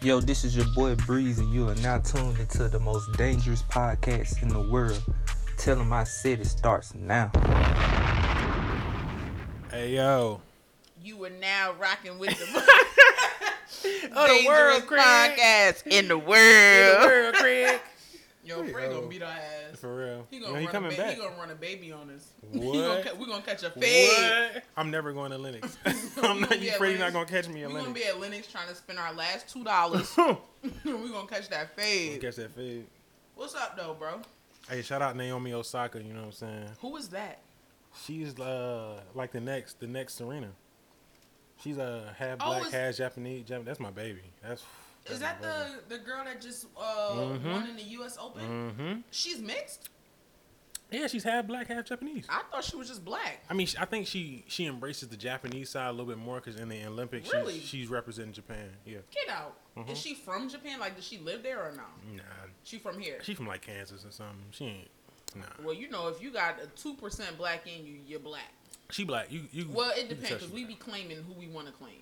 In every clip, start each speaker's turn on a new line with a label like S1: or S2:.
S1: Yo, this is your boy Breeze, and you are now tuned into the most dangerous podcast in the world. Tell him I said it starts now.
S2: Hey yo,
S3: You are now rocking with the
S2: the
S3: Dangerous
S2: world, Craig.
S3: podcast in the
S2: the
S3: world.
S2: world, Craig.
S3: Yo, Fred gonna beat our ass.
S2: For real,
S3: He gonna,
S2: No, he
S3: run
S2: coming
S3: a ba-
S2: back.
S3: he gonna run a baby on us.
S2: What?
S3: He gonna ca- we gonna catch a fade.
S2: What? I'm never going to Linux.
S3: We
S2: I'm
S3: gonna
S2: not.
S3: be
S2: You
S3: at
S2: pretty not
S3: Linux.
S2: gonna catch me at
S3: We gonna
S2: Linux.
S3: be at Linux trying to spend our last two dollars. we gonna catch that fade.
S2: catch that fade.
S3: What's up though, bro?
S2: Hey, shout out Naomi Osaka. You know what I'm saying?
S3: Who is that?
S2: She's uh like the next, the next Serena. She's uh, half
S3: Oh,
S2: black,
S3: is-
S2: half Japanese. Jap- that's my baby. That's.
S3: Is that the the girl that just uh,
S2: Mhm.
S3: won in the U.S. Open?
S2: Mm-hmm.
S3: She's mixed.
S2: Yeah, she's half black, half Japanese.
S3: I thought she was just black.
S2: I mean, sh- I think she she embraces the Japanese side a little bit more because in the Olympics,
S3: Really?
S2: she's, she's representing Japan. Yeah.
S3: Get out.
S2: Mhm.
S3: Is she from Japan? Like, does she live there or no?
S2: Nah,
S3: She from here.
S2: she from like Kansas or something. She ain't. Nah,
S3: Well, you know, if you got a two percent black in you, you're black.
S2: she black. You you.
S3: Well, it
S2: you can
S3: depends
S2: tell
S3: because
S2: she
S3: we be
S2: black.
S3: claiming who we want to claim.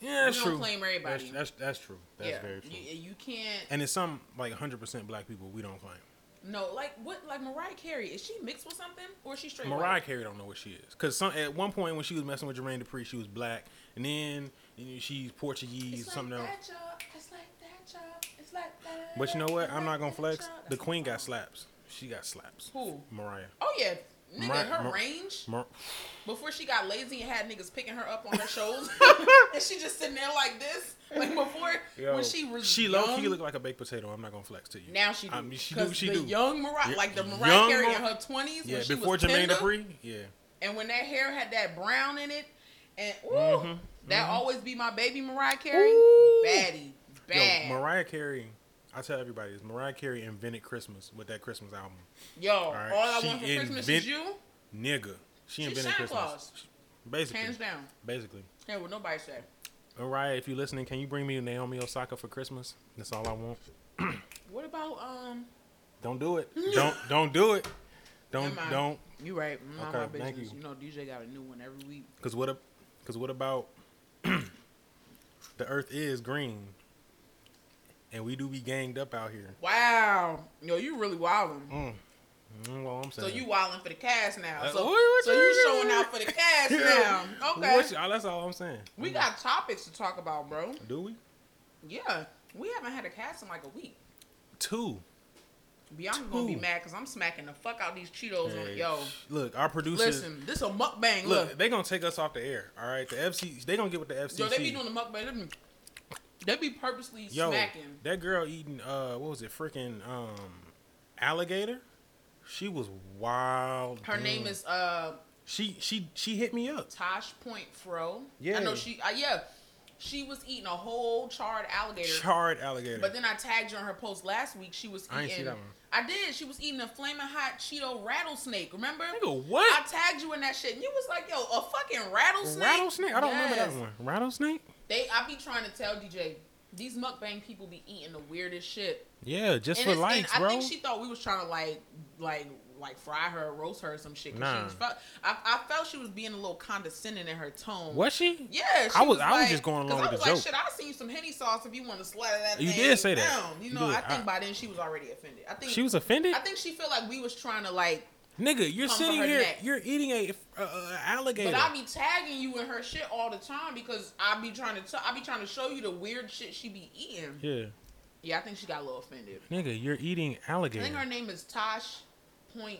S2: yeah, that's
S3: we
S2: true.
S3: don't claim everybody.
S2: That's, that's that's true. That's
S3: yeah,
S2: very true.
S3: You, you can't.
S2: And it's some like hundred percent black people we don't claim.
S3: no, like what? Like Mariah Carey, is she mixed with something or is she straight?
S2: Mariah
S3: white?
S2: Carey don't know what she is because some at one point when she was messing with Jermaine Dupri, she was black, and then you know, she's Portuguese,
S3: It's like
S2: something else.
S3: that, y'all. It's like that, y'all. It's like that.
S2: But you know what?
S3: It's
S2: I'm not
S3: like
S2: gonna
S3: that,
S2: flex.
S3: y'all. That's
S2: The Queen
S3: song.
S2: got slaps. She got slaps.
S3: Who?
S2: Mariah.
S3: Oh yeah, nigga,
S2: Mar-
S3: her
S2: Mar-
S3: range
S2: Mar-
S3: before she got lazy and had niggas picking her up on her shows, and she just sitting there like this. Like before, when she was
S2: she
S3: young,
S2: low key look like a baked potato. I'm not gonna flex to you.
S3: Now she do.
S2: I mean, she do.
S3: 'Cause
S2: She
S3: the
S2: do.
S3: young Mariah,
S2: Yeah,
S3: like the
S2: young
S3: Mariah Carey in
S2: Mar-
S3: her twenties.
S2: yeah,
S3: when she
S2: before
S3: was
S2: Jermaine
S3: tender,
S2: Dupri. Yeah,
S3: and when that hair had that brown in it, and ooh,
S2: Mhm,
S3: that always be my baby Mariah Carey, baddie, bad.
S2: yo, Mariah Carey. I tell everybody this: Mariah Carey invented Christmas with that Christmas album.
S3: Yo, all,
S2: right,
S3: I
S2: she
S3: want for
S2: invent-
S3: Christmas is you,
S2: Nigga, she
S3: She's
S2: invented
S3: Santa
S2: Christmas.
S3: Claus.
S2: She- Basically,
S3: hands down.
S2: basically.
S3: Yeah, what nobody said.
S2: Mariah, if you're listening, can you bring me Naomi Osaka for Christmas? That's all I want.
S3: What about um?
S2: Don't do it. don't don't do it. Don't
S3: Never mind.
S2: don't.
S3: You right? My, my
S2: Okay, thank
S3: business.
S2: you.
S3: You know, DJ got a new one every week.
S2: Cause what? ab- Cause what about the Earth is green, and we do be ganged up out here.
S3: Wow, yo, you really wildin'.
S2: Mm. Mm, well, I'm
S3: So
S2: saying.
S3: you wildin' for the cast now.
S2: Uh,
S3: so
S2: what- what
S3: so
S2: you-
S3: you showing out for the cast
S2: Yeah.
S3: now. Okay.
S2: What you- oh, that's all I'm saying.
S3: We
S2: Mm.
S3: got topics to talk about, bro.
S2: Do we?
S3: Yeah, we haven't had a cast in like a week.
S2: Two.
S3: Bianca gonna be
S2: Two.
S3: mad because I'm smacking the fuck out these Cheetos on
S2: Hey,
S3: yo.
S2: Look, our producers.
S3: Listen, this a mukbang.
S2: Look,
S3: Look,
S2: they gonna take us off the air. All right, the FC. They gonna get with the FCC.
S3: yo, they be doing the mukbang. They be, they be purposely
S2: Yo,
S3: smacking.
S2: that girl eating uh, what was it? Freaking um, alligator. She was wild.
S3: Her name
S2: dude.
S3: is uh
S2: She she she hit me up.
S3: Tosh Point Fro.
S2: Yeah.
S3: I know she. Uh, yeah, she was eating a whole charred alligator.
S2: Charred alligator.
S3: But then I tagged you on her post last week. She was eating.
S2: I ain't see that one.
S3: I did. She was eating a flaming hot Cheeto rattlesnake. Remember?
S2: Nigga, what?
S3: I tagged you in that shit, and you was like, "Yo, a fucking rattlesnake."
S2: Rattlesnake. I don't
S3: Yes.
S2: remember that one. Rattlesnake.
S3: They, I be trying to tell DJ these mukbang people be eating the weirdest shit.
S2: Yeah, just
S3: And
S2: for
S3: it's-
S2: likes,
S3: and I
S2: bro.
S3: think she thought we was trying to like, like, like fry her, or roast her, or some shit. 'cause
S2: Nah.
S3: she was felt, I, I felt she was being a little condescending in her tone.
S2: was she?
S3: Yeah, she
S2: I was- I was
S3: like-
S2: just going along
S3: 'cause I
S2: with
S3: was
S2: the
S3: like,
S2: joke.
S3: Shit, I seen some henny sauce if you want to slather that.
S2: You
S3: thing
S2: did say that.
S3: down." You
S2: You
S3: know,
S2: did.
S3: I think
S2: I-
S3: by then she was already offended. I think
S2: She was offended.
S3: I think she felt like we was trying to like,
S2: Nigga, you're
S3: Come for
S2: sitting
S3: her
S2: here.
S3: neck.
S2: You're eating a uh, uh, alligator.
S3: but I be tagging you in her shit all the time because I be trying to, t- I be trying to show you the weird shit she be eating.
S2: yeah,
S3: Yeah, I think she got a little offended.
S2: nigga, you're eating
S3: I
S2: alligator.
S3: think her name is Tosh Point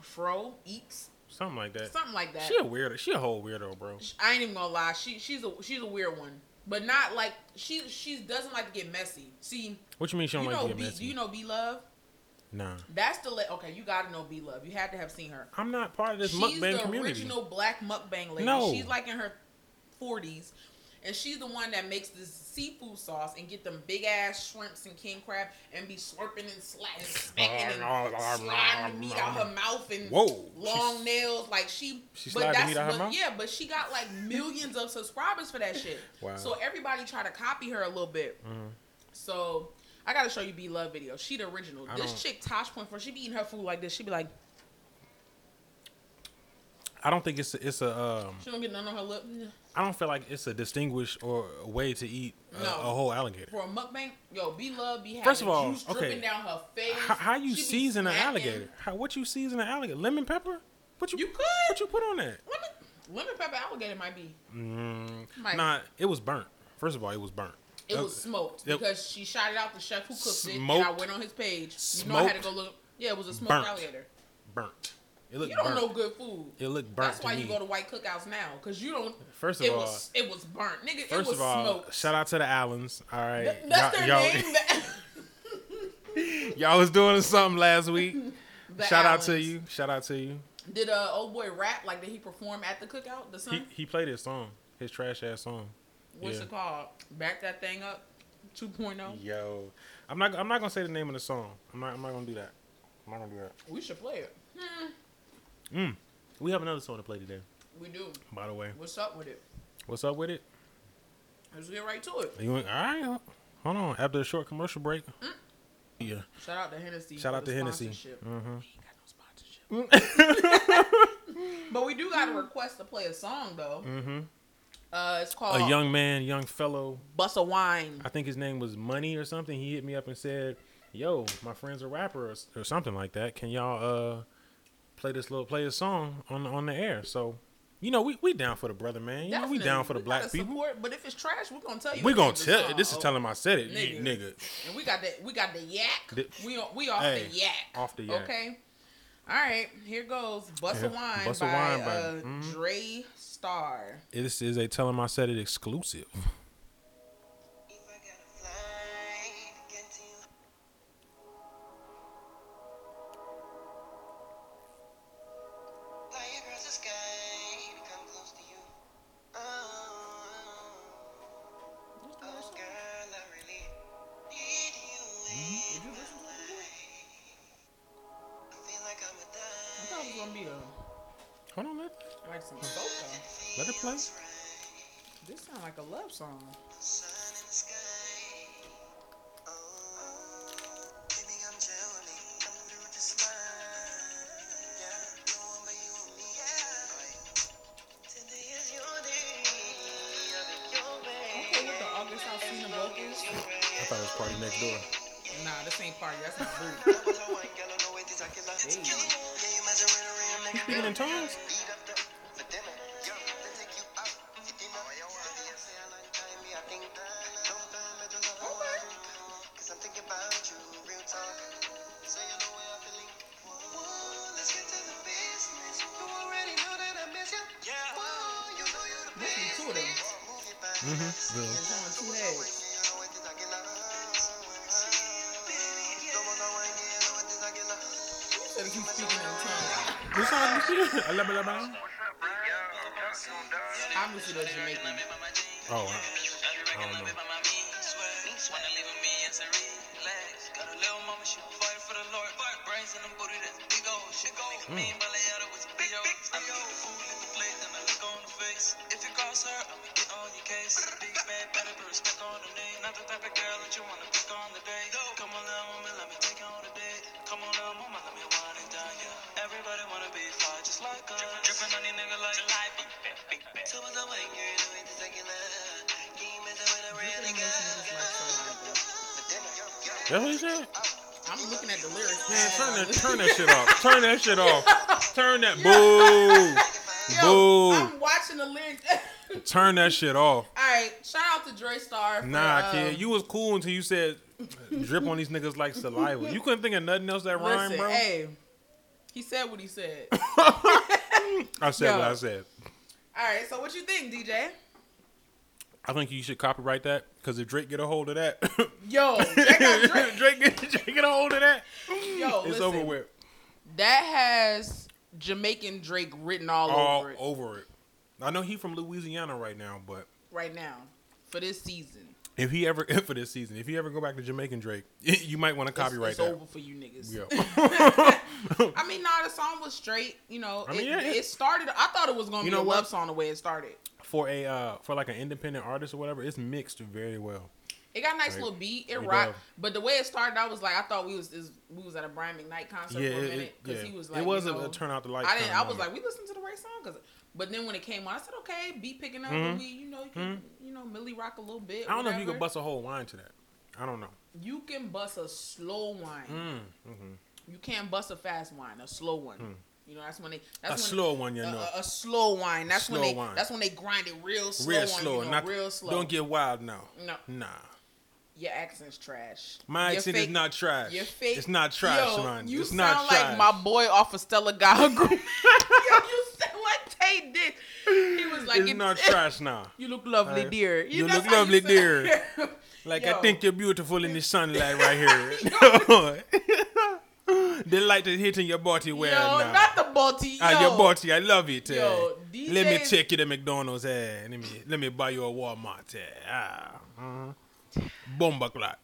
S3: Fro Eats,
S2: Something like that.
S3: something like that.
S2: She a weirdo. She a whole weirdo, bro.
S3: Sh- I ain't even gonna lie. She she's a she's a weird one, but not like she she doesn't like to get messy. See,
S2: What you mean she
S3: you
S2: don't like
S3: know
S2: to get
S3: B,
S2: messy?
S3: do you know B Love?
S2: nah,
S3: That's the la- okay. You gotta know B Love. You had to have seen her.
S2: I'm not part of this
S3: she's
S2: mukbang
S3: the
S2: community.
S3: original black mukbang lady.
S2: No.
S3: She's like in her forties, and she's the one that makes this seafood sauce and get them big ass shrimps and king crab and be slurping and sliding, smacking and sliding the meat out her mouth and
S2: Whoa, she's-
S3: long nails. Like she,
S2: She slide the meat out her
S3: but,
S2: mouth?
S3: yeah, but she got like millions of subscribers for that shit.
S2: Wow.
S3: So everybody try to copy her a little bit.
S2: Mhm.
S3: So. I gotta show you B Love video. She the original.
S2: I
S3: this
S2: don't-
S3: chick Tosh Point for she be eating her food like this. She be like,
S2: I don't think it's a, it's a um,
S3: She don't get none on her lip
S2: I don't feel like it's a distinguished or a way to eat a,
S3: No.
S2: a whole alligator.
S3: for a mukbang. Yo, be love, be happy.
S2: First of all,
S3: juice dripping
S2: okay.
S3: down her face.
S2: How, how you
S3: She be
S2: season an
S3: smacking.
S2: alligator? How what you season an alligator? Lemon pepper? What you,
S3: You could.
S2: what you put on that?
S3: Lemon, lemon pepper alligator might be.
S2: Mm,
S3: Mike.
S2: Nah, it was burnt. First of all, it was burnt.
S3: It
S2: Uh,
S3: was smoked
S2: it-
S3: because she shot it out the chef who cooked it. And I
S2: Smoked.
S3: went on his page. You know I had to go
S2: Smoked.
S3: look. Yeah, it was a smoked
S2: Burnt.
S3: alligator.
S2: burnt. It looked
S3: You don't
S2: burnt.
S3: know good food.
S2: It looked burnt.
S3: That's why
S2: to
S3: you
S2: me.
S3: go to white cookouts now, cause you don't.
S2: First of
S3: it
S2: all-
S3: was, it was burnt, nigga. it
S2: First
S3: was
S2: of all,
S3: smoked.
S2: shout out to the Allens. All right,
S3: Th- That's
S2: y'all,
S3: their
S2: y'all-
S3: name. The,
S2: y'all was doing something last week.
S3: the
S2: shout out to
S3: Allens.
S2: you. Shout out to you.
S3: Did uh old boy rap like did he perform at the cookout? The son.
S2: He he played his song, his trash ass song.
S3: What's
S2: yeah.
S3: it called? Back that thing up. oh? 2.0.
S2: Oh. Yo, I'm not I'm not gonna say the name of the song. I'm not I'm not gonna do that. I'm not gonna do that.
S3: We should play it.
S2: Mm. We have another song to play today.
S3: We do.
S2: By the way,
S3: What's up with it?
S2: what's up with it?
S3: Let's get right to it.
S2: You went, all right? Hold on. After a short commercial break. Yeah.
S3: Shout out to Hennessy.
S2: Shout
S3: for
S2: out
S3: Mm. the
S2: to Hennessy.
S3: sponsorship.
S2: Mhm.
S3: We ain't got no sponsorship. But we do got a request to play a song though.
S2: mm-hmm.
S3: Uh, it's called
S2: A young man, young fellow.
S3: Bus of Wine.
S2: I think his name was Money or something. He hit me up and said, "Yo, my friend's a rapper or, s- or something like that. Can y'all uh play this little play a song on on the air?" So, you know, we we down for the brother man. You know, we down for the
S3: Definitely. We
S2: black
S3: gotta
S2: people.
S3: support, but if it's trash, we're gonna tell you.
S2: We
S3: it's
S2: gonna
S3: the
S2: tell.
S3: song.
S2: This is telling him I said it,
S3: Nigga.
S2: nigga.
S3: And we got the we got the yak.
S2: Th-
S3: we on- we off
S2: Hey,
S3: the yak.
S2: off the yak.
S3: Okay. All right. Here goes. Bust
S2: Yeah,
S3: of Wine
S2: Bust a
S3: by,
S2: Wine by-
S3: uh,
S2: mhm.
S3: Dre Star.
S2: This is a tell him I said it exclusive.
S4: If I gotta fly to get to you. Fly across the sky to come close to you. Oh, oh, girl, I really need you in my life. I feel like I'm a
S3: I thought it was gonna be a
S2: Hold on, let
S3: like some soca.
S2: let it play.
S3: This sound like a love song.
S4: Sun in the sky. Oh, baby, I'm jelly. I'm through this line. Yeah, no one but you and me. Yeah. Today is your day. I make your way.
S3: Okay, with the August Alcina vocals.
S2: I thought it was party next door.
S3: Nah, this ain't party. That's not boo.
S2: Speaking in tongues.
S3: Listen to them.
S2: Mm-hmm. Real.
S3: It's on two heads. You said he's speaking in tongues.
S2: What's up? with you? Blah, blah, blah.
S3: Obviously, that's Jamaican.
S2: Oh, wow. I don't know.
S4: Everybody wanna be fly just like us. Drippin' on these niggas like Tell me the way you do it, it's like you love. Can you mess with a real nigga?
S2: That's what he said.
S3: I'm looking at the lyrics.
S2: Man, turn that turn that shit off. Turn that shit off. Turn that boo.
S3: Yo,
S2: Boo.
S3: I'm watching the lyrics. All
S2: Turn that shit off.
S3: right, shout out to Dre Star. For,
S2: Nah,
S3: um,
S2: kid, you was cool until you said drip on these niggas like saliva. You couldn't think of nothing else that rhyme,
S3: listen,
S2: bro.
S3: hey. He said what he said. All
S2: I said
S3: yo.
S2: what I said.
S3: right, so what you think, DJ?
S2: I think you should copyright that because if Drake get a hold of that,
S3: Yo, that got Dre.
S2: Drake, get, Drake get a hold of that,
S3: Yo,
S2: it's
S3: listen,
S2: over with.
S3: That has Jamaican Drake written all,
S2: All
S3: over it
S2: over it. I know he from Louisiana right now, but
S3: right now for this season.
S2: if he ever for this season, if he ever go back to Jamaican Drake, you might want to
S3: It's-
S2: copyright
S3: it's,
S2: that.
S3: over for you niggas.
S2: Yeah.
S3: I mean, nah, the song was straight. You know,
S2: I mean,
S3: it,
S2: yeah,
S3: it,
S2: it-
S3: started. I thought it was gonna
S2: You
S3: be a
S2: know what?
S3: love song the way it started.
S2: for a uh, for like an independent artist or whatever, it's mixed very well.
S3: It got a nice
S2: Right.
S3: little beat. It
S2: It
S3: rocked.
S2: does.
S3: But the way it started, I was like, I thought we was is, we was at a Brian McKnight concert
S2: yeah,
S3: for a
S2: it,
S3: minute
S2: it-
S3: because
S2: yeah.
S3: he was like,
S2: it was
S3: you
S2: a-
S3: know,
S2: a turn out the light.
S3: I didn't.
S2: kinda
S3: I was
S2: moment.
S3: like, we listened to the right song, cause. But then when it came on, I said, okay, beat picking up.
S2: Mhm.
S3: We, you know, you can, you know, Millie rock a little bit.
S2: I don't know if you
S3: whatever.
S2: could bust a whole line to that. I don't know.
S3: You can bust a slow wine.
S2: Mm, mhm.
S3: You can't bust a fast wine, a slow one. You know, that's when they. That's
S2: Hmm. A
S3: when
S2: slow one, you
S3: a,
S2: know,
S3: a- a slow wine. That's when
S2: Slow
S3: they.
S2: wine.
S3: That's when they grind it real slow.
S2: real
S3: on
S2: slow,
S3: You know,
S2: not
S3: real slow.
S2: Don't get wild now.
S3: No,
S2: Nah,
S3: your accent's trash.
S2: my
S3: Your
S2: accent
S3: fake-
S2: is not trash.
S3: Your fake.
S2: It's not trash,
S3: Yo,
S2: man.
S3: You
S2: it's
S3: sound
S2: not
S3: like
S2: trash.
S3: my boy off of Stella Gaga group. Yo, you sound like Tay did. He was like,
S2: it's
S3: it-
S2: not trash now.
S3: You look lovely,
S2: Alright.
S3: dear. You,
S2: You
S3: that's
S2: look
S3: how
S2: lovely,
S3: sound.
S2: dear. Like I
S3: Yo.
S2: think you're beautiful in the sunlight right here. the light is hitting your body well
S3: yo,
S2: now.
S3: not the Balti.
S2: Ah,
S3: yo.
S2: your body, I love it. eh.
S3: Yo,
S2: let me
S3: DJs
S2: take you to McDonald's. Eh. Let me let me buy you a Walmart. Eh. Ah, uh-huh. bomba clock.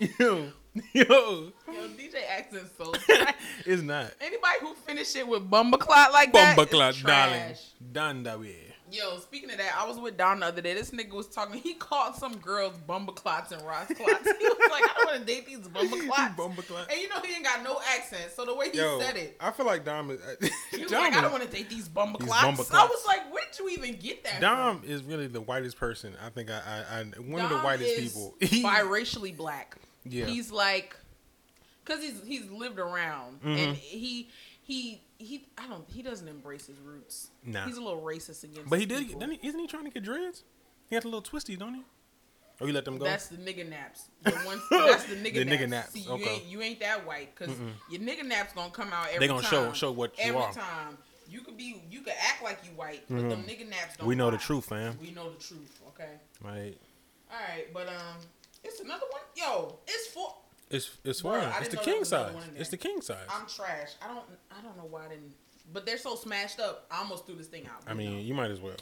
S2: yo, yo,
S3: Yo, DJ accent's so trash.
S2: it's not
S3: Anybody who finish it with Bumba Clot like that,
S2: bomba
S3: is
S2: clock, darling.
S3: trash.
S2: Done that way.
S3: Yo, speaking of that, I was with Don the other day. This nigga was talking. He called some girls Bumba Clots and Ross Clots. He was like, I don't want to date these Bumba Clots.
S2: Bomba clock.
S3: And you know he ain't got no accent, so the way he
S2: Yo,
S3: said it,
S2: I feel like Dom is uh,
S3: he was
S2: Dom,
S3: like, "I don't
S2: is,
S3: want to date these bumba
S2: These
S3: clocks."
S2: bumba
S3: I
S2: clocks.
S3: was like, "Where did you even get that?"
S2: Dom is really the whitest person. I think I, I, I one
S3: from?
S2: of the
S3: Dom
S2: whitest
S3: is
S2: people.
S3: biracially black.
S2: Yeah.
S3: he's like, because he's he's lived around,
S2: Mm-hmm.
S3: and he he he. I don't. He doesn't embrace his roots.
S2: Nah.
S3: he's a little racist against.
S2: but he
S3: his
S2: did.
S3: people.
S2: Didn't he, isn't he trying to get dreads? He had a little twisty, don't he? Or you let them go?
S3: That's the nigga naps. The one, that's the nigga
S2: The
S3: naps.
S2: nigga naps,
S3: See, you,
S2: okay.
S3: ain't, you ain't that white because your nigga naps gonna come out every
S2: They gonna
S3: time.
S2: show- show what you
S3: every
S2: are. Mm-hmm.
S3: time. You could be, you could act like you white, but them nigga naps don't.
S2: we know the
S3: lie.
S2: truth, fam.
S3: We know the truth. Okay.
S2: Right.
S3: All right, but um, it's another one. Yo, it's for.
S2: It's it's
S3: Bruh,
S2: fine.
S3: I
S2: It's
S3: didn't
S2: the
S3: know
S2: king
S3: there was another
S2: size.
S3: one in there.
S2: It's the king size.
S3: I'm trash. I don't. I don't know why I didn't. But they're so smashed up. I almost threw this thing out.
S2: I mean, you might as well.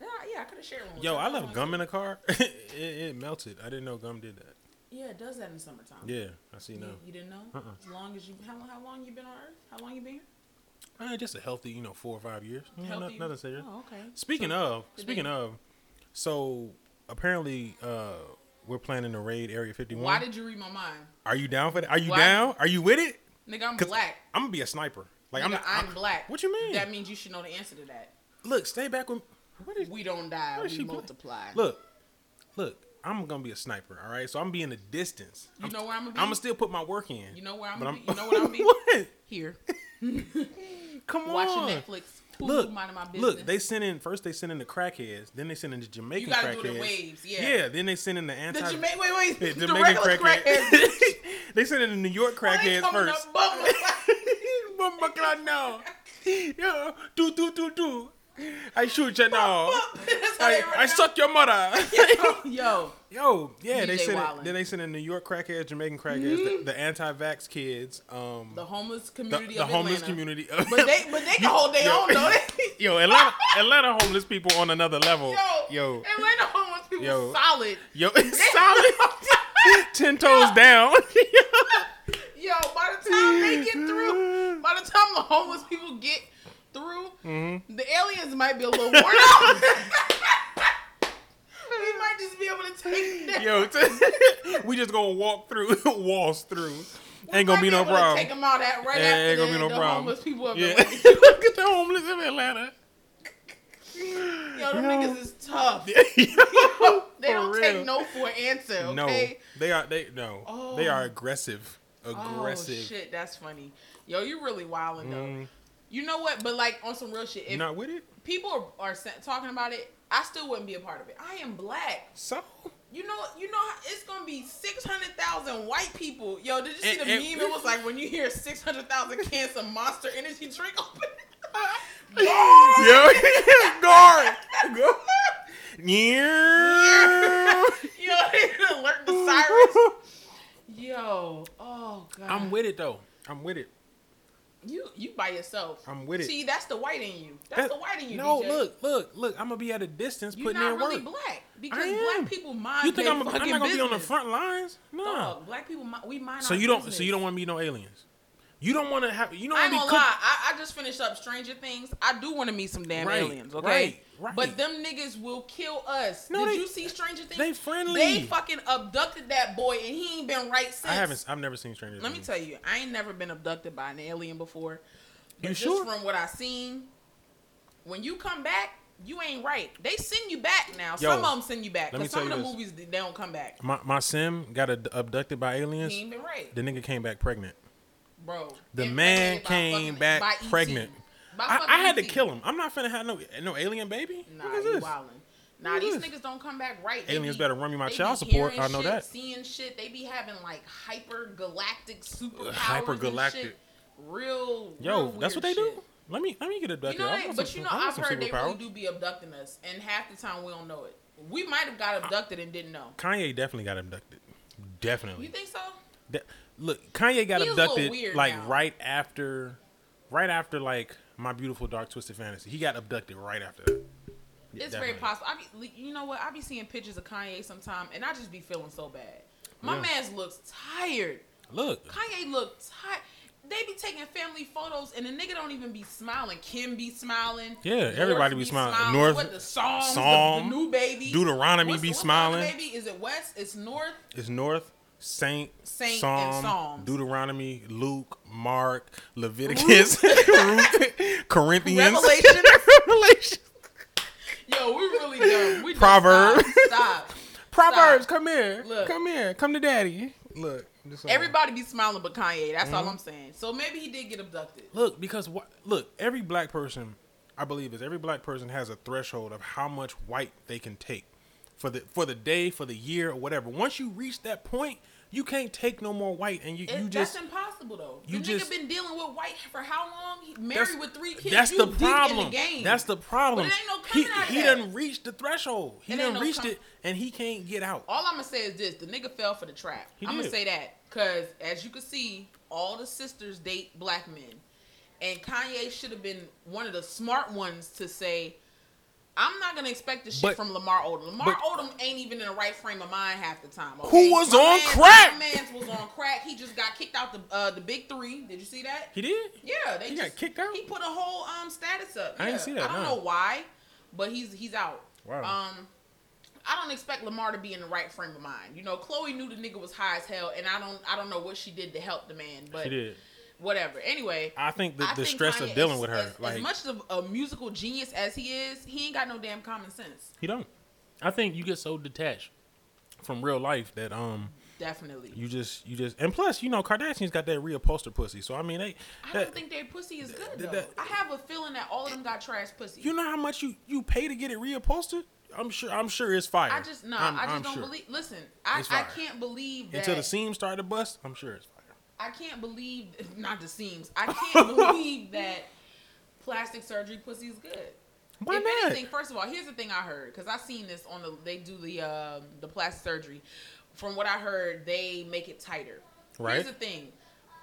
S3: yeah, yeah, I could have shared one. with
S2: Yo,
S3: you.
S2: I
S3: don't
S2: left
S3: like-
S2: gum in a car. it, it melted. I didn't know gum did that.
S3: Yeah, it does that in the summertime.
S2: Yeah, I see
S3: You,
S2: now.
S3: you didn't know?
S2: Uh-uh.
S3: As long as you, how, how long you been on Earth? How long you been here?
S2: Uh, just a healthy, you know, four or five years. Mm, no-
S3: Healthy?
S2: nothing serious.
S3: Oh, okay.
S2: Speaking of,
S3: Did
S2: speaking
S3: they-
S2: of, so apparently uh we're planning to raid Area 51.
S3: Why did you read my mind?
S2: Are you down for that? Are you
S3: Why-
S2: down? Are you with it?
S3: Nigga, I'm
S2: 'Cause
S3: black.
S2: I'm gonna be a sniper. Like
S3: Nigga,
S2: I'm. Not,
S3: I'm,
S2: I'm-
S3: black.
S2: What you mean?
S3: That means you should know the answer to that.
S2: Look, stay back with. What is
S3: We don't die.
S2: Why
S3: We
S2: is she black?
S3: multiply.
S2: Look, look, I'm gonna be a sniper. All right, so I'm gonna be in the distance.
S3: You know where I'ma be?
S2: I'm gonna still put my work in.
S3: You know where I'ma
S2: But
S3: be? You know what I'ma be?
S2: what?
S3: here,
S2: Come
S3: watching
S2: on.
S3: Netflix. Hulu,
S2: Look,
S3: minding my business.
S2: look. They send in first. They send in the crackheads. Then they send in the Jamaican
S3: You gotta do
S2: crackheads.
S3: it in waves, yeah.
S2: Then they send in the anti.
S3: the Jamaican, wait, wait,
S2: the
S3: the
S2: Jamaican
S3: regular
S2: crackhead.
S3: crackheads.
S2: they send in the New York
S3: Why they
S2: crackheads
S3: coming
S2: first.
S3: up bumble?
S2: Bumba clock now. Yeah. Do do do do. I shoot you now.
S3: That's how they
S2: I,
S3: run
S2: I
S3: out.
S2: suck your mother.
S3: Yo,
S2: Yo, yeah, they
S3: DJ
S2: sent it,
S3: Wildin'.
S2: then they sent in New York crackheads, Jamaican crackheads,
S3: Mm-hmm.
S2: the, the anti-vax kids, um,
S3: the homeless
S2: the,
S3: community
S2: the
S3: of
S2: homeless
S3: Atlanta.
S2: community.
S3: But they, but they can hold their
S2: Yo.
S3: own though. They,
S2: yo, Atlanta, Atlanta homeless people on another level.
S3: yo,
S2: yo,
S3: Atlanta homeless people
S2: Yo.
S3: solid.
S2: yo, it's solid. Ten toes down.
S3: Yo, by the time they get through, by the time the homeless people get through,
S2: Mm-hmm.
S3: the aliens might be a little worn out. we might just be able to take them down.
S2: yo, t- we just gonna walk through, waltz through.
S3: We
S2: Ain't gonna
S3: might
S2: be no
S3: able to
S2: problem.
S3: Take them out at right
S2: Yeah,
S3: after
S2: ain't gonna
S3: the,
S2: be no
S3: the
S2: problem.
S3: homeless people of
S2: Yeah,
S3: Atlanta.
S2: look at the homeless in Atlanta.
S3: Yo, them
S2: Yo.
S3: niggas is tough. they
S2: For
S3: don't
S2: real.
S3: take no for an answer. Okay?
S2: No, they are they no, they
S3: Oh.
S2: are aggressive,
S3: Oh
S2: aggressive.
S3: shit, that's funny. Mm-hmm. Yo, you really wilding though.
S2: Mm,
S3: You know what? But like on some real shit, if
S2: not with it.
S3: people are, are sa- talking about it, I still wouldn't be a part of it. I am black.
S2: So
S3: You know, you know, how- it's gonna be six hundred thousand white people. Yo, did you see
S2: And-
S3: the
S2: and-
S3: meme? It was like when you hear six hundred thousand cans of Monster Energy drink open. Yo,
S2: yeah, guard, guard. Yeah.
S3: yo, they alert the sirens. Yo, oh god,
S2: I'm with it though. I'm with it.
S3: you. You by yourself.
S2: I'm with it.
S3: See, that's the white in you. That's
S2: That-
S3: the white in you.
S2: No,
S3: DJ.
S2: look, look, look. I'm gonna be at a distance
S3: You're
S2: putting
S3: not
S2: in
S3: really
S2: work.
S3: black because
S2: I am.
S3: black people mind.
S2: You think
S3: their
S2: I'm, a, I'm not
S3: fucking
S2: gonna be on the
S3: business.
S2: front lines? No.
S3: Dog, black people, mi- we mind.
S2: So
S3: our
S2: you don't. So
S3: business.
S2: you don't want to be no aliens. You don't want to have. You don't
S3: I
S2: want
S3: ain't
S2: to be
S3: gonna
S2: cooked.
S3: lie. I, I just finished up Stranger Things. I do want to meet some damn
S2: Right,
S3: aliens, okay?
S2: right, right.
S3: But them niggas will kill us.
S2: No,
S3: Did
S2: they-
S3: you see Stranger Things?
S2: they friendly.
S3: They fucking abducted that boy, and he ain't been right since.
S2: I haven't. I've never seen Stranger
S3: Let me
S2: Things.
S3: tell you, I ain't never been abducted by an alien before.
S2: You
S3: But just
S2: sure?
S3: From what I seen, when you come back, you ain't right. They send you back now.
S2: Yo,
S3: some of them send you back,
S2: let me
S3: but some of
S2: tell
S3: the
S2: you
S3: movies they don't come back.
S2: My my sim got ad- abducted by aliens.
S3: He ain't been right,
S2: The nigga came back pregnant.
S3: bro.
S2: The
S3: Impregnated
S2: man
S3: by
S2: came
S3: fucking-
S2: back
S3: by ET.
S2: pregnant.
S3: By
S2: I,
S3: fucking
S2: I had to
S3: ET.
S2: kill him. I'm not finna have no no alien baby.
S3: Nah,
S2: What is
S3: you
S2: this?
S3: wildin'. Nah,
S2: Look at
S3: these
S2: this.
S3: niggas don't come back right.
S2: Aliens
S3: be-
S2: better run me my
S3: they
S2: child
S3: be
S2: support.
S3: hearing
S2: I know
S3: shit,
S2: that.
S3: Seeing shit, they be having like hyper galactic superpowers.
S2: hypergalactic.
S3: And shit. Real.
S2: Yo,
S3: real
S2: that's
S3: weird
S2: what they
S3: shit.
S2: do. Let me let me get
S3: You
S2: abducted.
S3: know,
S2: I
S3: they,
S2: want
S3: but
S2: some-
S3: you know,
S2: I want
S3: I've
S2: some
S3: heard they really
S2: superpowers.
S3: do be abducting us, and half the time we don't know it. We might have got abducted and didn't know.
S2: Kanye definitely got abducted. Definitely.
S3: You think so?
S2: De- look, Kanye got
S3: He is a little
S2: abducted
S3: weird
S2: like
S3: now.
S2: right after, right after like my beautiful dark twisted fantasy. He got abducted right after that. Yeah,
S3: It's
S2: definitely.
S3: very possible. I be, you know what? I be seeing pictures of Kanye sometime, and I just be feeling so bad. My
S2: Yeah.
S3: man's looks tired.
S2: Look,
S3: Kanye look tired. They be taking family photos and the nigga don't even be smiling. Kim be smiling.
S2: Yeah, everybody be smiling. North-
S3: North what the songs,
S2: Psalm,
S3: the, the new baby.
S2: Deuteronomy
S3: What's-
S2: be
S3: what's the other
S2: smiling.
S3: Baby, is it West? It's North.
S2: it's North Saint,
S3: Saint and
S2: Psalm,
S3: Psalms.
S2: Deuteronomy, Luke, Mark, Leviticus, Ruth, Corinthians,
S3: Revelation.
S2: Revelation,
S3: Yo, we really dumb. We dumb.
S2: Proverbs.
S3: Stop. stop.
S2: Proverbs. Come here,
S3: Look.
S2: come here, come to daddy. Look, I'm just saying.
S3: Everybody be smiling but Kanye. That's all I'm saying. So maybe he did get abducted.
S2: Look, because what? Look, every black person, I believe, is every black person has a threshold of how much white they can take for the for the day, for the year, or whatever. Once you reach that point, you can't take no more white, and you
S3: It-
S2: you just
S3: that's impossible though.
S2: you
S3: the
S2: just-
S3: nigga been dealing with white for how long? He
S2: that's-
S3: married with three kids.
S2: That's
S3: You
S2: the
S3: deep
S2: problem.
S3: In the game.
S2: That's the problem.
S3: But it ain't no
S2: he
S3: coming out of
S2: he
S3: that.
S2: done reached the threshold. He
S3: It
S2: done
S3: ain't no
S2: reached
S3: com-
S2: it, and he can't get out.
S3: All I'm gonna say is this: the nigga fell for the trap.
S2: He
S3: I'm
S2: did.
S3: gonna say that because, as you can see, all the sisters date black men, and Kanye should have been one of the smart ones to say, "I'm not gonna expect this shit
S2: But-
S3: from Lamar Odom. Lamar
S2: but-
S3: Odom ain't even in the right frame of mind half the time." Okay?
S2: Who was on
S3: man's-
S2: crack?
S3: My man's was on crack. He just got kicked out the uh, the big three. Did you see that?
S2: He did.
S3: Yeah, they
S2: He got
S3: just,
S2: kicked out?
S3: He put a whole um status up.
S2: I
S3: yeah.
S2: didn't see that,
S3: I don't
S2: no.
S3: know why, but he's he's out.
S2: Wow.
S3: Um, I don't expect Lamar to be in the right frame of mind. You know, Chloe knew the nigga was high as hell, and I don't I don't know what she did to help the man, but
S2: He did.
S3: whatever. Anyway,
S2: I think the,
S3: I
S2: the
S3: think
S2: stress
S3: Kanye,
S2: of dealing
S3: as-
S2: with her,
S3: as,
S2: like
S3: as much of a musical genius as he is, he ain't got no damn common sense.
S2: he don't. I think you get so detached from real life that um
S3: Definitely.
S2: You just, you just, and plus, you know, Kardashians got that reupholster pussy. So I mean, they,
S3: I
S2: that,
S3: don't think their pussy is good though.
S2: that- that-
S3: I have a feeling that all of them got trash pussy.
S2: you know how much you you pay to get it reupholstered. I'm sure, I'm sure it's fire.
S3: I just no,
S2: I'm-
S3: I just
S2: I'm
S3: don't
S2: sure.
S3: believe. Listen, I,
S2: It's
S3: I
S2: fire.
S3: can't believe that
S2: Until the seams start to bust, I'm sure it's fire.
S3: I can't believe not the seams. I can't believe that plastic surgery pussy is good.
S2: Why
S3: if
S2: not?
S3: anything, first of all, here's the thing I heard because I seen this on the they do the um, the plastic surgery. From what I heard, they make it tighter.
S2: Right.
S3: Here's the thing,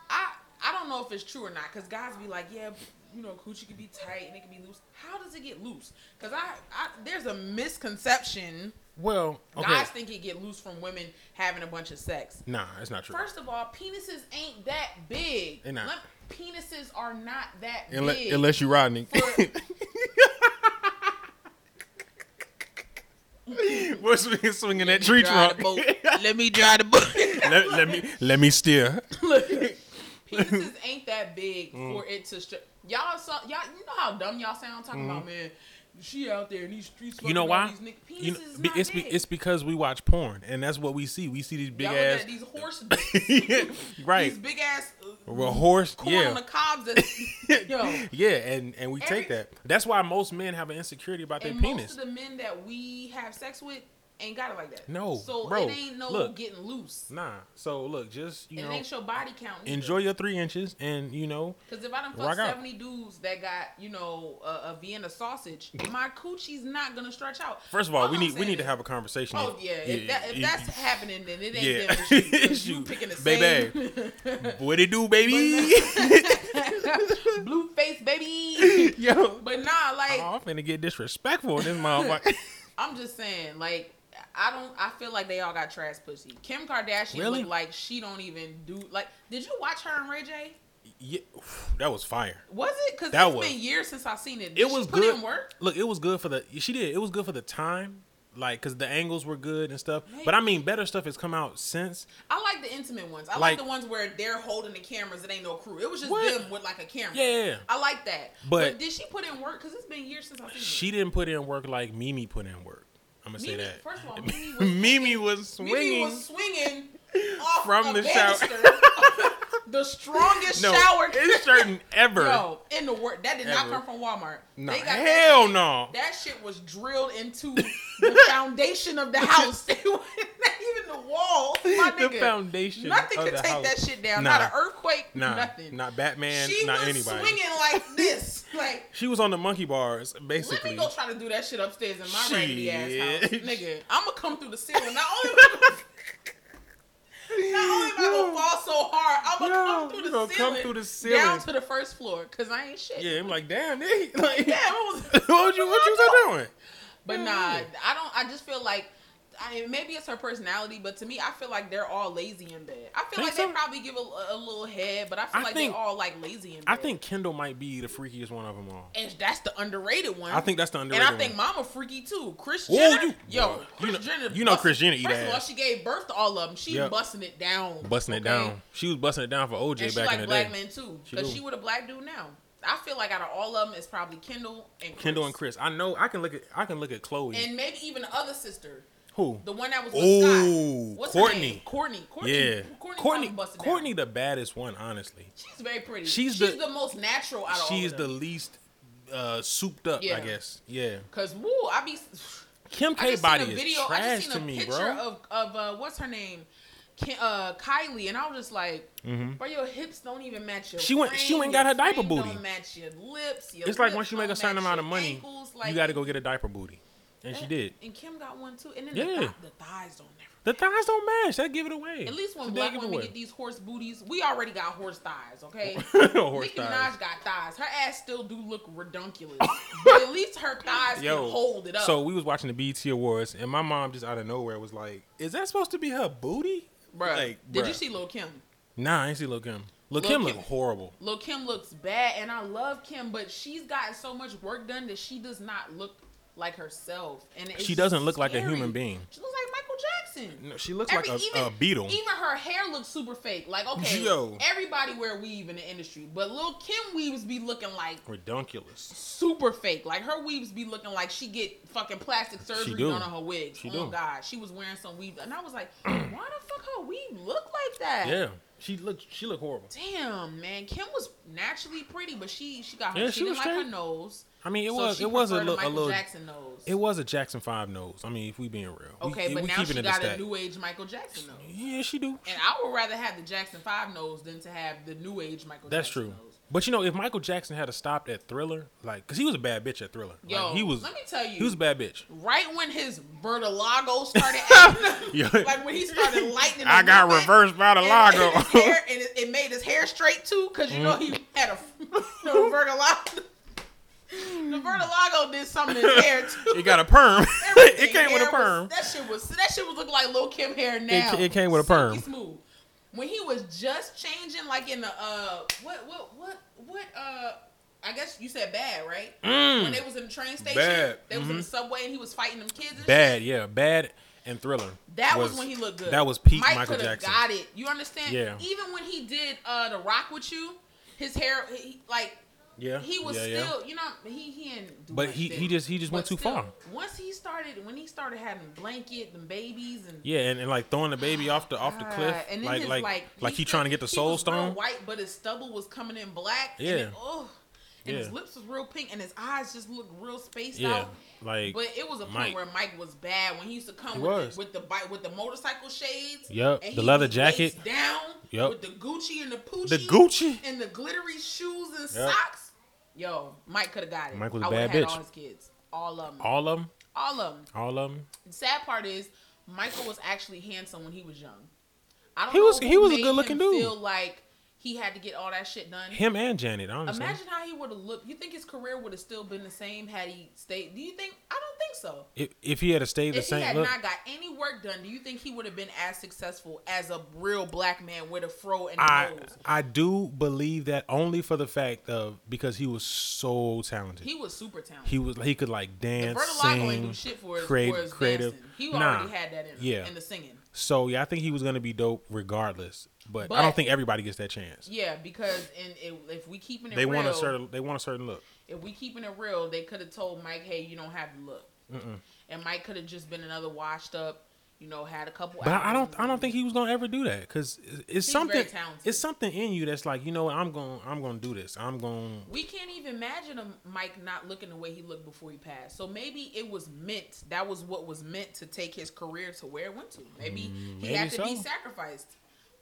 S3: I I don't know if it's true or not because guys be like, yeah, you know, coochie could be tight and it could be loose. How does it get loose? Because I, I there's a misconception.
S2: Well, okay,
S3: Guys think it get loose from women having a bunch of sex.
S2: nah, it's not true.
S3: First of all, penises ain't that big.
S2: They not.
S3: penises are not that
S2: Unle-
S3: big.
S2: unless you Rodney. We're swinging, swinging that tree trunk.
S3: Drive the boat. Let me drive the boat.
S2: let, let me let me steer.
S3: Look, penises
S2: Mm-hmm.
S3: ain't that big
S2: Mm.
S3: for it to. Stri- y'all saw y'all. You know how dumb y'all sound talking about man. She out there in these streets.
S2: Mm-hmm. You know
S3: fucking
S2: why?
S3: all
S2: You
S3: These niggas. Penises
S2: know,
S3: is
S2: be-
S3: not
S2: it's be-
S3: big.
S2: it's because we watch porn, and that's what we see. We see these big
S3: y'all
S2: ass,
S3: Got these horse.
S2: right?
S3: These big ass. Uh,
S2: Well, horse,
S3: corn on the
S2: yeah,
S3: cobs. That, yo.
S2: yeah, and and we take
S3: Every-
S2: that. That's why most men have an insecurity about their
S3: And
S2: penis.
S3: most of the men that we have sex with ain't got it like that.
S2: No,
S3: so
S2: bro,
S3: it ain't no
S2: look.
S3: getting loose.
S2: nah, so look, just you
S3: and it
S2: know,
S3: ain't your body count.
S2: enjoy your three inches, and you know,
S3: Because if I done
S2: Rock
S3: fucked
S2: out.
S3: seventy dudes that got you know a, a Vienna sausage, my coochie's not gonna stretch out.
S2: First of all, we
S3: I'm
S2: need we
S3: saying
S2: need to
S3: is-
S2: have a conversation.
S3: Oh yeah, if, that, if
S2: yeah,
S3: that's happening, then it ain't
S2: yeah.
S3: them. It's you, 'cause
S2: It's
S3: you
S2: you,
S3: picking the
S2: baby.
S3: same.
S2: What it do, baby?
S3: Blue face, baby.
S2: Yo,
S3: But nah, like
S2: Oh, I'm finna get disrespectful in this motherfucker.
S3: I'm just saying, like I don't. I feel like they all got trash pussy. Kim Kardashian
S2: Really?
S3: look like she don't even do. Like, did you watch her and Ray J?
S2: Yeah, that was fire.
S3: Was it? Because
S2: That
S3: it's
S2: was-
S3: been years since I've seen it. Did
S2: it
S3: she
S2: was
S3: put
S2: good.
S3: in work.
S2: Look, it was good for the. She did. It was good for the time, like because the angles were good and stuff. But I mean, better stuff has come out since.
S3: I like the intimate ones. I like,
S2: Like-
S3: the ones where they're holding the cameras. It ain't no crew. It was just
S2: What?
S3: them with like a camera.
S2: Yeah.
S3: I like that.
S2: But-
S3: did she put in work? Because it's been years since I've seen
S2: She didn't put in work like Mimi put in work. I'm gonna say
S3: Mimi-
S2: that.
S3: first of all, Mimi
S2: Mimi
S3: was-
S2: was
S3: it.
S2: swinging.
S3: Mimi was swinging off
S2: From
S3: a
S2: the shower.
S3: banister. the strongest
S2: no,
S3: shower
S2: it's certain ever.
S3: No, in the world that did not
S2: Ever.
S3: come from Walmart.
S2: No,
S3: They got that,
S2: hell no.
S3: that shit was drilled into the foundation of the house. They went- Even the walls, my
S2: the
S3: nigga.
S2: foundation.
S3: Nothing
S2: of
S3: could
S2: the
S3: take
S2: house.
S3: that shit down.
S2: Nah.
S3: Not an earthquake.
S2: Nah,
S3: nothing.
S2: not Batman.
S3: she
S2: not
S3: was
S2: anybody.
S3: swinging like this. Like
S2: She was on the monkey bars,
S3: let me
S2: basically.
S3: go try to do that shit upstairs in my raggedy ass house,
S2: Shit.
S3: nigga. I'm gonna come through the ceiling. Not only am I gonna, not only am I
S2: Yo.
S3: gonna fall so hard, I'm
S2: Yo,
S3: gonna come through
S2: you
S3: the
S2: gonna come
S3: ceiling,
S2: through the ceiling.
S3: down to the first floor, cause I ain't shit.
S2: Yeah, I'm like, damn, they, like,
S3: Damn, what was?
S2: what was you, what you was I doing?
S3: But
S2: Yeah,
S3: nah,
S2: yeah.
S3: I don't. I just feel like. I mean, maybe it's her personality, but to me, I feel like they're all lazy in bed. I
S2: Think
S3: feel like they
S2: so?
S3: probably give a, a little head, but I feel
S2: I
S3: like
S2: think-
S3: they're all like lazy in bed.
S2: I think Kendall might be the freakiest one of them all.
S3: and that's the underrated one.
S2: I think that's the
S3: And
S2: underrated
S3: I think
S2: one.
S3: Mama freaky too. Chris
S2: Ooh,
S3: Jenner,
S2: you-
S3: yo,
S2: Bruh,
S3: Chris
S2: you know-
S3: Jenner.
S2: you know
S3: busting-
S2: Chris Jenner eat
S3: First of all,
S2: ass.
S3: she gave birth to all of them. She
S2: Yep.
S3: busting it down,
S2: busting it
S3: okay?
S2: down. She was busting it down for OJ
S3: And she
S2: back
S3: like
S2: in the
S3: black
S2: day.
S3: men too,
S2: She
S3: because
S2: do.
S3: she, with a black dude now. I feel like out of all of them, it's probably Kendall and Chris.
S2: Kendall and Chris. I know. I can look at. I can look at Chloe.
S3: and maybe even the other sister,
S2: Who?
S3: the one that was with
S2: Ooh,
S3: Scott. What's
S2: Courtney.
S3: Her name? Courtney. Courtney.
S2: yeah.
S3: Courtney.
S2: Courtney.
S3: probably busted down.
S2: Courtney, the baddest one, honestly.
S3: She's very pretty.
S2: She's
S3: She's,
S2: the-
S3: the, most natural out of all.
S2: She's
S3: of
S2: the
S3: them.
S2: least uh, souped up, I
S3: Yeah.
S2: guess. Yeah.
S3: Cause woo, I be.
S2: Kim
S3: I
S2: K
S3: just
S2: body
S3: seen a
S2: is
S3: video. I
S2: trash
S3: just
S2: to
S3: seen a
S2: me,
S3: picture
S2: bro.
S3: of of uh, what's her name, Ki- uh, Kylie, and I was just like, bro, your hips don't even match your.
S2: Mm-hmm. She went- she
S3: frame,
S2: went and got
S3: your
S2: her diaper
S3: frame
S2: booty.
S3: Don't match your lips. Your
S2: It's like
S3: lips
S2: once you make a
S3: don't
S2: certain amount
S3: match
S2: of
S3: your
S2: money,
S3: uh, ankles,
S2: you
S3: like-
S2: got to go get a diaper booty, and she
S3: and-
S2: did.
S3: And Kim got one too, and then
S2: Yeah.
S3: the, thigh, the thighs don't. Never.
S2: The thighs don't match. That give it away.
S3: At least when
S2: They
S3: black
S2: give it
S3: women
S2: away.
S3: get these horse booties, we already got horse thighs, okay?
S2: Horse
S3: Nicki
S2: thighs.
S3: Minaj got thighs. Her ass still do look redunculous, but at least her thighs
S2: Yo,
S3: can hold it up.
S2: So we was watching the BET Awards, and my mom just out of nowhere was like, "Is that supposed to be her booty?"
S3: Bruh,
S2: Like,
S3: did
S2: bruh.
S3: you see Lil Kim?
S2: Nah, I ain't see Lil Kim. Lil,
S3: Lil'
S2: Kim
S3: Kim-
S2: look horrible.
S3: Lil Kim looks bad, and I love Kim, but she's gotten so much work done that she does not look like herself. And it's
S2: She doesn't look like a
S3: scary.
S2: human being.
S3: She looks like Michael Jackson.
S2: No, she looks like a, a beetle.
S3: Even her hair looks super fake. Like okay,
S2: Yo.
S3: everybody wear weave in the industry, but Lil Kim weaves be looking like
S2: Redunculous.
S3: super fake. Like her weaves be looking like she get fucking plastic surgery
S2: do.
S3: done on her wigs.
S2: She
S3: oh
S2: do.
S3: god, she was wearing some weave, and I was like, why the fuck her weave look like that?
S2: Yeah, she looked. She looked horrible.
S3: Damn, man, Kim was naturally pretty, but she she got
S2: Yeah,
S3: her
S2: she
S3: she, didn't
S2: was
S3: like her
S2: straight.
S3: nose.
S2: I mean, it
S3: so
S2: was.
S3: she
S2: It was a,
S3: preferred
S2: little. a
S3: Michael
S2: little.
S3: Jackson nose.
S2: It was a Jackson Five nose. I mean, if we being real. We-
S3: okay,
S2: we,
S3: but now
S2: keeping it
S3: she
S2: a
S3: got a
S2: stack.
S3: new age Michael Jackson nose,
S2: Yeah, she do.
S3: and I would rather have the Jackson Five nose than to have the new age Michael.
S2: That's
S3: Jackson
S2: true.
S3: Nose.
S2: But you know, if Michael Jackson had stopped at Thriller, like, cause he was a bad bitch at Thriller. Like,
S3: Yo,
S2: he was.
S3: let me tell you.
S2: He was a bad bitch.
S3: Right when his vertilago started, acting
S2: Yeah.
S3: up, like when he started lightning,
S2: I
S3: the
S2: got
S3: whip at-
S2: reversed by the
S3: and- and his
S2: Lago.
S3: hair- and it, it made his hair straight too, because you know
S2: Mm-hmm.
S3: he had a no, vertilago. The vertilago did something to his hair too.
S2: it got a perm.
S3: Everything.
S2: it came with
S3: Hair
S2: a perm.
S3: Was, that shit was that shit was looking like Lil Kim hair now.
S2: it came with a
S3: Silky
S2: perm.
S3: Smooth. When he was just changing, like in the uh, what what what what uh. I guess you said bad, right?
S2: Mm.
S3: When they was in the train station,
S2: Mm-hmm. Bad. Mm-hmm.
S3: they was in the subway, and he was fighting them kids. And
S2: Bad, yeah, bad and Thriller.
S3: that was, when he looked good.
S2: That was peak
S3: Mike
S2: Michael
S3: coulda
S2: Jackson.
S3: Got it. You understand?
S2: Yeah.
S3: Even when he did uh the Rock with you, his hair, he, like
S2: Yeah,
S3: he was
S2: yeah, yeah.
S3: still, you know, he he didn't. Do
S2: But
S3: much
S2: he-
S3: then.
S2: he just- he just went too far.
S3: Once he started, when he started having blanket and babies and
S2: Yeah, and, and like throwing the baby off the off the
S3: God,
S2: cliff,
S3: and then
S2: like,
S3: his,
S2: like like he,
S3: still-
S2: trying to get the
S3: he
S2: soul
S3: was real
S2: stone.
S3: White, but his stubble was coming in black.
S2: Yeah.
S3: and it, ugh, and his
S2: Yeah.
S3: lips was real pink, and his eyes just looked real spaced
S2: Yeah,
S3: out.
S2: like
S3: But it was a point
S2: Mike.
S3: where Mike was bad when he used to
S2: He
S3: come with,
S2: was.
S3: the with the bike with the motorcycle shades.
S2: Yep,
S3: and
S2: the
S3: he
S2: leather
S3: was
S2: jacket.
S3: waist down.
S2: Yep.
S3: with the Gucci and the Poochie.
S2: the Gucci.
S3: and the glittery shoes and
S2: Yep.
S3: socks. Yo, Mike could have got it.
S2: Mike was a
S3: I would've
S2: bad
S3: had
S2: bitch.
S3: All his kids, all of them, all,
S2: All of them,
S3: of them.
S2: all of them.
S3: The sad part is Michael was actually handsome when he was young. I don't
S2: He was-
S3: know
S2: he
S3: who
S2: was a
S3: made
S2: good-looking
S3: him
S2: dude.
S3: Feel like He had to get all that shit done.
S2: Him and Janet, honestly.
S3: Imagine how he would have looked. You think his career would have still been the same had he stayed? Do you think? I don't think so.
S2: if, if he had stayed the
S3: If he
S2: same,
S3: had
S2: look,
S3: not got any work done, do you think he would have been as successful as a real black man with a fro and a
S2: I
S3: nose?
S2: I do believe that only for the fact of because he was so talented.
S3: He
S2: He,
S3: was super talented.
S2: was he could like dance,
S3: Bertolago ain't do
S2: sing,
S3: shit for his,
S2: create-
S3: for his
S2: creative.
S3: dancing. He
S2: Nah.
S3: already had that in him,
S2: Yeah.
S3: in the singing.
S2: So yeah, I think he was gonna be dope regardless. But, I
S3: But-
S2: don't think everybody gets that chance.
S3: Yeah, because in, if, if we keeping it
S2: they
S3: real,
S2: want a certain they want a certain look.
S3: if we keeping it real, they could have told Mike, "Hey, you don't have the look," and Mike could have just been another washed up, you know, had a couple.
S2: But I, I don't
S3: albums.
S2: I don't think he was gonna ever do that because it's something
S3: very talented.
S2: it's something in you that's like you know what I'm gonna I'm gonna do this I'm gonna
S3: we can't even imagine a Mike not looking the way he looked before he passed. So maybe it was meant. That was what was meant to take his career to where it went to. Maybe
S2: Mm, maybe
S3: he had to be
S2: so.
S3: sacrificed.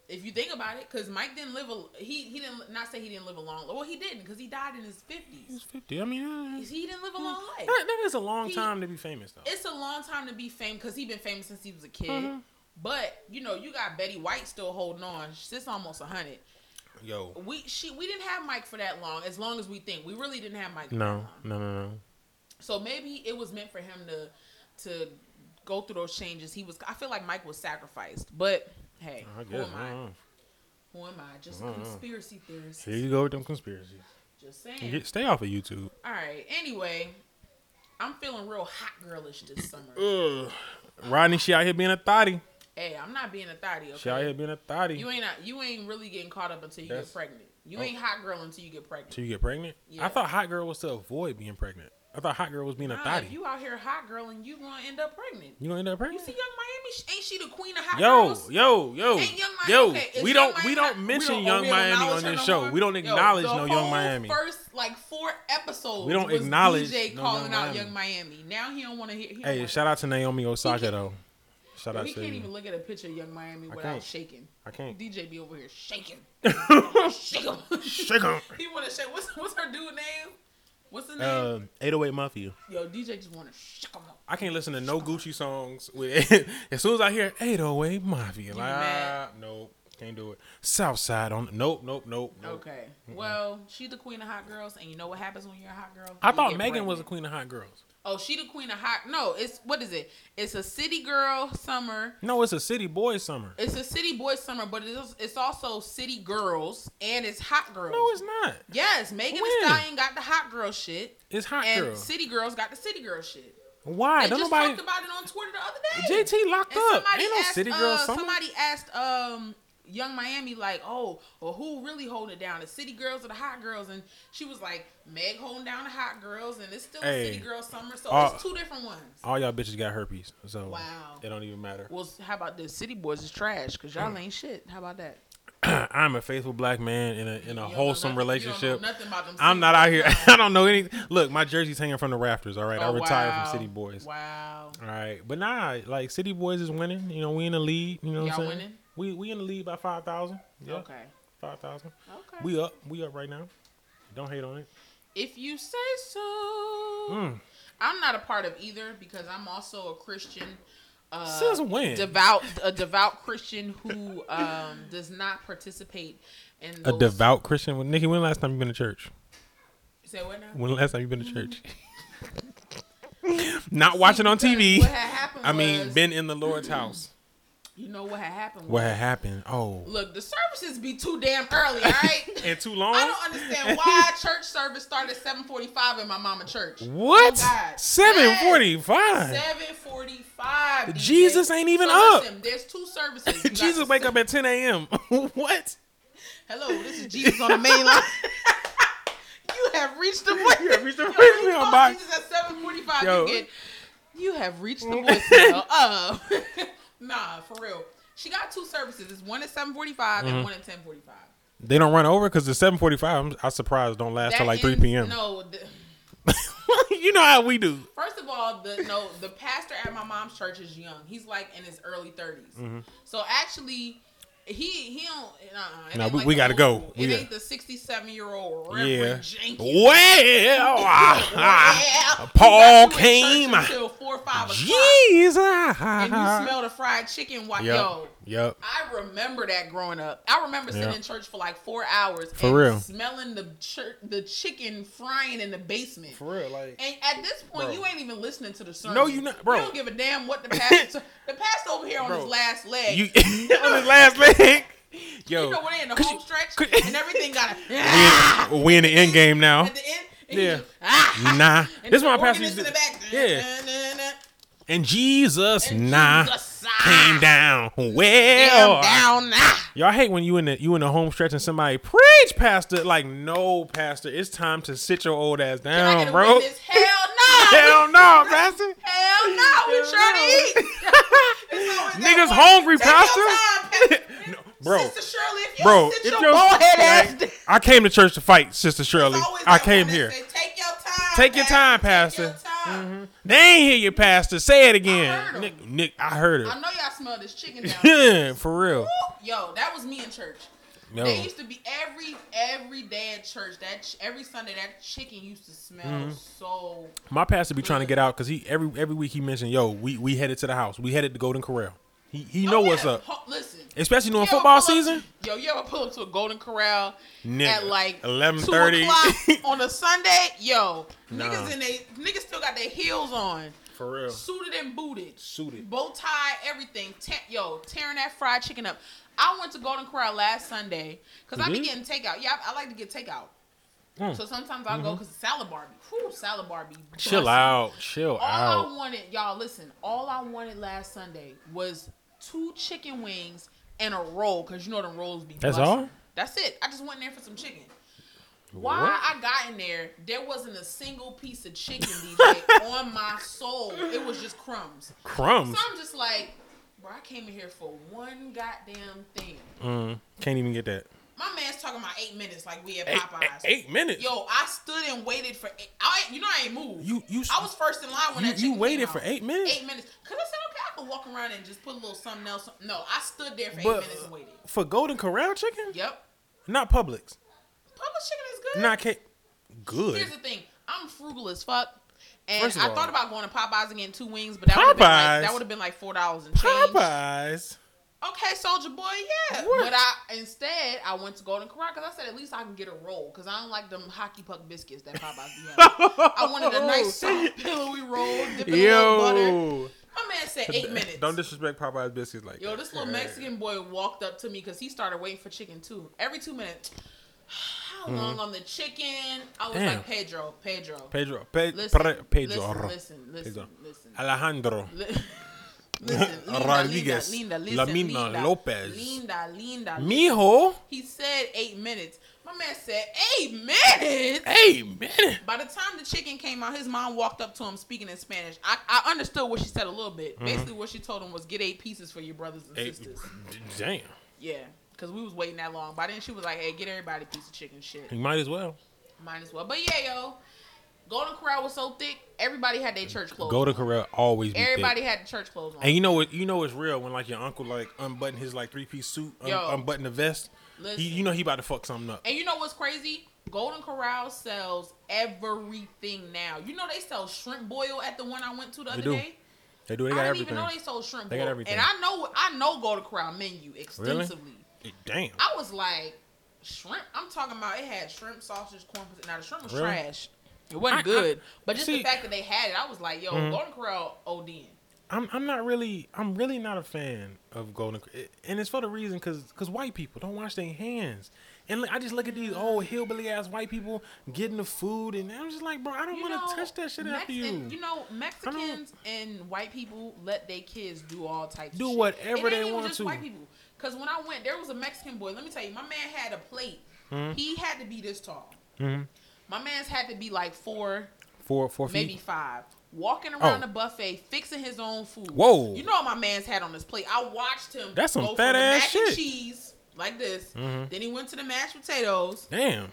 S3: If you think about it, because Mike didn't live a he he didn't not say he didn't live a long. Well, he didn't because he died in his
S2: he's
S3: fifties.
S2: fifty I mean eh,
S3: He didn't live a long life.
S2: that, that is a long
S3: He-
S2: time to be famous though.
S3: it's a long time to be famous because he been famous since he was a kid.
S2: Mhm.
S3: But you know, you got Betty White still holding on. She's almost hundred.
S2: Yo
S3: We she we didn't have Mike for that long. As long as we think, we really didn't have Mike. For that
S2: no
S3: long.
S2: no no no
S3: So maybe it was meant for him to to go through those changes. He was. I feel like Mike was sacrificed. But hey,
S2: I
S3: who
S2: guess uh-huh.
S3: am
S2: I
S3: I?
S2: don't know.
S3: Who am I? Just
S2: I
S3: a
S2: don't know.
S3: conspiracy theorist.
S2: here you go with them conspiracies.
S3: Just saying.
S2: Get, stay off of YouTube.
S3: All right. Anyway, I'm feeling real hot girlish this summer.
S2: Ugh. Rodney, she out here being a thotty.
S3: hey, I'm not being a thotty. Okay.
S2: She out here being a thotty.
S3: You ain't not, you ain't really getting caught up until you
S2: That's-
S3: get pregnant. You
S2: Oh.
S3: ain't hot girl until you get pregnant.
S2: Till you get pregnant?
S3: Yeah.
S2: I thought hot girl was to avoid being pregnant. I thought hot girl was being a
S3: Nah, if
S2: thotty. You,
S3: you out here hot girl and you gonna end up pregnant.
S2: gonna end up
S3: You
S2: pregnant?
S3: see, Young Miami, sh- ain't she the queen of hot
S2: Yo,
S3: girls?
S2: yo, yo,
S3: Ain't Young Miami-
S2: yo!
S3: okay, is
S2: we
S3: Young
S2: don't, we
S3: Miami hot-
S2: don't mention
S3: we don't-
S2: Young
S3: we don't
S2: Miami
S3: acknowledge
S2: on
S3: her
S2: this
S3: no
S2: show.
S3: more?
S2: We don't
S3: Yo,
S2: acknowledge
S3: the
S2: no Young
S3: whole
S2: Miami.
S3: First like four episodes.
S2: We don't
S3: was
S2: acknowledge
S3: DJ
S2: no
S3: calling
S2: Young
S3: out
S2: Miami.
S3: Young Miami. Now he don't want to hear. He
S2: hey,
S3: don't
S2: shout out to Naomi
S3: He
S2: Osaka
S3: can't-
S2: though. Shout
S3: wanna,
S2: out
S3: We
S2: to
S3: can't even
S2: you.
S3: look at a picture of Young Miami without
S2: can't.
S3: shaking.
S2: I can't.
S3: DJ be over here shaking. Shake him.
S2: Shake 'em.
S3: he want to shake. What's what's her dude name? What's the name?
S2: Uh, 808 Mafia.
S3: Yo, DJ just want to shake him up.
S2: I can't listen to no Gucci songs. With as soon as I hear 808 Mafia, like ah,
S3: mad?
S2: nope, can't do it. Southside on nope, nope, nope. nope.
S3: Okay.
S2: mm-hmm.
S3: Well, she the queen of hot girls, and you know what happens when you're a hot girl?
S2: I
S3: You
S2: thought
S3: get
S2: Megan
S3: pregnant.
S2: was the queen of hot girls.
S3: Oh, she the queen of hot. No, it's what is it? It's a city girl summer.
S2: No, it's a city boy summer.
S3: It's a city boy summer, but it's it's also city girls and it's hot girls.
S2: No, it's not.
S3: yes, Megan Thee
S2: When?
S3: Stallion got the hot girl shit,
S2: It's hot
S3: and
S2: girl.
S3: city girls got the city girl shit.
S2: Why?
S3: I
S2: Don't
S3: just
S2: nobody.
S3: talked about it on Twitter the other day.
S2: JT locked
S3: And
S2: up.
S3: somebody
S2: Ain't no
S3: asked,
S2: city girl
S3: uh,
S2: summer.
S3: Somebody asked um Young Miami like, oh, well, who really holding it down? The city girls or the hot girls? And she was like, Meg holding down the hot girls, and it's still
S2: Hey.
S3: city girl summer. So
S2: Uh,
S3: it's two different ones.
S2: All y'all bitches got herpes, so
S3: Wow.
S2: it don't even matter.
S3: Well, how about this? City boys is trash because y'all
S2: Mm.
S3: ain't shit. How about that?
S2: I'm a faithful black man in a in a
S3: You don't know
S2: wholesome
S3: nothing- you don't know
S2: relationship.
S3: nothing about them
S2: I'm
S3: city
S2: not out
S3: boys.
S2: here. I don't know anything. Look, my jersey's hanging from the rafters. All right, I
S3: Oh,
S2: retired
S3: wow.
S2: from City Boys.
S3: Wow.
S2: All right, but nah, like City Boys is winning. You know, we in the lead. You know what I'm
S3: Y'all
S2: saying?
S3: winning?
S2: We we in the lead by five thousand. Yeah,
S3: Okay.
S2: five thousand.
S3: Okay.
S2: We up. We up right now. Don't hate on it.
S3: if you say so.
S2: Mm.
S3: I'm not a part of either because I'm also a Christian. Uh,
S2: Since when?
S3: Devout, a devout Christian who um, does not participate in
S2: A
S3: those-
S2: devout Christian. Well, Nikki, when last time you been to church?
S3: Say what now?
S2: When last time you been to church? Not watching on TV.
S3: What had happened?
S2: I mean,
S3: was-
S2: been in the Lord's house.
S3: You know what had happened?
S2: What
S3: was-
S2: had happened? Oh,
S3: Look, the services be too damn early. All right.
S2: and too long.
S3: I don't understand why church service started at 7:45 in my mama church.
S2: What?
S3: Oh, God.
S2: Seven
S3: Yes,
S2: forty-five.
S3: 7:45. DJ.
S2: Jesus ain't even
S3: so
S2: up.
S3: Listen, there's two services. You got
S2: Jesus
S3: the-
S2: wake up at ten a.m. what?
S3: Hello, this is Jesus on the main line. you have reached the voice.
S2: You have reached the
S3: Yo,
S2: voicemail
S3: you call
S2: box.
S3: Jesus at seven forty-five.
S2: Yo.
S3: You get. You have reached the voicemail. Oh, nah, for real. She got two services. It's one at seven
S2: Mm-hmm.
S3: and one at ten forty-five.
S2: They don't run over because the seven forty-five. I'm I surprised don't last till like three p.m.
S3: No. The,
S2: you know how we do.
S3: First of all, the no, the
S2: Mm-hmm.
S3: pastor at my mom's church is young. He's like in his early 30s So actually, He he don't. Nah, it
S2: Nah,
S3: ain't
S2: we- we gotta go.
S3: old-
S2: We
S3: It
S2: got-
S3: ain't the sixty-seven year old Reverend
S2: Yeah.
S3: Jenkins.
S2: Well,
S3: Yeah.
S2: Paul
S3: You got to
S2: came.
S3: church until four or five o'clock,
S2: Jesus.
S3: and you smell the fried chicken. While yo,
S2: Uh-huh. Yep.
S3: I remember that growing up. I remember sitting
S2: Yeah.
S3: in church for like four hours
S2: For
S3: and
S2: real.
S3: smelling the chur- the chicken frying in the basement.
S2: For real, like
S3: And at this point,
S2: Bro.
S3: you ain't even listening to the sermon.
S2: No, you not- bro.
S3: You don't give a damn what the pastor. the pastor over here on
S2: Bro.
S3: his last leg.
S2: you on his last leg. Yo,
S3: you know when they in the
S2: could
S3: home
S2: you-
S3: stretch
S2: could you-
S3: and everything got
S2: we,
S3: a ah,
S2: in, we in the end game now.
S3: at the end. and
S2: Yeah.
S3: you- ah,
S2: Nah,
S3: and
S2: this is
S3: the
S2: my pastor used
S3: organist in the
S2: to.
S3: back.
S2: Yeah,
S3: na, na, na,
S2: and Jesus,
S3: and
S2: nah,
S3: Jesus,
S2: came
S3: ah,
S2: down.
S3: damn
S2: Well,
S3: down, ah. nah.
S2: Y'all hate when you in the you in the home stretch and somebody preach, pastor. Like, no, pastor, it's time to sit your old ass
S3: Can I get
S2: down,
S3: a
S2: bro.
S3: witness? Hell no.
S2: Hell no, pastor.
S3: Hell no. We're trying to eat. It's always that
S2: Niggas
S3: one,
S2: hungry,
S3: "Take your
S2: pastor."
S3: time, pastor.
S2: No, bro.
S3: Sister Shirley, if you
S2: Bro,
S3: don't sit
S2: if
S3: your
S2: your-
S3: bald head ass
S2: like,
S3: down.
S2: I came to church to fight, Sister Shirley.
S3: It's always
S2: I
S3: that
S2: came
S3: one that
S2: here.
S3: say, Take your time.
S2: Take your time, pastor. Mm-hmm.
S3: Take your time.
S2: They ain't hear you, Pastor. Say it again.
S3: I heard 'em.
S2: Nick, Nick, I heard
S3: I know y'all smell this chicken down there.
S2: it. For real.
S3: Yo, that was me in church.
S2: No.
S3: They used to be every every day at church. That ch- every Sunday, that chicken used to smell
S2: Mm-hmm.
S3: so.
S2: My pastor be trying to get out because he every every week he mentioned, yo, we, we headed to the house. We headed to Golden Corral. He he know
S3: Oh,
S2: what's
S3: yeah.
S2: up.
S3: Ho- listen,
S2: Especially during
S3: You ever
S2: football
S3: pull up
S2: season.
S3: to- yo, you ever pull up to a Golden Corral
S2: Nigga,
S3: at like
S2: 11:30.
S3: 2 o'clock on a Sunday? Yo,
S2: Nah.
S3: niggas in they niggas still got their heels on,
S2: For real.
S3: suited and booted,
S2: Suited.
S3: bow tie, everything. Te- yo, tearing that fried chicken up. I went to Golden Corral last Sunday because I be
S2: Mhm.
S3: getting takeout. Yeah, I, I like to get takeout.
S2: Mm.
S3: So sometimes I'll go 'cause go because salad bar be, whew, salad bar be
S2: Chill
S3: bussin'.
S2: out. Chill
S3: All I
S2: out.
S3: wanted, y'all, listen. All I wanted last Sunday was two chicken wings and a roll, cause you know them rolls be.
S2: That's
S3: busting.
S2: all?
S3: That's it. I just went in there for some chicken. Why
S2: What?
S3: I got in there, there wasn't a single piece of chicken DJ on my soul. It was just crumbs. So
S2: Crumbs.
S3: I'm just like, bro, I came in here for one goddamn thing.
S2: Mm, can't even get that.
S3: My man's talking about eight minutes, like we at
S2: Eight,
S3: Popeyes.
S2: eight- eight minutes.
S3: Yo, I stood and waited for. Eight, I ain't- you know I ain't moved.
S2: You- you-
S3: I was first in line when
S2: You-
S3: that
S2: you
S3: chicken
S2: waited
S3: came
S2: for
S3: out.
S2: eight minutes?
S3: Eight minutes. Cause I said okay, I could walk around and just put a little something else. No, I stood there for eight
S2: But
S3: minutes and waited.
S2: for Golden Corral chicken,
S3: Yep.
S2: not Publix.
S3: Public chicken is good.
S2: Not K. Good.
S3: Here's the thing. I'm frugal as fuck. And
S2: First of
S3: I
S2: all-
S3: thought about going to Popeyes and getting two wings, but that would have been
S2: Popeyes?
S3: like, that would have been like four dollars and change.
S2: Popeyes.
S3: Okay, Soldier Boy, yeah.
S2: What?
S3: But I instead I went to Golden Corral because I said at least I can get a roll because I don't like them hockey puck biscuits that Popeyes be having. I wanted a nice soft, pillowy roll, dipping a little butter.
S2: Yo.
S3: My man said eight minutes.
S2: Don't disrespect Popeye's biscuits like
S3: Yo,
S2: that.
S3: this little Mexican boy walked up to me because he started waiting for chicken too. Every two minutes, how long on the chicken? I was
S2: Mm-hmm. Damn.
S3: like Pedro, Pedro,
S2: Pedro. Pe-
S3: Listen,
S2: Pre- Pedro.
S3: listen, listen, listen,
S2: Pedro.
S3: listen.
S2: Alejandro.
S3: Li- Listen,
S2: Rodriguez.
S3: Linda, Linda, listen,
S2: Lamina
S3: Linda,
S2: Lopez.
S3: Linda, Linda. listen.
S2: Mijo.
S3: He said eight minutes. My man said eight minutes.
S2: Hey, man.
S3: By the time the chicken came out, his mom walked up to him speaking in Spanish. I, I understood what she said a little bit.
S2: Mm-hmm.
S3: Basically, what she told him was get eight pieces for your brothers and
S2: Hey,
S3: sisters.
S2: damn.
S3: Yeah, because we was waiting that long. By then, she was like, hey, get everybody a piece of chicken shit.
S2: You might as well.
S3: Might as well. But yeah, yo, Golden Corral was so thick, everybody had their church clothes.
S2: Go to Corral always be thick.
S3: everybody had the church clothes on.
S2: And you know what? You know it's real when like your uncle like unbutton his like three piece suit, un-
S3: Yo.
S2: unbutton the vest.
S3: Listen.
S2: He, you know he about to fuck something up.
S3: And you know what's crazy? Golden Corral sells everything now. You know they sell shrimp boil at the one I went to the other
S2: do.
S3: day.
S2: They do. They
S3: I
S2: got
S3: didn't
S2: everything.
S3: even know they sold shrimp
S2: They
S3: boil.
S2: got everything.
S3: And I know I know Golden Corral menu extensively.
S2: Eh, Damn.
S3: I was like, shrimp. I'm talking about it had shrimp, sausage, corn. fries- Now the shrimp was
S2: Really?
S3: trash. It wasn't
S2: I-
S3: good. but just
S2: see-
S3: the fact that they had it, I was like, yo,
S2: Mm-hmm.
S3: Golden Corral ODN.
S2: I'm I'm not really I'm really not a fan of Golden Cor- and it's for the reason because white people don't wash their hands and like, I just look at these old hillbilly ass white people getting the food and I'm just like bro I don't
S3: You
S2: want
S3: know,
S2: to touch that shit after
S3: Mex-
S2: you.
S3: and, you know, Mexicans and white people let their kids do all types.
S2: Do
S3: of shit.
S2: whatever
S3: It ain't
S2: they
S3: even
S2: want
S3: just
S2: to.
S3: White people, because when I went, there was a Mexican boy. Let me tell you, my man had a plate.
S2: Mm-hmm.
S3: He had to be this tall. My man's had to be like four,
S2: four four feet.
S3: maybe five. Walking around
S2: Oh.
S3: the buffet, fixing his own food.
S2: Whoa.
S3: You know what my man's had on his plate? I watched him.
S2: That's some
S3: go from
S2: fat
S3: the
S2: ass
S3: mac
S2: shit. Mm-hmm.
S3: And cheese like this. Then he went to the mashed potatoes.
S2: Damn.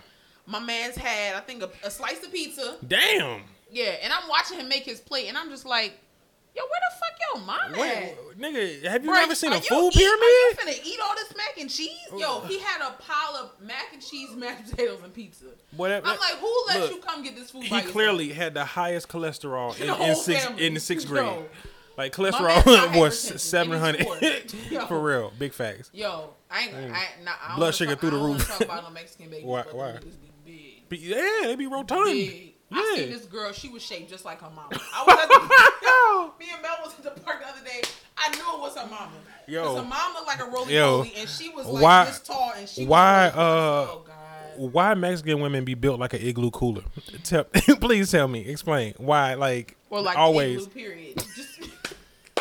S3: My man's had, I think, a, a slice of pizza.
S2: Damn.
S3: Yeah, and I'm watching him make his plate, and I'm just like, yo, where the fuck your mom
S2: Wait,
S3: at?
S2: nigga, have you
S3: Bruh,
S2: ever seen
S3: are
S2: a food
S3: eat-
S2: pyramid?
S3: Are you finna eat all this mac mac and cheese? Yo, he had a pile of mac and cheese, mashed potatoes, and pizza.
S2: Whatever.
S3: I'm like, who let
S2: Look,
S3: you come get this food? by
S2: he
S3: yourself?
S2: clearly had the highest cholesterol
S3: The
S2: in,
S3: whole
S2: in sixth
S3: family.
S2: in the sixth grade.
S3: No.
S2: Like
S3: My man's got
S2: cholesterol was
S3: hypertension, and he's
S2: seven hundred
S3: poor.
S2: for real. Big facts.
S3: Yo, I ain't. I, nah, I don't
S2: Blood
S3: wanna
S2: sugar
S3: talk,
S2: through
S3: I
S2: the
S3: don't wanna
S2: roof.
S3: Talk about no Mexican baby.
S2: Why-
S3: but
S2: why?
S3: them niggas be
S2: But yeah, they be rotund.
S3: Big. Big.
S2: Yeah.
S3: I seen this girl. She was shaped just like her mama. I was at the, me and Mel was at the park the other day. I knew it was her mama.
S2: Yo.
S3: Cause her mama looked like a roly
S2: Yo.
S3: poly, and she was like
S2: Why-
S3: this tall, and she
S2: why,
S3: Was
S2: uh,
S3: like, oh god.
S2: Why Mexican women be built like an igloo cooler? Tell, please tell me. Explain why. Like,
S3: Well, like
S2: always.
S3: Igloo, period. Just, just a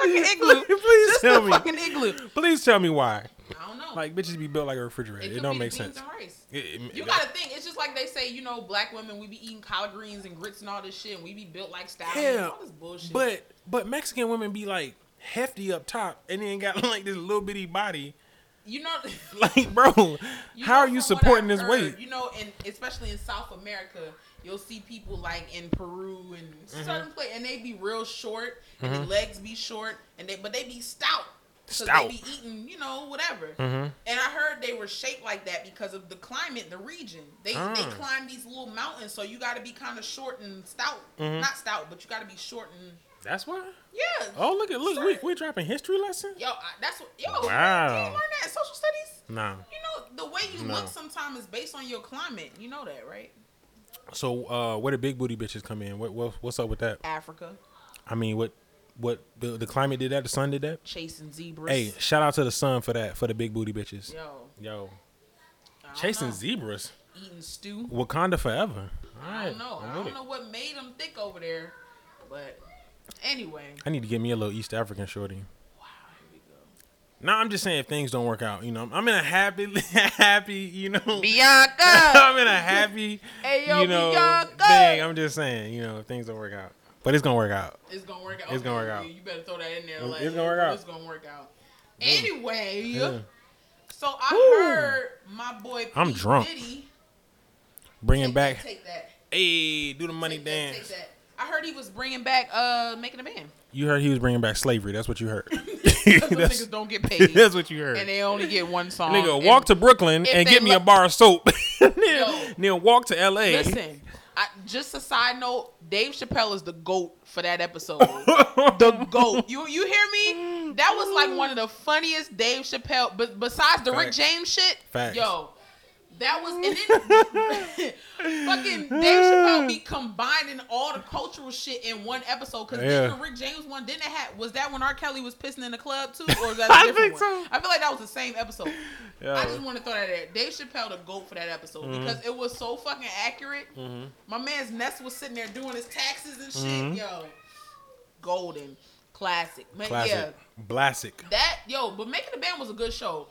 S3: fucking igloo.
S2: please
S3: just
S2: tell
S3: a
S2: me.
S3: fucking igloo.
S2: Please tell me why.
S3: I don't know.
S2: Like bitches be built like a refrigerator. It,
S3: could
S2: don't
S3: be
S2: make
S3: beans
S2: sense.
S3: and rice.
S2: It- it-
S3: You gotta think. It's just like they say, you know, black women, we be eating collard greens and grits and all this shit, and we be built like stallions.
S2: Yeah,
S3: all this bullshit.
S2: But but Mexican women be like hefty up top and then got like this little bitty body.
S3: you know,
S2: Like, bro,
S3: you
S2: how
S3: know,
S2: are you
S3: from what
S2: supporting
S3: I've
S2: this
S3: heard,
S2: weight?
S3: You know, and especially in South America, you'll see people like in Peru and
S2: Mm-hmm.
S3: certain place, and they be real short, and their legs be short, and they but they be stout. 'cause
S2: Stout. Mm-hmm.
S3: They be eating, you know, whatever. And I heard they were shaped like that because of the climate, the region. They they
S2: Mm.
S3: climb these little mountains, so you got to be kind of short and stout.
S2: Mm-hmm.
S3: Not stout, but you got to be short and
S2: That's why.
S3: yeah.
S2: Oh look at look, we we dropping history lesson.
S3: Yo, I, that's what. Yo,
S2: Wow.
S3: you ain't learn that in social studies.
S2: Nah.
S3: You know the way you
S2: No.
S3: look sometimes is based on your climate. You know that, right?
S2: So uh, where the big booty bitches come in? What, what what's up with that?
S3: Africa
S2: I mean, what what the, the climate did that? The sun did that.
S3: chasing zebras.
S2: Hey, shout out to the sun for that for the big booty bitches.
S3: yo,
S2: Yo,
S3: I don't
S2: chasing
S3: know.
S2: zebras,
S3: eating stew.
S2: Wakanda forever. All
S3: I don't know.
S2: I'm with
S3: I don't
S2: it.
S3: know what made them thick over there, but anyway.
S2: I need to get me a little East African shorty.
S3: Wow, here we go.
S2: No, I'm just saying if things don't work out, you know, I'm in a happy, happy, you know,
S3: Bianca.
S2: I'm in a happy,
S3: Hey, yo,
S2: you know,
S3: Bianca.
S2: thing. I'm just saying, you know, if things don't work out, but it's gonna work out.
S3: It's gonna work out.
S2: It's gonna work
S3: Okay,
S2: out.
S3: You you better throw that in there.
S2: It's-
S3: like,
S2: it's gonna work out.
S3: It's gonna work out. Anyway,
S2: Yeah.
S3: so I
S2: Woo.
S3: heard my boy.
S2: I'm
S3: P.
S2: drunk.
S3: Diddy-
S2: Bringing
S3: Take that,
S2: back,
S3: Take that.
S2: hey, do the money
S3: Take that,
S2: dance.
S3: take that. I heard he was bringing back, uh, making a band.
S2: You heard he was bringing back slavery. That's what you heard.
S3: Those
S2: that's,
S3: niggas don't get paid,
S2: that's what you heard.
S3: and they only get one song.
S2: Nigga, walk to Brooklyn
S3: if
S2: and
S3: they
S2: get me
S3: lo-
S2: a bar of soap. then,
S3: Yo.
S2: then walk to L.A.
S3: Listen, I, just a side note: Dave Chappelle is the goat for that episode. the goat. You you hear
S2: Mm.
S3: me? That was like one of the funniest Dave Chappelle. But besides the Rick
S2: Facts.
S3: James shit,
S2: Facts.
S3: yo, that was and then fucking Dave Chappelle be combining all the cultural shit in one episode. Cause
S2: Yeah.
S3: then the Rick James one didn't it have was that when R. Kelly was pissing in the club too, or was that a
S2: think
S3: different one?
S2: so.
S3: I feel like that was the same episode.
S2: Yo.
S3: I just want to throw that at Dave Chappelle the goat for that episode
S2: Mm-hmm.
S3: because it was so fucking accurate. My man's Ness was sitting there doing his taxes and shit.
S2: Mm-hmm.
S3: Yo, golden classic. Man,
S2: Classic.
S3: yeah,
S2: Blasic.
S3: that yo. But making the band was a good show.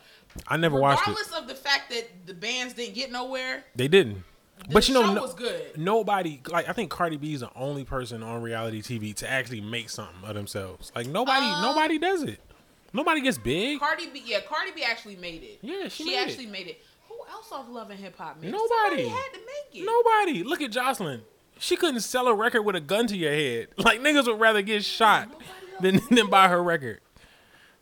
S2: I never watched it.
S3: Regardless of the fact that the bands didn't get nowhere,
S2: They didn't.
S3: the
S2: but you know,
S3: show
S2: no-
S3: was good.
S2: nobody like I think Cardi B is the only person on reality TV to actually make something of themselves. Like nobody,
S3: Uh,
S2: nobody does it. Nobody gets big.
S3: Cardi B, yeah, Cardi B actually made it.
S2: Yeah, she
S3: she
S2: made it.
S3: actually made it. Who else off Love and Hip Hop? made it?
S2: Nobody.
S3: Somebody had to make it.
S2: nobody. Look at Jocelyn. She couldn't sell a record with a gun to your head. Like niggas would rather get shot than than buy her record.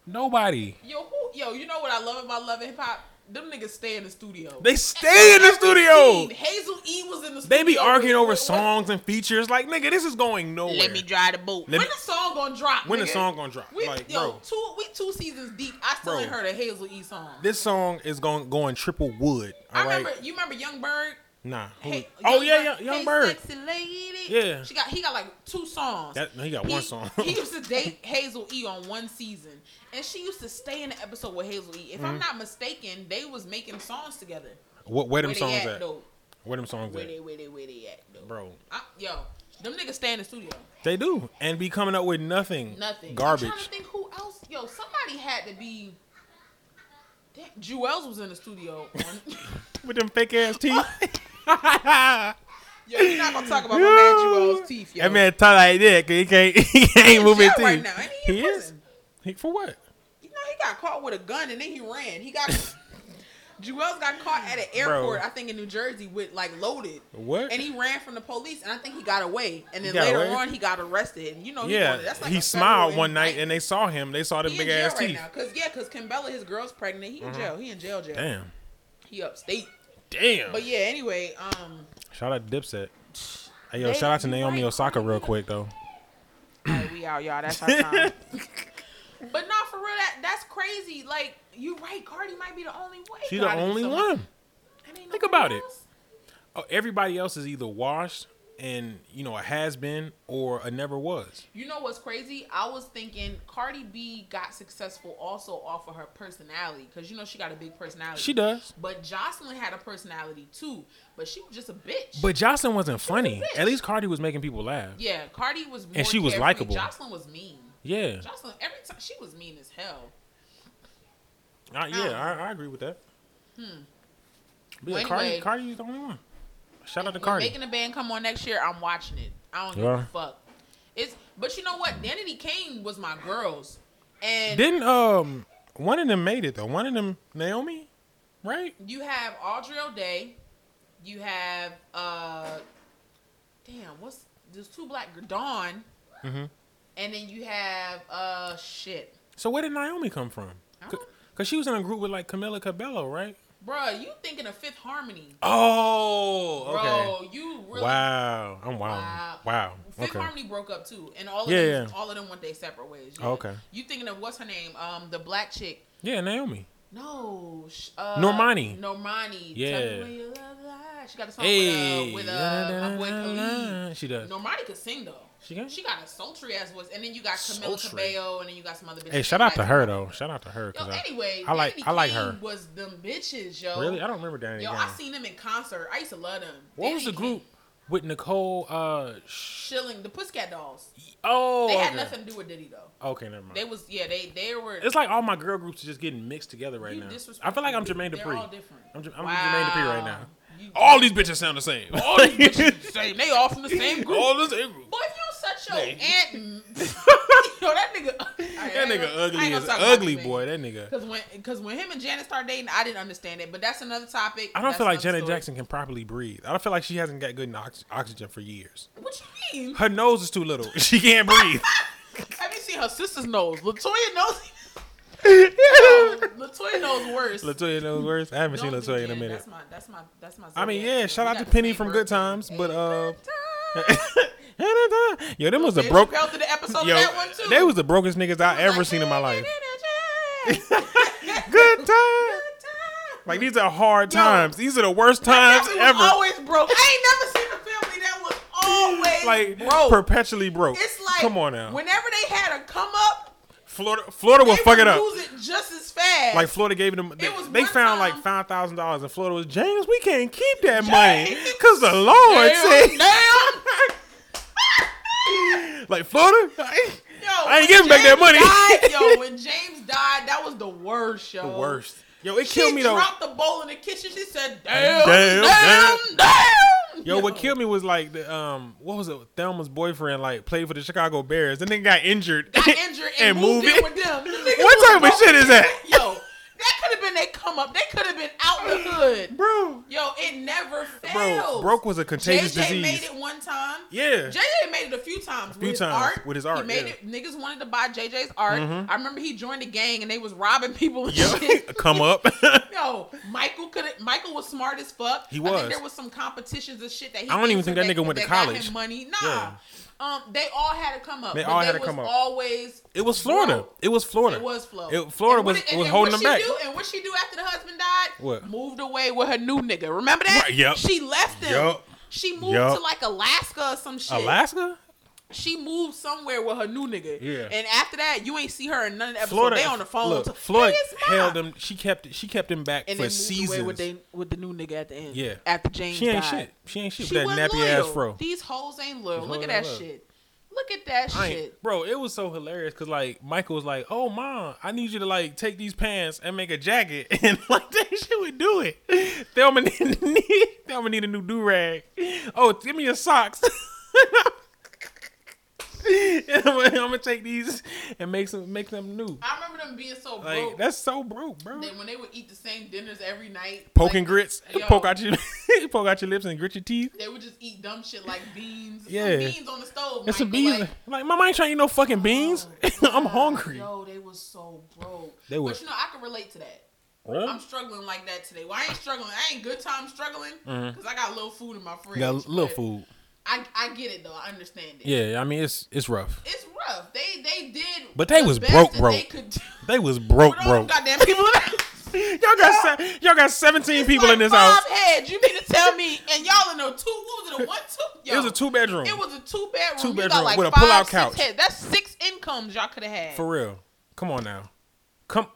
S2: Nobody.
S3: Yo, who, yo, you know what I love about Love and Hip Hop? Them niggas stay in the studio.
S2: They stay in the
S3: Every
S2: studio.
S3: scene, Hazel E was in the studio.
S2: They be arguing over
S3: What- what-
S2: songs and features. Like nigga, this is going nowhere.
S3: Let me drive the boat.
S2: Let
S3: when
S2: me-
S3: the song gonna drop?
S2: when the
S3: nigga?
S2: song gonna drop?
S3: We,
S2: like
S3: yo,
S2: bro,
S3: two we two seasons deep. I still
S2: Bro.
S3: ain't heard a Hazel E song.
S2: this song is going going triple wood.
S3: I
S2: All right.
S3: remember. You remember Young Bird?
S2: Nah. who-
S3: Hey,
S2: oh yeah,
S3: Bird,
S2: yeah, Young
S3: hey,
S2: Bird.
S3: Sexy lady.
S2: Yeah.
S3: She got he got like two songs.
S2: That- no, he got one song.
S3: he used to date Hazel E on one season, and she used to stay in the episode with Hazel E. If
S2: Mm-hmm.
S3: I'm not mistaken, they was making songs together.
S2: What where them
S3: Where they
S2: songs
S3: at,
S2: at?
S3: though?
S2: Where them songs
S3: Where
S2: at?
S3: they where they where they at though?
S2: Bro,
S3: I, yo, them niggas stay in the studio.
S2: they do, and be coming up with nothing.
S3: Nothing. I'm trying to
S2: Garbage.
S3: think who else. Yo, somebody had to be. Damn, Jewels was in the studio. On...
S2: With them fake
S3: Oh,
S2: ass teeth.
S3: yo, you're not gonna talk about my man Jewels' teeth, yo.
S2: That man talk like that because he can't he can't move his
S3: jail
S2: teeth.
S3: right now, ain't he in
S2: is.
S3: prison?
S2: He, for what?
S3: You know, he got caught with a gun and then he ran. He got. Jewels got caught at an airport,
S2: Bro.
S3: I think in New Jersey, with like loaded.
S2: What?
S3: And he ran from the police, and I think he got away. And then
S2: got
S3: later
S2: away?
S3: on, he got arrested. And you know, oh, he
S2: yeah,
S3: wanted- that's like
S2: he
S3: a
S2: smiled
S3: federal
S2: one night
S3: indictment.
S2: and they saw him. They saw the
S3: He
S2: big
S3: in jail
S2: ass
S3: right
S2: teeth. Mm-hmm.
S3: now, cause yeah, cause Kimbella, his girl's pregnant. He in jail. He in jail. Jail.
S2: Damn,
S3: He upstate.
S2: damn.
S3: But yeah. Anyway, um,
S2: Shout out to Dipset. Hey, yo,
S3: They-
S2: shout out to
S3: you
S2: Naomi
S3: right.
S2: Osaka real quick though.
S3: alright, we out, y'all. That's our time. but no, for real, that that's crazy. Like you right, Cardi might be the only one.
S2: She the
S3: Gotta be
S2: only
S3: someone.
S2: one.
S3: And ain't
S2: Think
S3: nobody
S2: about it.
S3: else?
S2: Oh, everybody else is either washed and you know a has been or a never was.
S3: You know what's crazy? I was thinking Cardi B got successful also off of her personality because you know she got a big personality.
S2: She does.
S3: But Jocelyn had a personality too, but she was just a bitch.
S2: But Jocelyn wasn't funny.
S3: bitch.
S2: At least Cardi was making people laugh.
S3: yeah, Cardi was more
S2: And she was
S3: carefree.
S2: likable.
S3: Jocelyn was mean.
S2: Yeah,
S3: Jocelyn every time she was mean as hell.
S2: I, yeah, I, I agree with that. Hmm. yeah,
S3: Well,
S2: Cardi,
S3: anyway.
S2: Cardi is the only one. Shout out to
S3: When
S2: Cardi.
S3: Making the band come on next year. I'm watching it. I don't give
S2: Yeah.
S3: a fuck. It's but you know what? Danity Kane was my girls, and
S2: Didn't um one of them made it though? One of them Naomi, right?
S3: you have Audrey O'Day, you have uh, damn, what's there's two black Dawn,
S2: Mm-hmm.
S3: and then you have uh shit,
S2: So where did Naomi come from?
S3: I
S2: C-
S3: don't-
S2: Cause she was in a group with like Camila Cabello, right?
S3: Bruh, You thinking of Fifth Harmony?
S2: Oh,
S3: Bro,
S2: okay.
S3: you really
S2: Wow, I'm
S3: Wow.
S2: wow. Wow.
S3: Fifth
S2: Okay.
S3: Harmony broke up too, and all of
S2: Yeah,
S3: them,
S2: yeah.
S3: all of them went their separate ways.
S2: Oh, okay.
S3: You thinking of what's her name? Um, the black chick.
S2: Yeah, Naomi.
S3: No, sh- uh,
S2: Normani.
S3: Normani.
S2: Yeah.
S3: Tell me where your love lies. She got a song
S2: Hey,
S3: with, uh, with uh, my boy Khalid.
S2: la-da-da-da-da. she does.
S3: Normani could sing though.
S2: She can?
S3: She got a sultry ass voice, and then you got Camila
S2: Sultry.
S3: Cabello, and then you got some other bitches.
S2: Hey, shout out to
S3: Like,
S2: her though. Shout out to her.
S3: Yo,
S2: 'cause I-
S3: anyway,
S2: I like
S3: Danity
S2: I like
S3: Kane
S2: her.
S3: Was them bitches, yo?
S2: Really, I don't remember Danny.
S3: Yo,
S2: Kane.
S3: I seen them in concert. I used to love them.
S2: What was
S3: Danity
S2: the group
S3: Kane,
S2: with Nicole? Uh, sh-
S3: Shilling the Pussycat Dolls.
S2: oh,
S3: They had
S2: okay.
S3: nothing to do with Diddy though.
S2: Okay, never mind.
S3: They was yeah they they were.
S2: it's like all my girl groups are just getting mixed together right
S3: you
S2: now. I
S3: disrespectful.
S2: feel like I'm Jermaine
S3: They're all
S2: Dupri.
S3: different.
S2: I'm, J- I'm Jermaine Dupri right
S3: Wow.
S2: now.
S3: You-
S2: All these bitches sound the same. All these bitches
S3: Same. They all from the same group.
S2: All the same group.
S3: Boy, if you don't shut your
S2: Hey.
S3: aunt, yo, that nigga,
S2: That nigga ugly is ugly, boy. That nigga.
S3: Because when, because when him and Janet started dating, I didn't understand it. But that's another topic.
S2: I don't
S3: That's
S2: feel like
S3: another
S2: Janet
S3: story.
S2: Jackson can properly breathe. I don't feel like she hasn't got good ox- oxygen for years.
S3: What you mean?
S2: Her nose is too little. She can't breathe.
S3: Have you seen her sister's nose? Latoya knows. Latoya knows worse.
S2: Latoya knows worse. I haven't
S3: Don't do
S2: seen Latoya in a
S3: Janet.
S2: minute.
S3: That's my, that's my, that's my.
S2: I mean,
S3: zodiac.
S2: yeah. Shout
S3: We
S2: out
S3: got
S2: to
S3: the
S2: Penny
S3: same
S2: from Good
S3: birthday.
S2: Times, but uh,
S3: Time.
S2: yo, them was the
S3: Dave
S2: broke.
S3: Chappelle did the episode
S2: Yo,
S3: of oh, that one too.
S2: they was the brokest niggas I ever
S3: Like,
S2: seen in my life.
S3: Good
S2: Good time.
S3: time.
S2: Like these are hard
S3: Yo.
S2: times. These are the worst times
S3: family
S2: ever.
S3: Was always broke. I ain't never seen a family that was always
S2: like
S3: broke.
S2: perpetually broke.
S3: it's like
S2: come on now.
S3: Whenever they had a come up,
S2: Florida, Florida
S3: they
S2: will fuck it
S3: would
S2: up.
S3: lose it just as fast.
S2: Like Florida gave them, they,
S3: was
S2: they
S3: one
S2: found like
S3: time-
S2: five thousand dollars, and Florida was James. We can't keep that money
S3: James.
S2: because the Lord
S3: damn,
S2: said,
S3: damn.
S2: like Florida,
S3: Yo,
S2: I ain't
S3: when
S2: giving back that
S3: James
S2: money.
S3: Died, yo, when James died, that was the worst. Yo,
S2: the worst. Yo, it
S3: She
S2: killed me though.
S3: dropped the bowl in the kitchen. She said, "Damn,
S2: Damn,
S3: damn, damn."
S2: Yo, what killed me was like the um, what was it? Thelma's boyfriend like played for the Chicago Bears, and then got injured,
S3: Got injured and, moved in with them. Them niggas was
S2: What type
S3: broke.
S2: of shit is that,
S3: Yo, that could have been they come up. They could have been out in the hood.
S2: bro?
S3: Yo, it never fails.
S2: Bro, broke was a contagious
S3: JJ
S2: disease.
S3: made it one time.
S2: Yeah.
S3: JJ made it a few times. A
S2: few
S3: with
S2: times
S3: his art.
S2: with his art,
S3: He made
S2: yeah. Mm-hmm.
S3: it. Niggas wanted to buy JJ's art. I remember he joined a gang and they was robbing people and
S2: Yo,
S3: shit.
S2: come up.
S3: Yo, Michael could. Michael was smart as fuck.
S2: He
S3: I
S2: was.
S3: think there was some competitions and shit that he.
S2: I don't even
S3: entered
S2: think that nigga went to
S3: got
S2: college.
S3: him money. Nah.
S2: Yeah.
S3: Um, they all had to come up.
S2: They
S3: but
S2: all
S3: they
S2: had to
S3: was
S2: come up.
S3: Always.
S2: it was Florida.
S3: broke.
S2: It was Florida.
S3: It was Flo.
S2: It- Florida
S3: And what
S2: was
S3: did- and-
S2: was
S3: and
S2: holding
S3: what
S2: them
S3: she
S2: back.
S3: Do, and what she do after the husband died?
S2: What?
S3: Moved away with her new nigga. Remember that?
S2: Right, yep.
S3: She left him.
S2: Yup.
S3: She moved
S2: Yup.
S3: to like Alaska or some shit.
S2: Alaska,
S3: She moved somewhere with her new nigga.
S2: Yeah.
S3: And after that, you ain't see her in none of the episodes.
S2: Florida.
S3: they on the phone.
S2: Look,
S3: to-
S2: Floyd
S3: Hey, it's mine.
S2: held them. She kept she kept him back
S3: and
S2: for
S3: then moved away
S2: seasons.
S3: with, they, with the new nigga at the end.
S2: yeah.
S3: After James
S2: she ain't
S3: died.
S2: shit. She ain't shit
S3: She
S2: with that
S3: wasn't
S2: nappy
S3: loyal.
S2: ass fro.
S3: These hoes ain't loyal.
S2: These
S3: Look
S2: hoes
S3: at that
S2: ain't loyal.
S3: shit. Look at that
S2: I ain't-
S3: shit.
S2: Bro, it was so hilarious because like Michael was like, "Oh mom, I need you to like take these pants and make a jacket," and like that shit would do it. Thelma need, need, Thelma need a new do rag. Oh, give me your socks. I'm gonna take these and make some make them new.
S3: I remember them being so
S2: Like
S3: broke
S2: that's so broke, bro.
S3: that when they would eat the same dinners every night.
S2: Poking
S3: like,
S2: grits,
S3: yo,
S2: poke out your poke out your lips and grit your teeth.
S3: They would just eat dumb shit like beans.
S2: Yeah.
S3: Yeah, beans on the stove.
S2: There's some
S3: Mike, but
S2: beans.
S3: like,
S2: Like, my mom ain't trying to eat no fucking beans. I'm
S3: God,
S2: hungry.
S3: Yo, they was so broke.
S2: They were-
S3: But you know, I can relate to that. I'm struggling like that today. Well, I ain't struggling. I ain't good time struggling because I got little food in my fridge.
S2: Mm-hmm. Got little
S3: but
S2: food.
S3: I, I get it though. I understand it.
S2: Yeah, I mean it's it's rough.
S3: It's rough. They they did.
S2: But they
S3: the
S2: was
S3: best
S2: broke,
S3: that They
S2: broke.
S3: could do.
S2: They was broke,
S3: With all
S2: broke.
S3: them goddamn people.
S2: Y'all got se- y'all got 17 people
S3: like
S2: in this
S3: five
S2: house.
S3: heads. You mean to tell me? And y'all in a two? What was it? A one two? Yo,
S2: It was a two bedroom.
S3: It was a two bedroom.
S2: Two
S3: Two
S2: bedroom
S3: bedroom like
S2: with a
S3: five,
S2: pull-out
S3: six
S2: couch.
S3: Heads. That's six incomes y'all could have had.
S2: For real. Come on now. Come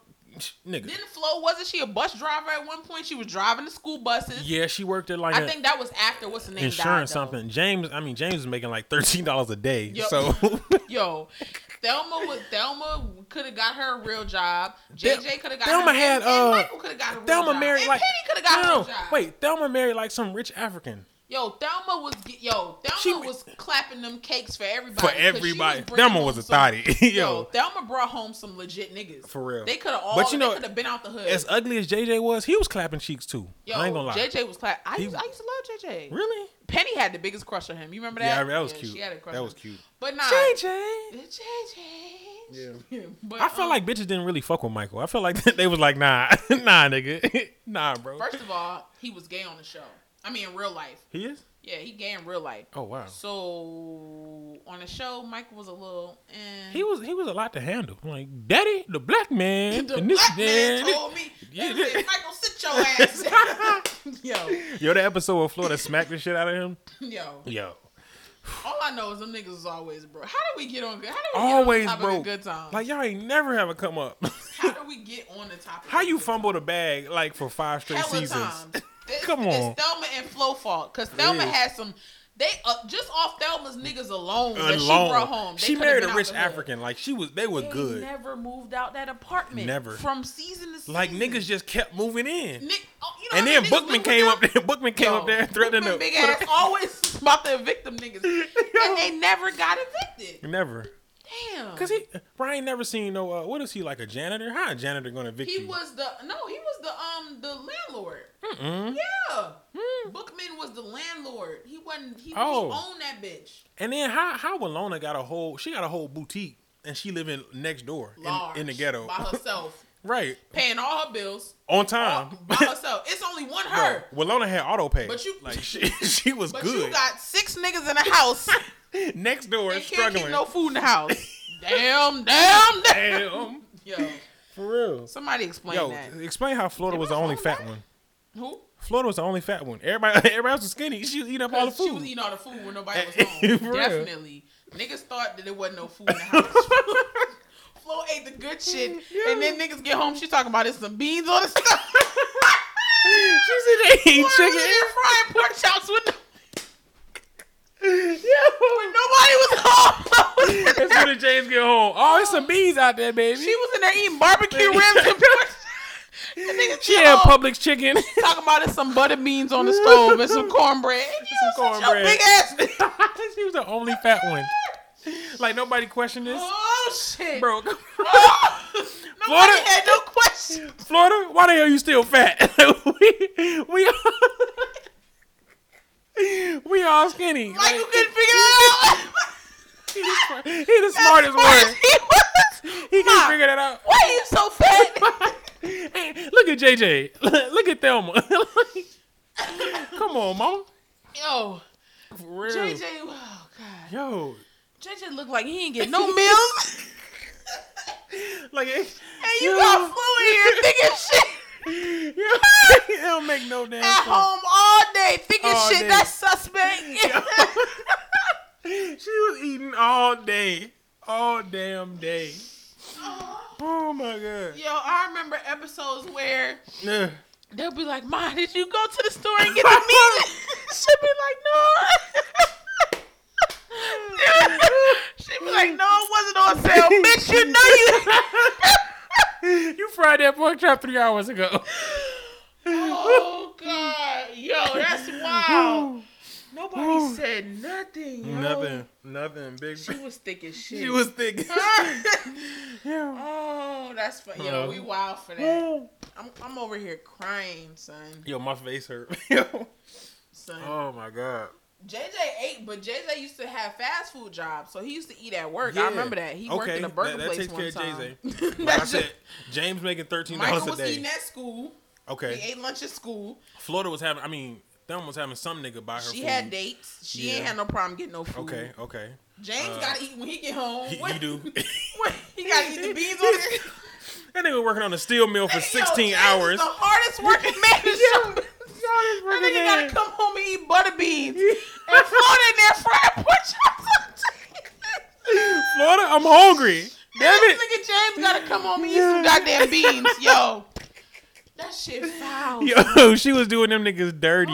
S2: nigga.
S3: Didn't Flo wasn't she a bus driver at one point? She was driving the school buses.
S2: Yeah, she worked at like
S3: I
S2: an
S3: think that was after what's the name?
S2: insurance
S3: died, though.
S2: something. James, I mean James is making like $13 a day.
S3: Yup.
S2: So
S3: Yo, Thelma was Thelma could have got her a real job. JJ could have got
S2: Thelma
S3: her,
S2: had,
S3: and, and
S2: uh,
S3: Michael could have got a real
S2: Thelma
S3: job.
S2: married
S3: and
S2: like
S3: Penny could have got
S2: no,
S3: a
S2: no,
S3: real job.
S2: Wait, Thelma married like some rich African.
S3: Yo, Thelma was get- yo Thelma
S2: She-
S3: was clapping them cakes for everybody.
S2: For
S3: 'cause she
S2: everybody.
S3: bringing
S2: Thelma
S3: home
S2: was a
S3: some-
S2: thotty.
S3: Yo,
S2: Yo.
S3: Thelma brought home some legit niggas.
S2: For real.
S3: they could have all.
S2: But you know-
S3: they could have been out the hood.
S2: As ugly as JJ was, he was clapping cheeks too.
S3: Yo,
S2: I ain't gonna lie.
S3: JJ was clap. I
S2: He-
S3: used, I used to love JJ.
S2: Really?
S3: Penny had the biggest crush on him. You remember that?
S2: Yeah, I mean, that was
S3: Yeah,
S2: cute.
S3: She had a crush.
S2: That
S3: on
S2: was
S3: him.
S2: cute.
S3: But nah,
S2: JJ.
S3: JJ.
S2: Yeah.
S3: But,
S2: I feel
S3: um,
S2: like bitches didn't really fuck with Michael. I feel like they was like, nah, nah, nigga, nah, bro.
S3: First of all, he was gay on the show. I mean, in real life.
S2: he is.
S3: Yeah, he gay in real life.
S2: Oh wow.
S3: So on the show, Michael was a little. Eh.
S2: He was he was a lot to handle. Like, daddy, the black man,
S3: The
S2: and this
S3: black man
S2: man-
S3: told me, they
S2: Yeah.
S3: said, Michael, sit your ass down. yo,
S2: Yo, that episode of Florida smacked the shit out of him.
S3: yo.
S2: Yo,
S3: All I know is them niggas is always broke. How do we get on good? How do we
S2: always
S3: get on the topic
S2: broke.
S3: of good times?
S2: Like y'all ain't never have a come up.
S3: how do we get on the topic?
S2: How
S3: of
S2: you
S3: good
S2: fumbled a bag like for five straight
S3: hella
S2: seasons?
S3: times. It's,
S2: Come on.
S3: It's Thelma and Flo fault because Thelma
S2: is.
S3: had some. They uh, just off Thelma's niggas alone, that she
S2: Alone.
S3: brought home. They
S2: She
S3: coulda
S2: married
S3: been
S2: a
S3: out
S2: rich
S3: the hood.
S2: African. Like she was, they were
S3: They
S2: good.
S3: Never moved out that apartment.
S2: Never.
S3: From season to season.
S2: Like niggas just kept moving in.
S3: Nick, oh, you know
S2: And
S3: how many
S2: then
S3: niggas
S2: Bookman
S3: live with
S2: came
S3: them?
S2: up there. Bookman came up
S3: Yo,
S2: there and threatened them.
S3: Bookman Big ass always about to evict them niggas, and they never got evicted.
S2: Never.
S3: Damn.
S2: Cause he Brian never seen no uh, what is he like a janitor? How a janitor gonna evict
S3: He
S2: you?
S3: was the no, he was the um the landlord.
S2: Mm-mm.
S3: Yeah, Bookman was the landlord. He wasn't. He,
S2: Oh.
S3: he owned that bitch.
S2: And then how how Walona got a whole she got a whole boutique and she living next door
S3: Large,
S2: in, in the ghetto.
S3: by herself,
S2: right.
S3: paying all her bills
S2: On time.
S3: by herself. It's only one Oh, her.
S2: Uh-huh. Bro, Walona had auto pay.
S3: But you-
S2: like she, she was
S3: But
S2: good.
S3: you got six niggas in the house
S2: next door
S3: and can't
S2: struggling.
S3: keep no food in the house. damn, damn, damn.
S2: Damn.
S3: Yo,
S2: For real.
S3: somebody explain
S2: Yo,
S3: that.
S2: explain how Florida
S3: Am
S2: was
S3: I
S2: the only
S3: falling
S2: fat
S3: back?
S2: one.
S3: Who?
S2: Florida was the only fat one. Everybody everybody else was skinny. She was eating up all the
S3: Because
S2: food.
S3: she was eating all the food when nobody was home.
S2: For real.
S3: Definitely. Niggas thought that there wasn't no food in the house. Flo ate the good shit. And then niggas get home, she talking about it's some beans on the stuff.
S2: She said they eat
S3: Chicken.
S2: chicken.
S3: frying pork chops with no- when nobody was home.
S2: As soon as James get home, oh, it's some beans out there, baby.
S3: she was in there eating barbecue ribs and pork chops. The niggas
S2: She
S3: get
S2: had
S3: home,
S2: Publix chicken.
S3: talking "Oh, about it's some butter beans on the stove and some cornbread. And you
S2: Some
S3: some
S2: cornbread.
S3: cornbread. big ass.
S2: she was the only fat one. Like nobody questioned this,
S3: Oh shit,
S2: bro.
S3: Oh, nobody
S2: Florida-
S3: had no question.
S2: Florida, why the hell you still fat? we we all, we all skinny.
S3: Like
S2: Like,
S3: you couldn't figure it out.
S2: he the smartest one. He can figure that out.
S3: Why are you so fat?
S2: Hey, Look at JJ. Look at Thelma. Come on, mama.
S3: Yo,
S2: For real.
S3: JJ, oh god,
S2: Yo,
S3: JJ looked like he ain't get no meals,
S2: like it,
S3: and you
S2: Yeah.
S3: got flu in here thinking shit
S2: it don't make no damn
S3: at
S2: sense.
S3: home all day, thinking
S2: All
S3: shit
S2: day.
S3: that's suspect.
S2: she was eating all day, all damn day. Oh my god.
S3: Yo, I remember episodes where
S2: Yeah.
S3: they'll be like, "Ma, did you go to the store and get the meat?" She'll be like, "No." She'll be like, "No, it wasn't on sale, bitch. You know you."
S2: you fried that pork chop three hours ago.
S3: Oh God, yo, that's wild. Nobody said nothing. Yo.
S2: Nothing, nothing. Big.
S3: She Ah. was thick as shit.
S2: She was thick. yeah.
S3: oh, that's funny. Yo,
S2: Uh-huh.
S3: we wild for that. I'm, I'm over here crying, son.
S2: Yo, my face hurt. Yo.
S3: Son.
S2: Oh my god.
S3: JJ ate, but JJ used to have fast food jobs, so he used to eat at work.
S2: Yeah.
S3: I remember that. He worked
S2: Okay,
S3: in a burger
S2: that- that
S3: place
S2: takes care
S3: one
S2: of
S3: time.
S2: Like I
S3: That's
S2: said,
S3: it.
S2: James making thirteen dollars
S3: Michael
S2: a
S3: was eating
S2: day.
S3: at school. He
S2: Okay,
S3: ate lunch at school.
S2: Florida was having. I mean, Thelma was having some nigga buy her.
S3: She
S2: food.
S3: had dates. She
S2: Yeah.
S3: ain't had no problem getting no food.
S2: Okay, okay.
S3: James
S2: Uh,
S3: gotta eat when he get home.
S2: He,
S3: What-
S2: he do.
S3: what- he gotta eat the beans on his
S2: that nigga working on a steel mill for
S3: Yo, James
S2: sixteen
S3: is
S2: hours.
S3: The hardest working man in shopping. That nigga gotta come home and eat butter beans and float in there fried pork chops.
S2: Florida, I'm hungry. Damn it.
S3: Nigga James gotta come home and eat some goddamn beans, yo. That shit foul.
S2: Yo, she was doing them niggas dirty.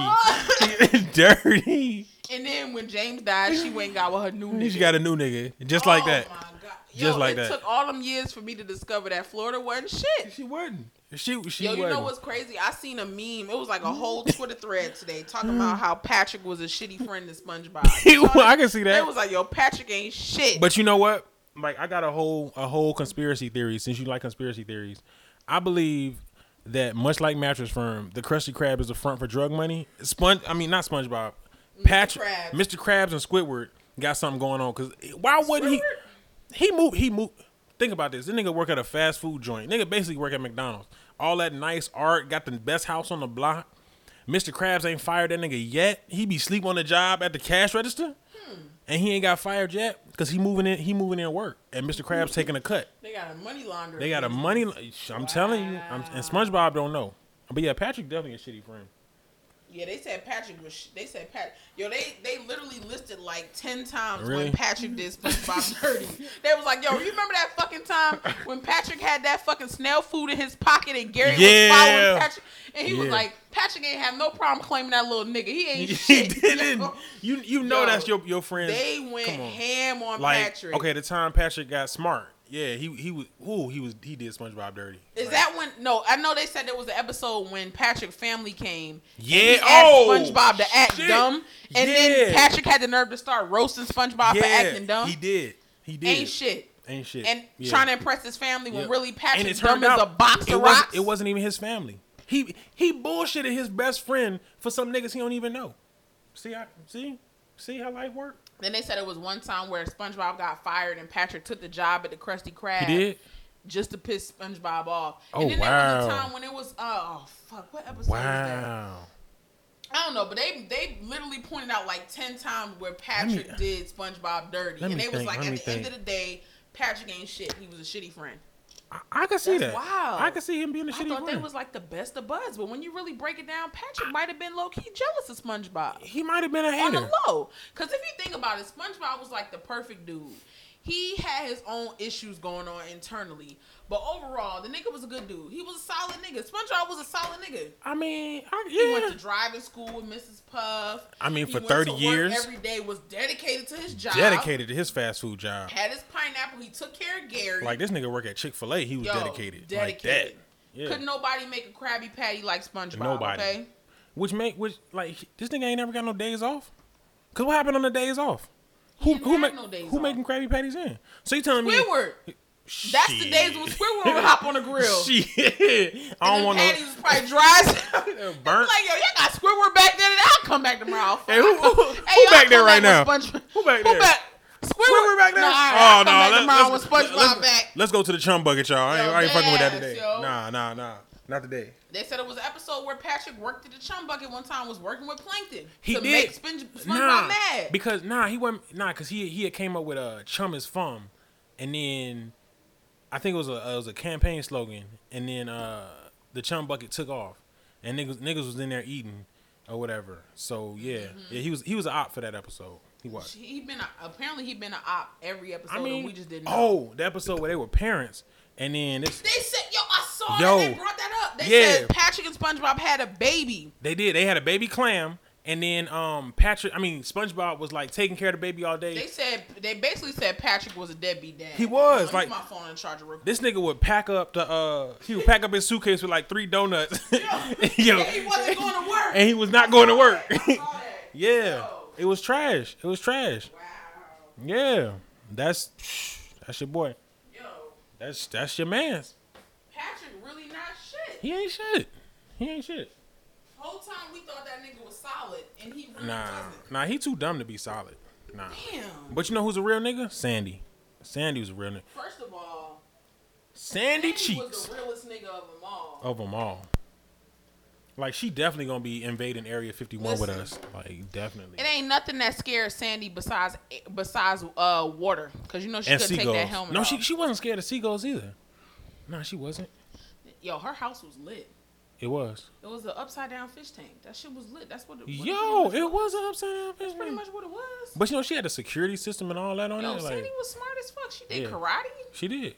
S2: dirty.
S3: and then when James died, she went and got with her new nigga.
S2: She got a new nigga. Just like
S3: Oh
S2: that.
S3: my God. Yo,
S2: Just like
S3: it
S2: that.
S3: took all them years for me to discover that Florida wasn't shit.
S2: She wasn't. She she
S3: Yo, you
S2: wasn't.
S3: know what's crazy? I seen a meme. It was like a whole Twitter thread today talking about how Patrick was a shitty friend to SpongeBob. You saw
S2: Well, I
S3: that?
S2: can see
S3: They
S2: that.
S3: was like, yo, Patrick ain't shit.
S2: But you know what? Like I got a whole a whole conspiracy theory. Since you like conspiracy theories, I believe that much like Mattress Firm, the Krusty Krab is a front for drug money. Sponge, I mean not SpongeBob, Patrick,
S3: Krabs.
S2: Mr. Krabs and Squidward got something going on. Cause why wouldn't
S3: Squidward?
S2: he? He moved. He moved. Think about this. This nigga work at a fast food joint. Nigga basically work at McDonald's. All that nice art, got the best house on the block. Mr. Krabs ain't fired that nigga yet. He be sleep on the job at the cash register
S3: Hmm.
S2: and he ain't got fired yet because he moving in. He moving in work, and Mr. Krabs taking a cut.
S3: they got a money laundering.
S2: They got a money. I'm telling you, I'm, and SpongeBob don't know. But yeah, Patrick definitely a shitty friend.
S3: Yeah, they said Patrick was. Sh- they said Pat. Yo, they they literally listed like ten times
S2: Really?
S3: when Patrick did SpongeBob dirty. They was like, yo, you remember that fucking time when Patrick had that fucking snail food in his pocket and Gary
S2: Yeah.
S3: was following Patrick, and he was
S2: Yeah.
S3: like, Patrick ain't have no problem claiming that little nigga. He ain't
S2: he
S3: shit.
S2: didn't. You you know
S3: Yo,
S2: that's your your friend.
S3: They went
S2: Come on.
S3: ham on
S2: like
S3: Patrick.
S2: okay, the time Patrick got smart. Yeah, he he was. Ooh, he was. He did SpongeBob dirty.
S3: Is
S2: Like,
S3: that when? No, I know they said there was an episode when Patrick family came.
S2: Yeah.
S3: He
S2: oh,
S3: asked SpongeBob to act
S2: shit.
S3: dumb, and
S2: Yeah.
S3: then Patrick had the nerve to start roasting SpongeBob
S2: yeah,
S3: for acting dumb.
S2: He did. He did.
S3: Ain't shit.
S2: Ain't shit.
S3: And
S2: Yeah.
S3: trying to impress his family when
S2: Yep.
S3: really Patrick
S2: And it
S3: dumb
S2: turned out
S3: as a box
S2: it
S3: of
S2: wasn't,
S3: rocks.
S2: it wasn't even his family. He he bullshitted his best friend for some niggas he don't even know. See, I see, see how life worked.
S3: Then they said it was one time where SpongeBob got fired and Patrick took the job at the Krusty Krab. just to piss SpongeBob off.
S2: Oh,
S3: and then there was a
S2: wow.
S3: time when it was oh fuck, what episode was that?
S2: Wow.
S3: I don't know, but they they literally pointed out like ten times where Patrick
S2: me-
S3: did SpongeBob dirty,
S2: Let
S3: and
S2: me
S3: they was
S2: think,
S3: like,
S2: let
S3: at
S2: me
S3: the
S2: think.
S3: end of the day, Patrick ain't shit. He was a shitty friend.
S2: I, I can see that.
S3: That's wild.
S2: I can see him being a
S3: I
S2: shitty
S3: thought they
S2: friend.
S3: was like the best of buds, but when you really break it down, Patrick might have been low key jealous of SpongeBob.
S2: he might have been a
S3: on
S2: hater.
S3: the low. Because if you think about it, SpongeBob was like the perfect dude. He had his own issues going on internally, but overall, the nigga was a good dude. He was a solid nigga. SpongeBob was a solid nigga.
S2: I mean, I,
S3: He went
S2: yeah.
S3: to driving school with Mrs. Puff.
S2: I mean,
S3: He
S2: for
S3: went
S2: 30
S3: to work
S2: years,
S3: every day was dedicated to his job.
S2: dedicated to his fast food job.
S3: Had his pineapple. He took care of Gary.
S2: Like this nigga work at Chick Fil A. He was
S3: Yo,
S2: dedicated. Like
S3: dedicated.
S2: that. Yeah.
S3: Couldn't nobody make a Krabby Patty like SpongeBob?
S2: Nobody.
S3: Okay.
S2: Which make which like this nigga ain't never got no days off. Cause what happened on the days off? Who
S3: didn't
S2: who
S3: have
S2: make
S3: no days
S2: who
S3: off.
S2: making Krabby Patties in? So you telling me
S3: Squidward. That's the days when Squidward would hop on the grill.
S2: Shit. I don't
S3: And
S2: want
S3: then Patty
S2: no
S3: was probably dry. as hell.
S2: burnt.
S3: like, yo, y'all got Squidward back there, and I'll come back tomorrow.
S2: Hey, who- who-
S3: I'll come-
S2: who
S3: y'all
S2: back
S3: come
S2: there right
S3: with
S2: now?
S3: SpongeBob.
S2: Who back there?
S3: Squidward back there? Nah,
S2: oh no,
S3: I'll come back
S2: let-
S3: tomorrow
S2: let's,
S3: with SpongeBob
S2: let's-
S3: back.
S2: let's go to the chum bucket, y'all. I ain't,
S3: Yo,
S2: I ain't fucking with that
S3: deadass,
S2: today.
S3: yo.
S2: Nah, nah, nah, not today.
S3: They said it was an episode where Patrick worked at the chum bucket one time, was working with Plankton
S2: He
S3: to
S2: did.
S3: make Sponge- SpongeBob
S2: nah,
S3: mad.
S2: because nah, he wasn't nah, cause he he had came up with a chum is fun, and then I think it was a uh, it was a campaign slogan, and then uh the chum bucket took off, and niggas niggas was in there eating or whatever. So yeah,
S3: Mm-hmm.
S2: yeah, he was he was an op for that episode. He was.
S3: he been a, apparently he been an op every episode,
S2: I mean,
S3: and we just didn't. know.
S2: oh, the episode where they were parents, and then this,
S3: They said, yo, I saw
S2: Yo.
S3: that they brought that up. They
S2: Yeah.
S3: said Patrick and SpongeBob had a baby.
S2: they did. They had a baby clam, and then um Patrick, I mean SpongeBob was like taking care of the baby all day.
S3: They said they basically said Patrick was a deadbeat dad.
S2: He was,
S3: Let me
S2: like-
S3: put my phone in charger real quick.
S2: this nigga would pack up the uh he would pack up his suitcase with like three donuts.
S3: Yo,
S2: Yo.
S3: and he wasn't going to work.
S2: And he was not going to work.
S3: I saw that.
S2: yeah.
S3: Yo.
S2: It was trash. It was trash.
S3: Wow.
S2: Yeah, that's that's your boy.
S3: Yo,
S2: That's that's your man's.
S3: Patrick really not shit.
S2: He ain't shit. He ain't shit.
S3: Whole time we thought that nigga was solid, and he really
S2: Nah,
S3: wasn't.
S2: nah. He too dumb to be solid. Nah.
S3: Damn.
S2: But you know who's a real nigga? Sandy. Sandy was a real nigga.
S3: First of all,
S2: Sandy
S3: Sandy was
S2: cheeks
S3: the realest nigga of them all.
S2: of them all. Like she definitely gonna be invading Area 51 with
S3: Listen.
S2: us. Like definitely.
S3: It ain't nothing that scares Sandy besides besides uh water, cause you know she
S2: and
S3: could take
S2: seagulls.
S3: that helmet
S2: no,
S3: off.
S2: she she wasn't scared of seagulls either. Nah, she wasn't.
S3: Yo, her house was lit.
S2: It was.
S3: It was an upside down fish tank. That shit was lit. That's what. It,
S2: Yo,
S3: pretty
S2: it
S3: much,
S2: was an upside down
S3: that's pretty
S2: fish.
S3: much what it was.
S2: But you know she had a security system and all that on
S3: Yo,
S2: it.
S3: Sandy
S2: Like
S3: was smart as fuck. She did
S2: Yeah.
S3: karate.
S2: she did.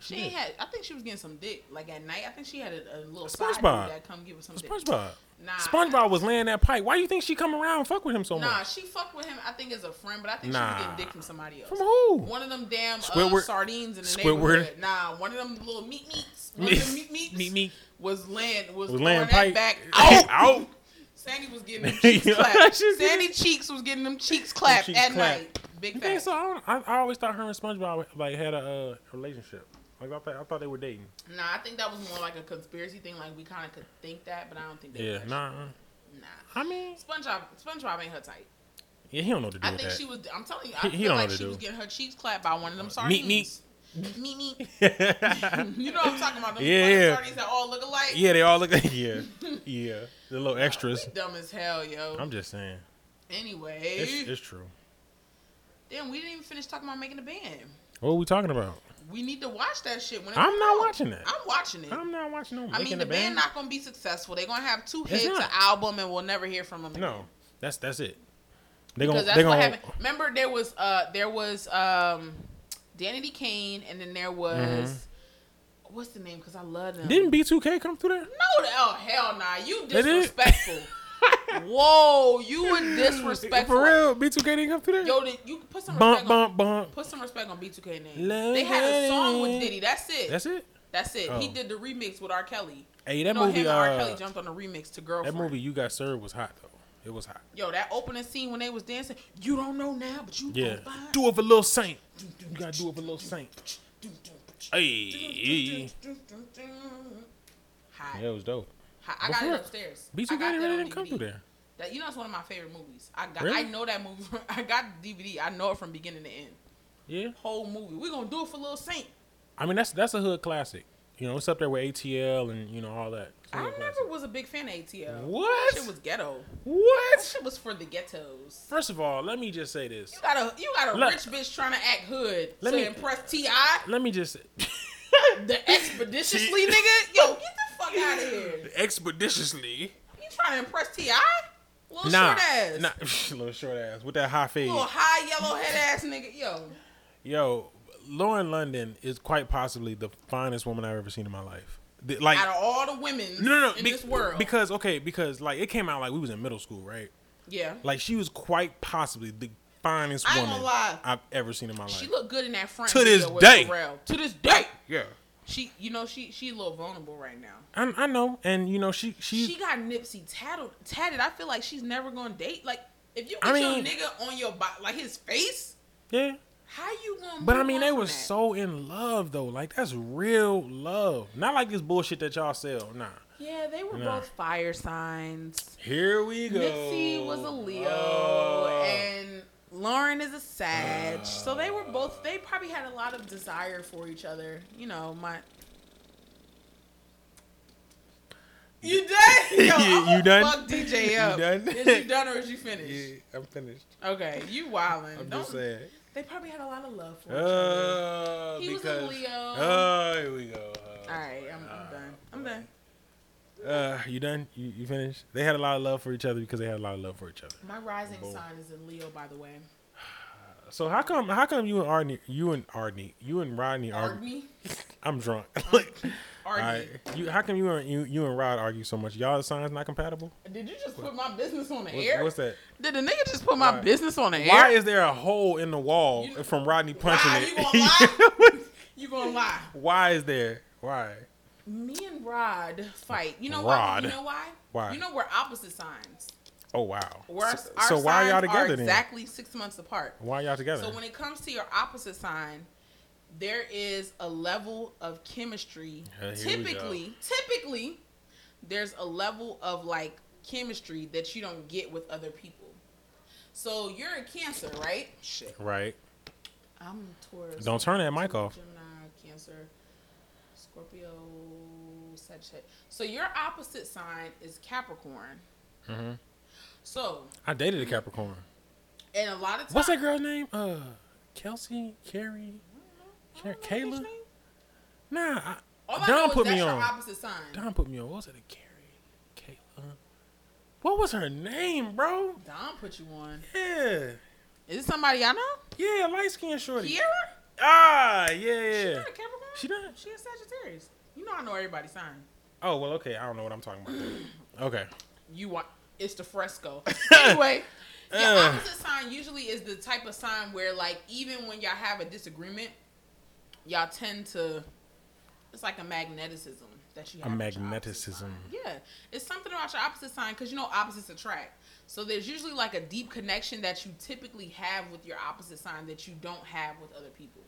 S3: She,
S2: did.
S3: ain't had. I think she was getting some dick like at night. I think she had a, a little side dude
S2: SpongeBob.
S3: that come give her some dick.
S2: SpongeBob.
S3: Nah.
S2: SpongeBob was laying that pipe. Why do you think she come around and fuck with him so
S3: Nah,
S2: much?
S3: she fucked with him. I think as a friend, but I think she was
S2: Nah.
S3: getting dick from somebody else.
S2: From who?
S3: One of them damn uh,
S2: Squidward.
S3: sardines in the
S2: Squidward.
S3: neighborhood. Nah, one of them little meat meats. One of them meat meats.
S2: Meet me.
S3: was laying was,
S2: Was
S3: laying
S2: laying
S3: that
S2: pipe.
S3: back
S2: Out.
S3: out. Sandy was getting them cheeks
S2: Yeah,
S3: clapped.
S2: she's
S3: Sandy cheeks was getting them cheeks clapped
S2: cheeks
S3: at
S2: clapped.
S3: night. Big
S2: You think
S3: facts.
S2: so? I, don't, I, I always thought her and SpongeBob like had a uh, relationship. Like I thought, I thought they were dating.
S3: Nah, I think that was more like a conspiracy thing. Like we kind of could think that, but I don't think they.
S2: Yeah,
S3: were.
S2: nah.
S3: Nah.
S2: I mean,
S3: SpongeBob, SpongeBob ain't her type.
S2: yeah, he don't know what to do
S3: I
S2: with
S3: think
S2: that.
S3: she was. I'm telling you, I
S2: He- he
S3: feel
S2: don't
S3: like
S2: know
S3: she
S2: what to
S3: was
S2: do.
S3: getting her cheeks clapped by one of them
S2: meat,
S3: sardines.
S2: meat.
S3: meat, meat.
S2: yeah,
S3: You know what I'm talking about? Them
S2: Yeah,
S3: fucking
S2: yeah.
S3: sardines that all look alike.
S2: they all look like yeah, yeah. The little
S3: We
S2: extras.
S3: dumb as hell, yo.
S2: I'm just saying,
S3: anyway,
S2: it's, it's true.
S3: damn, we didn't even finish talking about making a band.
S2: What are we talking about?
S3: We need to watch that shit. When it
S2: I'm
S3: come
S2: not
S3: out.
S2: watching that.
S3: I'm watching it. i
S2: I'm not watching no.
S3: mean,
S2: Making
S3: the
S2: a
S3: band not gonna be successful. They're gonna have two hits, an
S2: not.
S3: album, and we'll never hear from them.
S2: No, that's that's it. They gonna
S3: because
S2: they
S3: that's what
S2: gonna
S3: happened. Remember, there was uh, there was um, Danny D. Kane, and then there was what's the name? Because I love them.
S2: Mm-hmm. didn't B2K come through there?
S3: no, the- oh hell nah, you
S2: They did?
S3: disrespectful. Whoa, you were disrespectful.
S2: For real, B2K didn't come through there.
S3: yo, did- you put some
S2: bump
S3: respect on
S2: bump bump.
S3: put some respect on B2K name.
S2: Love
S3: they had a song with
S2: it.
S3: Diddy. That's it.
S2: That's it.
S3: That's it. He
S2: Oh.
S3: did the remix with R. Kelly.
S2: Hey, that
S3: you know,
S2: movie.
S3: him and R.
S2: Uh,
S3: Kelly jumped on the remix to Girlfriend.
S2: that movie you got served was hot though. It was hot.
S3: Yo, that opening scene when they was dancing, you don't know now, but you
S2: Yeah.
S3: gonna find.
S2: Do it for Lil Saint. You gotta do it for Lil Saint. Hey.
S3: Hot.
S2: Yeah, it was dope.
S3: Hot. I got
S2: Before-
S3: it upstairs. I
S2: B2K
S3: got that
S2: really
S3: on
S2: didn't come
S3: DVD.
S2: through there.
S3: That, you know, it's one of my favorite movies. I got, I
S2: Really?
S3: know that movie. From, I got the DVD. I know it from beginning to end.
S2: Yeah.
S3: Whole movie. We're gonna do it for Lil Saint.
S2: I mean that's that's a hood classic. You know, it's up there with ATL and you know all that. It's a
S3: I
S2: hood
S3: never was a big fan of ATL.
S2: What?
S3: That shit was ghetto. That
S2: What?
S3: shit was for the ghettos.
S2: First of all, let me just say this.
S3: You got a you got a
S2: Let-
S3: rich bitch trying to act hood
S2: Let
S3: to
S2: me-
S3: impress Ti
S2: Let me just
S3: the expeditiously nigga. Yo, get the fuck out of here.
S2: expeditiously.
S3: You trying to impress Ti? Little
S2: Nah,
S3: short ass,
S2: nah, little short ass with that high fade.
S3: little high yellow head ass nigga. Yo,
S2: Yo, Lauren London is quite possibly the finest woman I've ever seen in my life. The- Like,
S3: out of all the women
S2: no, no, no,
S3: in
S2: be-
S3: this world,
S2: because okay, because like it came out like we was in middle school, right?
S3: yeah,
S2: Like she was quite possibly the finest
S3: I ain't
S2: woman
S3: gonna lie.
S2: I've ever seen in my life.
S3: she looked good in that front
S2: To this
S3: video with
S2: day.
S3: Pharrell. To this day,
S2: yeah,
S3: she you know she she a little vulnerable right now.
S2: I, I know, and you know she she.
S3: She got Nipsey tattled, tatted. I feel like she's never gonna date. Like if you get
S2: I
S3: your
S2: mean-
S3: nigga on your body, like his face,
S2: yeah,
S3: how you gonna?
S2: but I
S3: move
S2: mean
S3: on
S2: they
S3: from
S2: were
S3: that?
S2: so in love though. Like that's real love, not like this bullshit that y'all sell. Nah.
S3: Yeah, they were
S2: Nah.
S3: both fire signs.
S2: Here we go.
S3: Nipsey was a Leo,
S2: Oh.
S3: and Lauren is a Sag. so they were both. They probably had a lot of desire for each other. You know, my. You done? Yo,
S2: Yeah,
S3: I'ma
S2: you done?
S3: Fuck DJ up.
S2: done?
S3: Is you done or is you finished?
S2: I'm finished.
S3: Okay, you wildin'.
S2: I'm
S3: Don't.
S2: just saying.
S3: They probably had a lot of love for each other.
S2: Oh,
S3: He was a
S2: because,
S3: Leo.
S2: Oh, here we go.
S3: All right, I'm, I'm done. I'm done.
S2: Uh, you done? You, you finished? They had a lot of love for each other because they had a lot of love for each other.
S3: My rising
S2: Boom.
S3: sign is in Leo, by the way.
S2: So how come? How come you and Arnie? You and Arnie? You and Rodney? Argue,
S3: Ardney.
S2: I'm drunk. All
S3: Ardney.
S2: right. You, how come you and you, you and Rod argue so much? Y'all signs not compatible?
S3: Did you just put my business on the
S2: What-
S3: air?
S2: what's that?
S3: Did the nigga just put my
S2: Why?
S3: business on the air?
S2: Why is there a hole in the wall
S3: You-
S2: from Rodney punching
S3: Why?
S2: it?
S3: You gonna lie? you gonna lie?
S2: Why is there? Why?
S3: Me and Rod fight. You know why?
S2: Rod.
S3: You know why?
S2: Why?
S3: You know we're opposite signs.
S2: Oh wow.
S3: We're,
S2: so,
S3: our
S2: so why are y'all
S3: signs
S2: together
S3: Exactly six months apart.
S2: then? Why are y'all together?
S3: So when it comes to your opposite sign, there is a level of chemistry.
S2: Yeah, here we go.
S3: typically, typically, there's a level of like chemistry that you don't get with other people. So you're a Cancer, right? Shit,
S2: right.
S3: I'm a Taurus.
S2: Don't turn that mic off.
S3: Gemini, Cancer, Scorpio, Sagittarius. So your opposite sign is Capricorn.
S2: Mhm.
S3: So,
S2: I dated a
S3: Mm-hmm.
S2: Capricorn.
S3: and a lot of times,
S2: What's that girl's name? Uh, Kelsey, Carrie,
S3: Mm-hmm.
S2: Car- Kayla. Nah, I,
S3: All I
S2: Don
S3: know is
S2: put
S3: that's
S2: me
S3: your
S2: on.
S3: opposite sign.
S2: Don put me on. What was it? A Carrie, Kayla. What was her name, bro?
S3: Don put you on.
S2: Yeah,
S3: Is it somebody I know?
S2: yeah, light skinned shorty.
S3: Kiera?
S2: Ah, yeah,
S3: She
S2: yeah.
S3: not a Capricorn?
S2: She not?
S3: She a Sagittarius. You know I know everybody's sign.
S2: Oh well, okay. I don't know what I'm talking about. okay.
S3: You want it's the fresco. anyway, your
S2: Ugh.
S3: opposite sign usually is the type of sign where like even when y'all have a disagreement, y'all tend to it's like a magneticism that you
S2: A
S3: have. with your opposite
S2: magneticism.
S3: sign. Yeah. It's something about your opposite sign because you know opposites attract. So there's usually like a deep connection that you typically have with your opposite sign that you don't have with other people.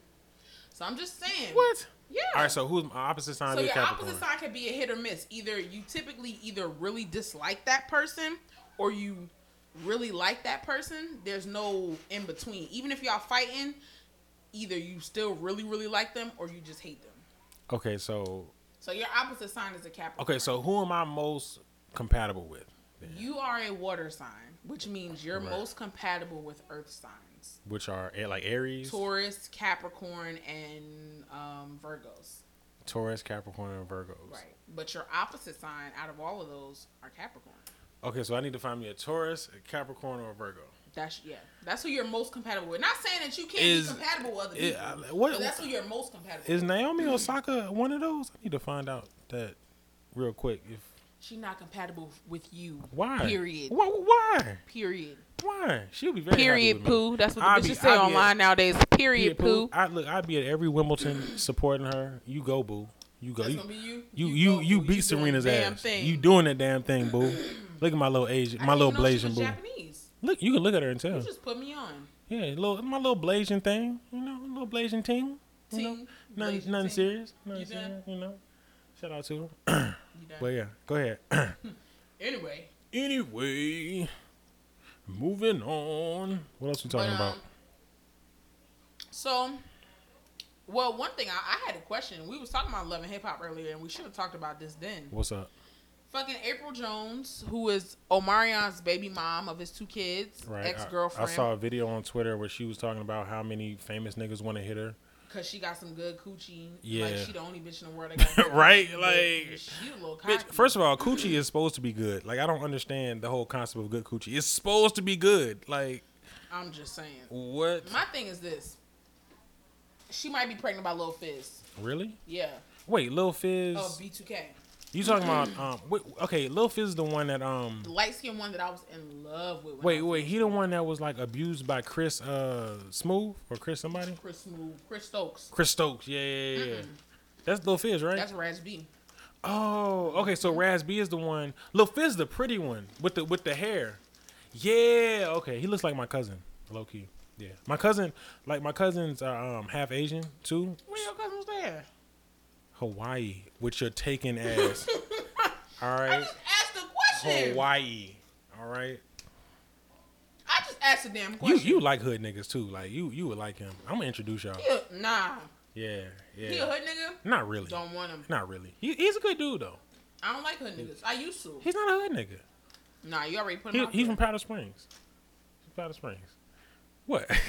S3: So I'm just saying.
S2: What?
S3: Yeah.
S2: All right. So who's my opposite sign?
S3: So
S2: be
S3: your
S2: Capricorn.
S3: opposite sign can be a hit or miss. Either you typically either really dislike that person or you really like that person. There's no in between. Even if y'all fighting, either you still really really like them or you just hate them.
S2: Okay. So
S3: So your opposite sign is a Capricorn.
S2: okay. So who am I most compatible with?
S3: you are a water sign, which means you're
S2: Right.
S3: most compatible with earth signs.
S2: Which are eh, like Aries,
S3: Taurus, Capricorn, and um, Virgos.
S2: Taurus, Capricorn, and Virgos.
S3: Right. But your opposite sign out of all of those are Capricorn.
S2: Okay. So I need to find me a Taurus, a Capricorn, or a Virgo.
S3: That's yeah. That's who you're most compatible with. Not saying that you can't
S2: Is-
S3: be compatible with other people,
S2: It, Eh, I- what
S3: but that's who you're most compatible.
S2: is
S3: with.
S2: Naomi Osaka one of those? I need to find out that real quick. If
S3: She's not compatible with you.
S2: why?
S3: Period.
S2: Why? Why?
S3: Period.
S2: why? She'll be very happy
S3: Period.
S2: with me.
S3: Poo. That's what
S2: I'll
S3: the
S2: be-
S3: bitches say
S2: I'll be
S3: online nowadays.
S2: Period,
S3: Period. Poo.
S2: I look. I'd be at every Wimbledon supporting her. You go, boo. You go.
S3: That's
S2: You
S3: gonna be you.
S2: you you,
S3: go,
S2: you
S3: boo.
S2: beat
S3: doing
S2: Serena's
S3: damn
S2: ass.
S3: Thing.
S2: You doing that damn thing, boo. look at my little Asian,
S3: I
S2: my
S3: didn't
S2: little
S3: know she
S2: Blasian
S3: was
S2: boo.
S3: Japanese.
S2: Look, you can look at her and
S3: You
S2: tell.
S3: just put me on.
S2: Yeah, little my little Blasian thing. You know, little Blasian ting. You know,
S3: Ting,
S2: nothing,
S3: Blasian
S2: nothing
S3: ting.
S2: serious. Nothing
S3: You done?
S2: serious. You know. Shout out to her.
S3: You done.
S2: But yeah, go ahead.
S3: Anyway,
S2: anyway, moving on. What else we
S3: but,
S2: talking about?
S3: um, so. Well, one thing I, I had a question. We was talking about love and hip hop earlier, and we should have talked about this then.
S2: What's up?
S3: fucking April Jones, who is Omarion's baby mom of his two kids,
S2: Right. I-
S3: ex girlfriend,
S2: I saw a video on Twitter where she was talking about how many famous niggas want to hit her.
S3: because she got some good coochie. like
S2: Yeah.
S3: she the only bitch in the world that got good
S2: Right,
S3: coochie,
S2: like,
S3: but she a little cocky.
S2: Bitch, first of all, coochie is supposed to be good. Like I don't understand the whole concept of good coochie. It's supposed to be good. Like
S3: I'm just saying.
S2: what?
S3: My thing is this: she might be pregnant by Lil Fizz.
S2: Really?
S3: Yeah,
S2: Wait, Lil Fizz.
S3: oh B2K,
S2: you talking about um? Wait, okay, Lil Fizz is the one that um.
S3: the light skinned one that I was in love with. when I
S2: Wait,
S3: was
S2: wait, he the one that was like abused by Chris uh Smooth or Chris somebody?
S3: Chris Smooth, Chris Stokes.
S2: Chris Stokes. Yeah, yeah, yeah. yeah. That's Lil Fizz, right?
S3: That's Raz B.
S2: Oh, okay. So Raz B is the one. Lil Fizz, the pretty one with the with the hair. Yeah. Okay. He looks like my cousin, low key. Yeah. My cousin, like my cousins are um, half Asian too.
S3: Where your cousins there?
S2: Hawaii, with your taken ass. All
S3: I
S2: right.
S3: just asked a
S2: Oh,
S3: question.
S2: Hawaii. All right.
S3: I just asked a damn
S2: You
S3: question.
S2: you like hood niggas too. Like you you would like him. I'm gonna introduce y'all.
S3: He a- nah,
S2: Yeah.
S3: he a
S2: Yeah.
S3: hood nigga.
S2: Not really.
S3: Don't want him.
S2: Not really. He, he's a good dude though.
S3: I don't like hood niggas. I used to.
S2: He's not a hood nigga.
S3: Nah, you already put him
S2: He,
S3: out
S2: he's
S3: there.
S2: from Powder Springs. Powder Springs. What?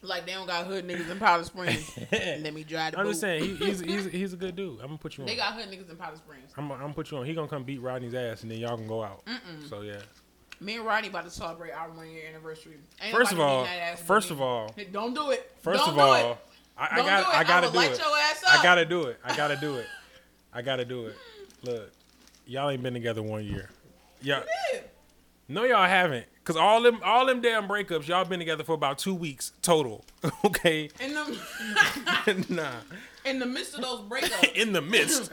S3: Like they don't got hood niggas in Powder Springs. Let me drive the
S2: I'm just
S3: boat.
S2: saying he, he's, he's he's a good dude. I'm gonna put you on.
S3: They got hood niggas in Powder Springs.
S2: I'm, I'm gonna put you on. He gonna come beat Rodney's ass, and then y'all can go out. So yeah.
S3: Me and Rodney about to celebrate our one year anniversary. Ain't
S2: First of
S3: nobody
S2: all,
S3: beating that ass but
S2: first
S3: me.
S2: of all,
S3: don't do it.
S2: 1st
S3: don't
S2: of
S3: do
S2: all,
S3: it.
S2: I, I
S3: Don't
S2: got
S3: do it.
S2: I gotta
S3: will
S2: do
S3: light
S2: it.
S3: your ass up.
S2: I gotta do it. I gotta do it. I gotta do it. Look, y'all ain't been together one year. Yeah.
S3: Yeah.
S2: No, y'all haven't. Cause all them all them damn breakups, y'all been together for about two weeks total. okay.
S3: In the
S2: nah.
S3: in the midst of those breakups,
S2: In the midst.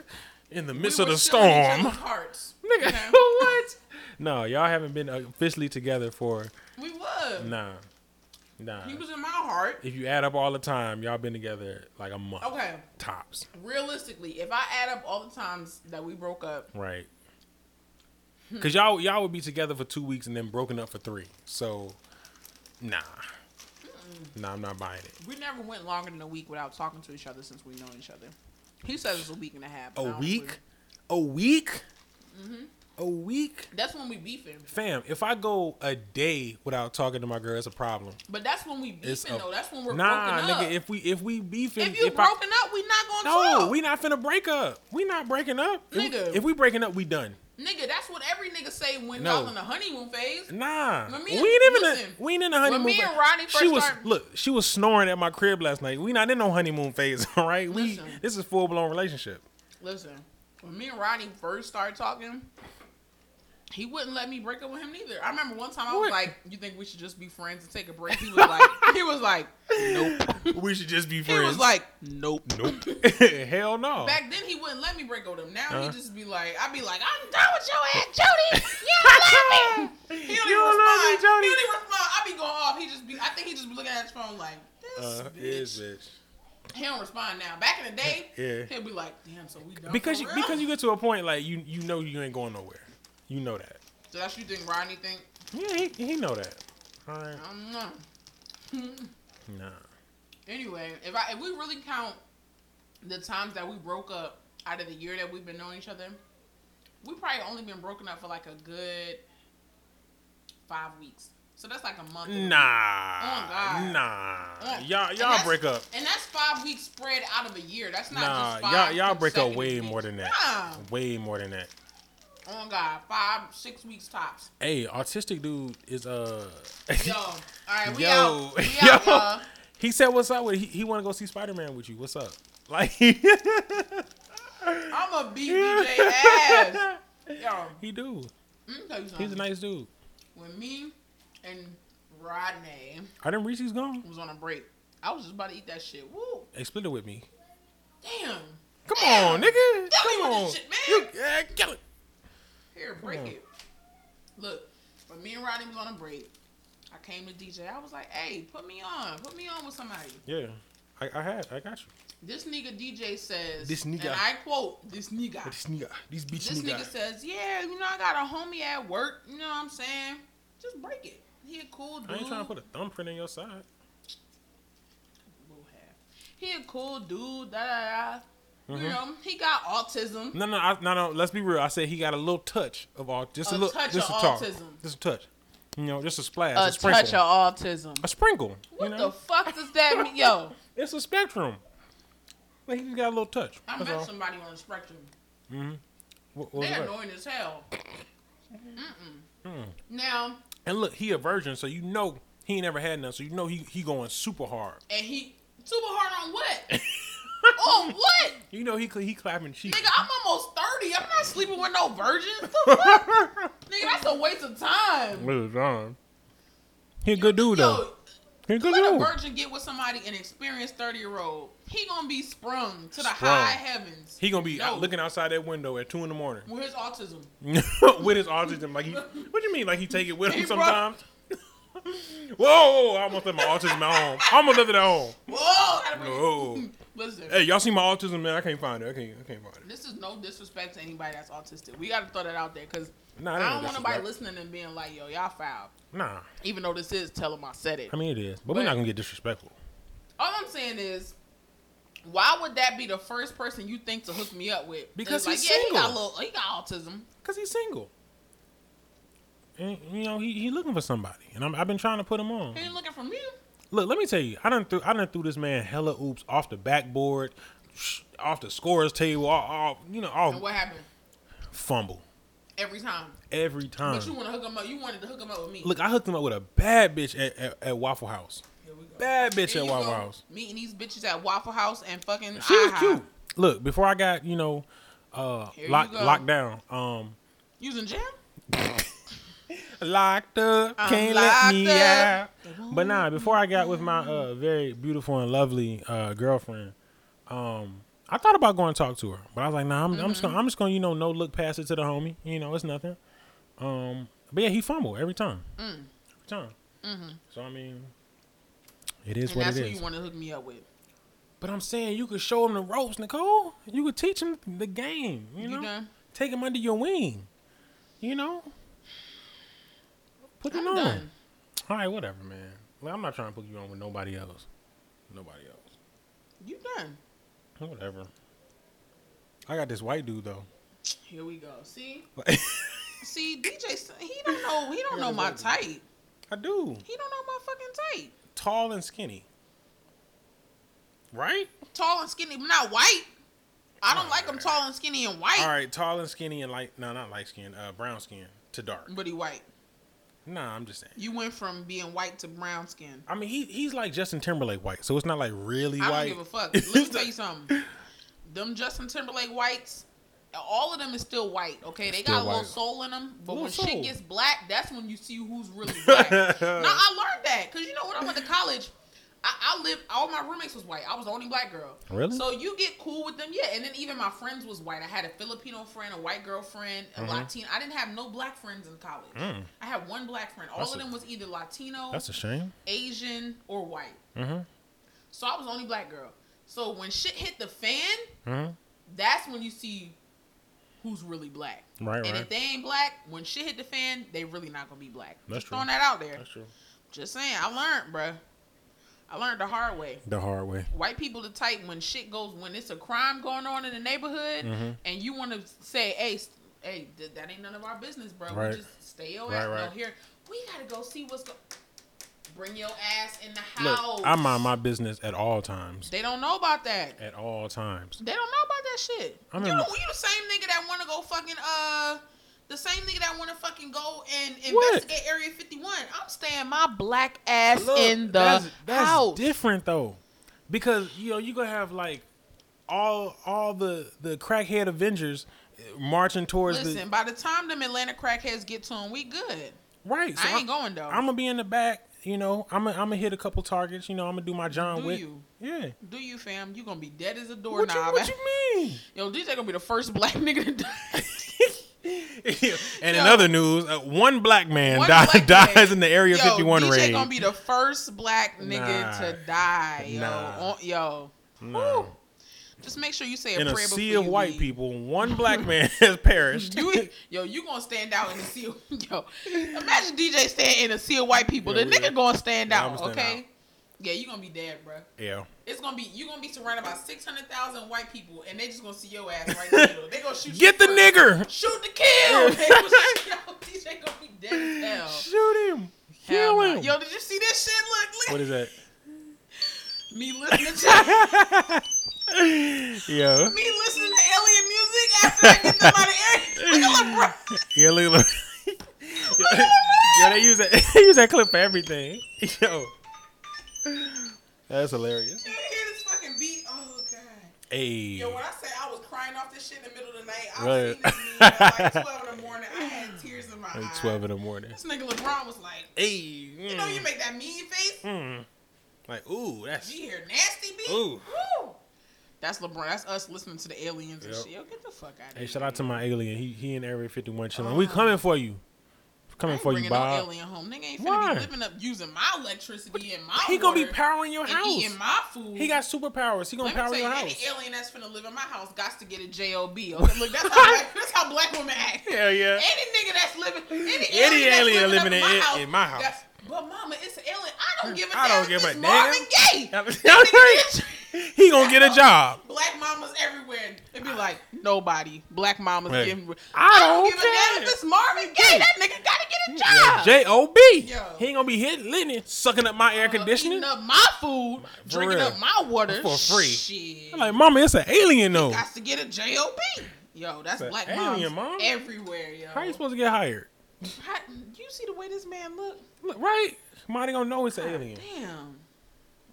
S2: In the midst
S3: we
S2: of
S3: were
S2: the
S3: still in each
S2: storm.
S3: other's Hearts.
S2: Nigga,
S3: Okay.
S2: what? No, y'all haven't been officially together for
S3: We would.
S2: nah, nah.
S3: He was in my heart.
S2: If you add up all the time, y'all been together like a month
S3: Okay.
S2: tops,
S3: Realistically, if I add up all the times that we broke up,
S2: right?
S3: Hmm.
S2: Cause y'all y'all would be together for two weeks and then broken up for three. So, nah, nah, I'm not buying it.
S3: we never went longer than a week without talking to each other since we've known each other. He says it's a week and a half. but I
S2: A
S3: don't
S2: week,
S3: believe-
S2: a week,
S3: Mm-hmm.
S2: a week.
S3: That's when we beefing.
S2: Fam, if I go a day without talking to my girl, it's a problem.
S3: But that's when we
S2: It's
S3: beefing
S2: a-
S3: though. That's when we're
S2: Nah,
S3: broken up.
S2: nigga, if we if we beefing,
S3: if you
S2: I-
S3: broken up, we not gonna
S2: no,
S3: talk.
S2: we not finna break up. We not breaking up. If we-
S3: Nigga.
S2: if we breaking up, we done.
S3: Nigga, that's what every nigga say when
S2: No.
S3: y'all in the honeymoon phase.
S2: Nah,
S3: When
S2: we
S3: me
S2: ain't
S3: and-
S2: even
S3: listen,
S2: a, we ain't in the honeymoon.
S3: me and
S2: phase.
S3: Ronnie first
S2: she was
S3: started-
S2: look, she was snoring at my crib last night. We not in no honeymoon phase, all right? We
S3: Listen.
S2: this is full blown relationship.
S3: Listen, when me and Ronnie first started talking, he wouldn't let me break up with him neither. I remember one time I was
S2: What?
S3: like, "You think we should just be friends and take a break?" He was like, "He was like, nope."
S2: we should just be
S3: He
S2: friends.
S3: was like, "Nope."
S2: nope, hell no.
S3: Back then he wouldn't let me break up with him. Now he
S2: Uh-huh.
S3: just be like, I'd be like, I'm done with your ass, Jody. You don't love me. He
S2: You
S3: don't even
S2: don't
S3: respond.
S2: love me, Jody.
S3: He don't even respond. I be going off. He just be. I think he just be looking at his phone like this
S2: uh,
S3: bitch.
S2: bitch.
S3: He don't respond now. Back in the day,
S2: Yeah.
S3: he'll be like, damn. So we done
S2: Because
S3: for
S2: you,
S3: real?
S2: because you get to a point like you you know you ain't going nowhere. You know that.
S3: So that's you think Ronnie think?
S2: Yeah, he, he know that. All right.
S3: I don't know.
S2: Nah.
S3: Anyway, if I if we really count the times that we broke up out of the year that we've been knowing each other, we probably only been broken up for like a good five weeks. So that's like a month. and a week. Oh,
S2: Nah.
S3: God.
S2: Nah.
S3: Mm.
S2: Y'all
S3: And
S2: y'all
S3: that's-
S2: break up.
S3: And that's five weeks spread out of a year. That's not
S2: Nah,
S3: just
S2: y'all
S3: five.
S2: y'all break up
S3: consecutive
S2: way
S3: weeks.
S2: more than that.
S3: Nah.
S2: Way more than that.
S3: Oh my God, five, six weeks tops.
S2: Hey, autistic dude is uh
S3: Yo, all right, we
S2: Yo.
S3: out. We out,
S2: Yo.
S3: y'all.
S2: he said what's up with he, he wanna go see Spider Man with you. What's up? Like
S3: I'm a beat DJ ass. Yo,
S2: He do.
S3: let me tell you something.
S2: He's a nice dude.
S3: When me and Rodney
S2: I didn't reach he's gone.
S3: was on a break, I was just about to eat that shit. Woo,
S2: Hey, split it with me.
S3: damn.
S2: Come
S3: Damn.
S2: on, nigga.
S3: Tell me
S2: Come
S3: what this
S2: on.
S3: shit, man.
S2: You, yeah, kill it.
S3: Here, break
S2: on.
S3: it. Look, when me and Rodney was on a break, I came to DJ. I was like, hey, put me on. Put me on with somebody.
S2: Yeah. I, I had I got you.
S3: This nigga DJ says,
S2: This nigga.
S3: and I quote, this nigga.
S2: This nigga, these bitch
S3: This nigga says, yeah, you know, I got a homie at work. You know what I'm saying? Just break it. He a cool dude.
S2: I ain't trying to put a thumbprint in your side.
S3: We'll have. He a cool dude. Da da da.
S2: Mhm.
S3: You know, he got autism.
S2: No, no, I, no, no. Let's be real. I said he got a little touch of all, just a,
S3: A
S2: little,
S3: touch
S2: just
S3: of
S2: a talk,
S3: autism.
S2: just a touch. You know, just a splash, a,
S3: A
S2: sprinkle,
S3: touch of autism.
S2: a sprinkle.
S3: What
S2: you know?
S3: the fuck does that mean, yo?
S2: It's a spectrum. Like he just got a little touch.
S3: I
S2: That's
S3: met
S2: all.
S3: somebody on the spectrum.
S2: What- what was
S3: They
S2: that? Mm.
S3: annoying as hell. Mm-mm. Now,
S2: And look, he a virgin, so you know he ain't ever had none. So you know he he going super hard.
S3: and he super hard on what? on what?
S2: You know he cl- he clapping cheeks.
S3: Nigga, I'm almost 30. I'm not sleeping with no virgins. The fuck? Nigga, that's a waste of time.
S2: Little John. He a good dude though.
S3: Yo,
S2: He a good
S3: let a
S2: dude.
S3: virgin get with somebody, an experienced 30 year old. He gonna be sprung to the
S2: Sprung.
S3: high heavens.
S2: He gonna be
S3: No.
S2: out looking outside that window at two in the morning
S3: with his autism.
S2: with his autism. Like he, what you mean? Like he take it with him
S3: He brought-
S2: sometimes? whoa, whoa, whoa, I almost left my autism at home. I almost left it at home.
S3: Whoa! gotta bring it-
S2: Whoa.
S3: Listen,
S2: Hey, y'all see my autism, man? I can't find it. I can't. I can't find it.
S3: this is no disrespect to anybody that's autistic. We gotta throw that out there because
S2: Nah, that
S3: I don't
S2: ain't
S3: want nobody
S2: disrespect.
S3: listening and being like, yo, y'all foul.
S2: Nah,
S3: Even though this is tell them I said it.
S2: I mean it is, but we're
S3: But-
S2: not gonna get disrespectful.
S3: All I'm saying is, why would that be the first person you think to hook me up with?
S2: Because
S3: It's like,
S2: he's
S3: yeah, he got a
S2: single.
S3: little, he got autism.
S2: Cause he's single. And you know he, he looking for somebody, and I'm, I've been trying to put him on.
S3: He ain't looking for me.
S2: Look, let me tell you, I done threw I done threw this man hella oops off the backboard, sh- off the scorer's table, all, all you know,
S3: And
S2: all
S3: what happened?
S2: fumble
S3: Every time.
S2: every time.
S3: But you want to hook him up. You wanted to hook him up with me.
S2: Look, I hooked him up with a bad bitch at, at, at Waffle House.
S3: Here we go.
S2: Bad bitch
S3: Here
S2: at
S3: you
S2: Waffle
S3: go,
S2: House.
S3: Meeting these bitches at Waffle House and fucking.
S2: She was
S3: IHOP.
S2: cute. Look, before I got you know, uh,
S3: Here you
S2: locked
S3: go.
S2: locked down, um,
S3: You was in jail?
S2: locked up,
S3: I'm
S2: can't let
S3: locked
S2: me
S3: up.
S2: out. But nah, before I got with my uh very beautiful and lovely uh girlfriend, um, I thought
S3: Mm-hmm.
S2: about going to talk to her, but I was like, nah, I'm, I'm just gonna, I'm just gonna you know no look past it to the homie. You know, it's nothing. Um, but yeah, he fumbled every time.
S3: Mm.
S2: Every time. So I mean, it is
S3: Mm-hmm. And
S2: what
S3: that's
S2: it
S3: who
S2: is.
S3: you want to hook me up with.
S2: But I'm saying you could show him the ropes, Nicole. You could teach him the game. You
S3: You
S2: know,
S3: done?
S2: take him under your wing. You know, put him
S3: I'm
S2: on.
S3: done.
S2: All right, whatever, man. Like, I'm not trying to put you on with nobody else. Nobody else.
S3: You done.
S2: Whatever. I got this white dude though.
S3: Here we go. See,
S2: Like,
S3: see, DJ, s- he don't know. He don't know my type. He
S2: I do.
S3: don't know my fucking type.
S2: Tall and skinny. Right?
S3: Tall and skinny, but not white. I don't like him
S2: Alright.
S3: tall and skinny and white.
S2: All right, tall and skinny and light. No, not light skin. Uh, brown skin to dark.
S3: But he white.
S2: Nah, I'm just saying.
S3: You went from being white to brown skin.
S2: I mean, he he's like Justin Timberlake white, so it's not like really
S3: I
S2: white.
S3: don't give a fuck. Let me tell you something. Them Justin Timberlake whites, all of them is still white. Okay, they
S2: Still
S3: got a little
S2: white.
S3: soul in them, but
S2: Little
S3: when
S2: soul.
S3: shit gets black, that's when you see who's really black. no, I learned that because you know when I went to college, I, I lived. All my roommates was white. I was the only black girl.
S2: Really?
S3: So you get cool with them, yeah. And then even my friends was white. I had a Filipino friend, a white girlfriend, a Latina. I didn't have no black friends in college.
S2: Mm-hmm. Mm.
S3: I had one black friend. All
S2: That's
S3: of
S2: a-
S3: them was either Latino,
S2: That's a shame.
S3: Asian, or white.
S2: Mhm.
S3: So I was the only black girl. So when shit hit the fan,
S2: Mhm.
S3: that's when you see who's really black.
S2: Right,
S3: and
S2: right.
S3: if they ain't black, when shit hit the fan, they really not gonna be black.
S2: That's
S3: Just
S2: true.
S3: throwing that out there.
S2: That's true.
S3: Just saying, I learned, bruh. I learned the hard way.
S2: The hard way.
S3: White people the type when shit goes when it's a crime going on in the neighborhood,
S2: Mhm.
S3: and you want to say, "Hey, s- hey, th- that ain't none of our business, bro.
S2: Right.
S3: We just stay your
S2: Right,
S3: ass
S2: right.
S3: no here. We gotta go see what's going. Bring your ass in the
S2: Look,
S3: house.
S2: I mind my business at all times.
S3: They don't know about that.
S2: At all times.
S3: They don't know about that shit.
S2: I
S3: you,
S2: remember-
S3: the, you the same nigga that want to go fucking uh, the same nigga that want to fucking go and
S2: What?
S3: investigate Area 51. I'm staying my black ass
S2: Look,
S3: in the
S2: that's, that's
S3: house.
S2: different though, because you know you gonna have like all all the the crackhead Avengers eh, marching towards
S3: Listen, by the time them Atlanta crackheads get to him, we good.
S2: the right.
S3: I ain't
S2: I'm-
S3: going though.
S2: I'm gonna be in the back. You know, I'm gonna I'm gonna hit a couple targets. You know, I'm gonna do my John
S3: Do
S2: Wick.
S3: you?
S2: Yeah.
S3: Do you, fam? You gonna be dead as a doorknob.
S2: What you, what you mean?
S3: Yo, DJ gonna be the first black nigga to die.
S2: and in
S3: Yo.
S2: other news, uh, one black man
S3: One
S2: di-
S3: black
S2: dies
S3: man.
S2: in the Area
S3: Yo,
S2: 51
S3: DJ
S2: raid.
S3: gonna be the first black nigga
S2: Nah.
S3: to die. Yo,
S2: Nah.
S3: On- yo.
S2: Nah.
S3: Woo. Just make sure you say a
S2: in a
S3: prayer
S2: sea
S3: before
S2: of
S3: you
S2: white
S3: leave.
S2: people, one black man has perished.
S3: You, yo, you gonna stand out in the sea? Of, yo, imagine DJ staying in a sea of white people.
S2: Yeah,
S3: the
S2: we-
S3: nigga gonna stand
S2: yeah,
S3: out.
S2: I'ma stand
S3: okay.
S2: out.
S3: Yeah, you gonna be dead, bro.
S2: yeah.
S3: It's gonna be you gonna be surrounded by six hundred thousand white people, and they just gonna see your ass right in the middle. They gonna shoot.
S2: Get the
S3: you first.
S2: nigger.
S3: Shoot the kill. They gonna shoot- yo, DJ gonna be dead as hell.
S2: Shoot him.
S3: Hell
S2: Kill
S3: no.
S2: him.
S3: Yo, did you see this shit? Look, look.
S2: What is that?
S3: me listening to
S2: yeah.
S3: me listening to alien music after I get them out of air. Look, look, bro.
S2: Yeah, look, look. yo, yo, they use that they use that clip for everything. Yo. That's hilarious.
S3: You hear this fucking beat? Oh god.
S2: Hey.
S3: Yo, when I say I was crying off this shit in the middle of the night, I
S2: Right.
S3: was seen this meme at like 12 in the morning. I had tears in my
S2: Like
S3: eyes.
S2: 12 in Mm. the morning.
S3: This nigga LeBron was like,
S2: Hey.
S3: you know you make that mean face?
S2: Mm. Like, ooh, that's
S3: Did you hear nasty beat?
S2: Ooh.
S3: Woo! That's LeBron. That's us listening to the aliens and
S2: Yep.
S3: shit. Yo, get the fuck out of
S2: Hey,
S3: here.
S2: shout out to my alien. He he in Area 51 chilling. we coming for you.
S3: I
S2: Coming
S3: ain't
S2: for you,
S3: bringing no
S2: Bob.
S3: alien home. Nigga ain't finna
S2: Why?
S3: be living up using my electricity and my
S2: he gonna be
S3: water
S2: powering your
S3: and
S2: house.
S3: eating my food.
S2: He got superpowers. He gonna
S3: Let me
S2: power
S3: tell you,
S2: your
S3: any
S2: house.
S3: alien that's finna live in my house got to get a job. Okay, look, that's how black, that's how black women act.
S2: Yeah, yeah.
S3: Any nigga that's living, any,
S2: Any
S3: alien,
S2: alien
S3: that's living,
S2: living in-
S3: up in, my house,
S2: in my house.
S3: that's- But mama, it's an alien. I don't give a
S2: I
S3: damn.
S2: don't
S3: if
S2: give a
S3: it's
S2: damn.
S3: Marvin Gaye.
S2: I'm
S3: That nigga
S2: right.
S3: is-
S2: He gonna get a job.
S3: Black mamas everywhere. It'd be like nobody. Black mamas
S2: Hey.
S3: giving.
S2: I don't
S3: give a damn
S2: care.
S3: if it's Marvin Gaye. That nigga gotta get a job.
S2: J O B. He
S3: Yo.
S2: ain't gonna be hit litany, sucking up my air
S3: Uh,
S2: conditioning.
S3: eating up my food, drinking
S2: real.
S3: up my water
S2: For free.
S3: Shit.
S2: I'm like, mama, it's an alien though.
S3: got to get a job. Yo, that's
S2: It's a
S3: black
S2: alien, Mom.
S3: moms everywhere. Yo,
S2: How you supposed to get hired?
S3: How- you see the way this man look?
S2: Look, Right? Somebody gonna know it's an alien.
S3: Damn,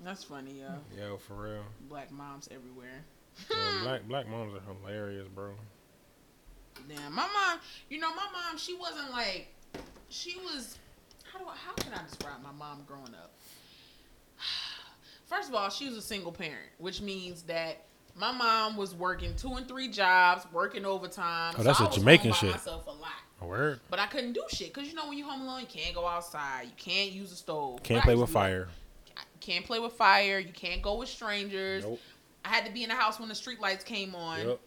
S3: that's funny, yo.
S2: Yo, for real.
S3: Black moms everywhere. Hmm.
S2: Yo, black black moms are hilarious, bro.
S3: Damn, my mom. You know, my mom. She wasn't like. She was. How do I, How can I describe my mom growing up? First of all, she was a single parent, which means that my mom was working two and three jobs, working overtime.
S2: Oh, that's
S3: so
S2: a
S3: I was
S2: Jamaican
S3: home by
S2: shit.
S3: Myself a lot.
S2: Oh Word.
S3: But I couldn't do shit because you know when you're home alone, you can't go outside, you can't use the stove.
S2: Can't
S3: But I
S2: play
S3: used
S2: with
S3: to do that.
S2: fire.
S3: I can't play with fire. You can't go with strangers.
S2: Nope.
S3: I had to be in the house when the street lights came on.
S2: Yep.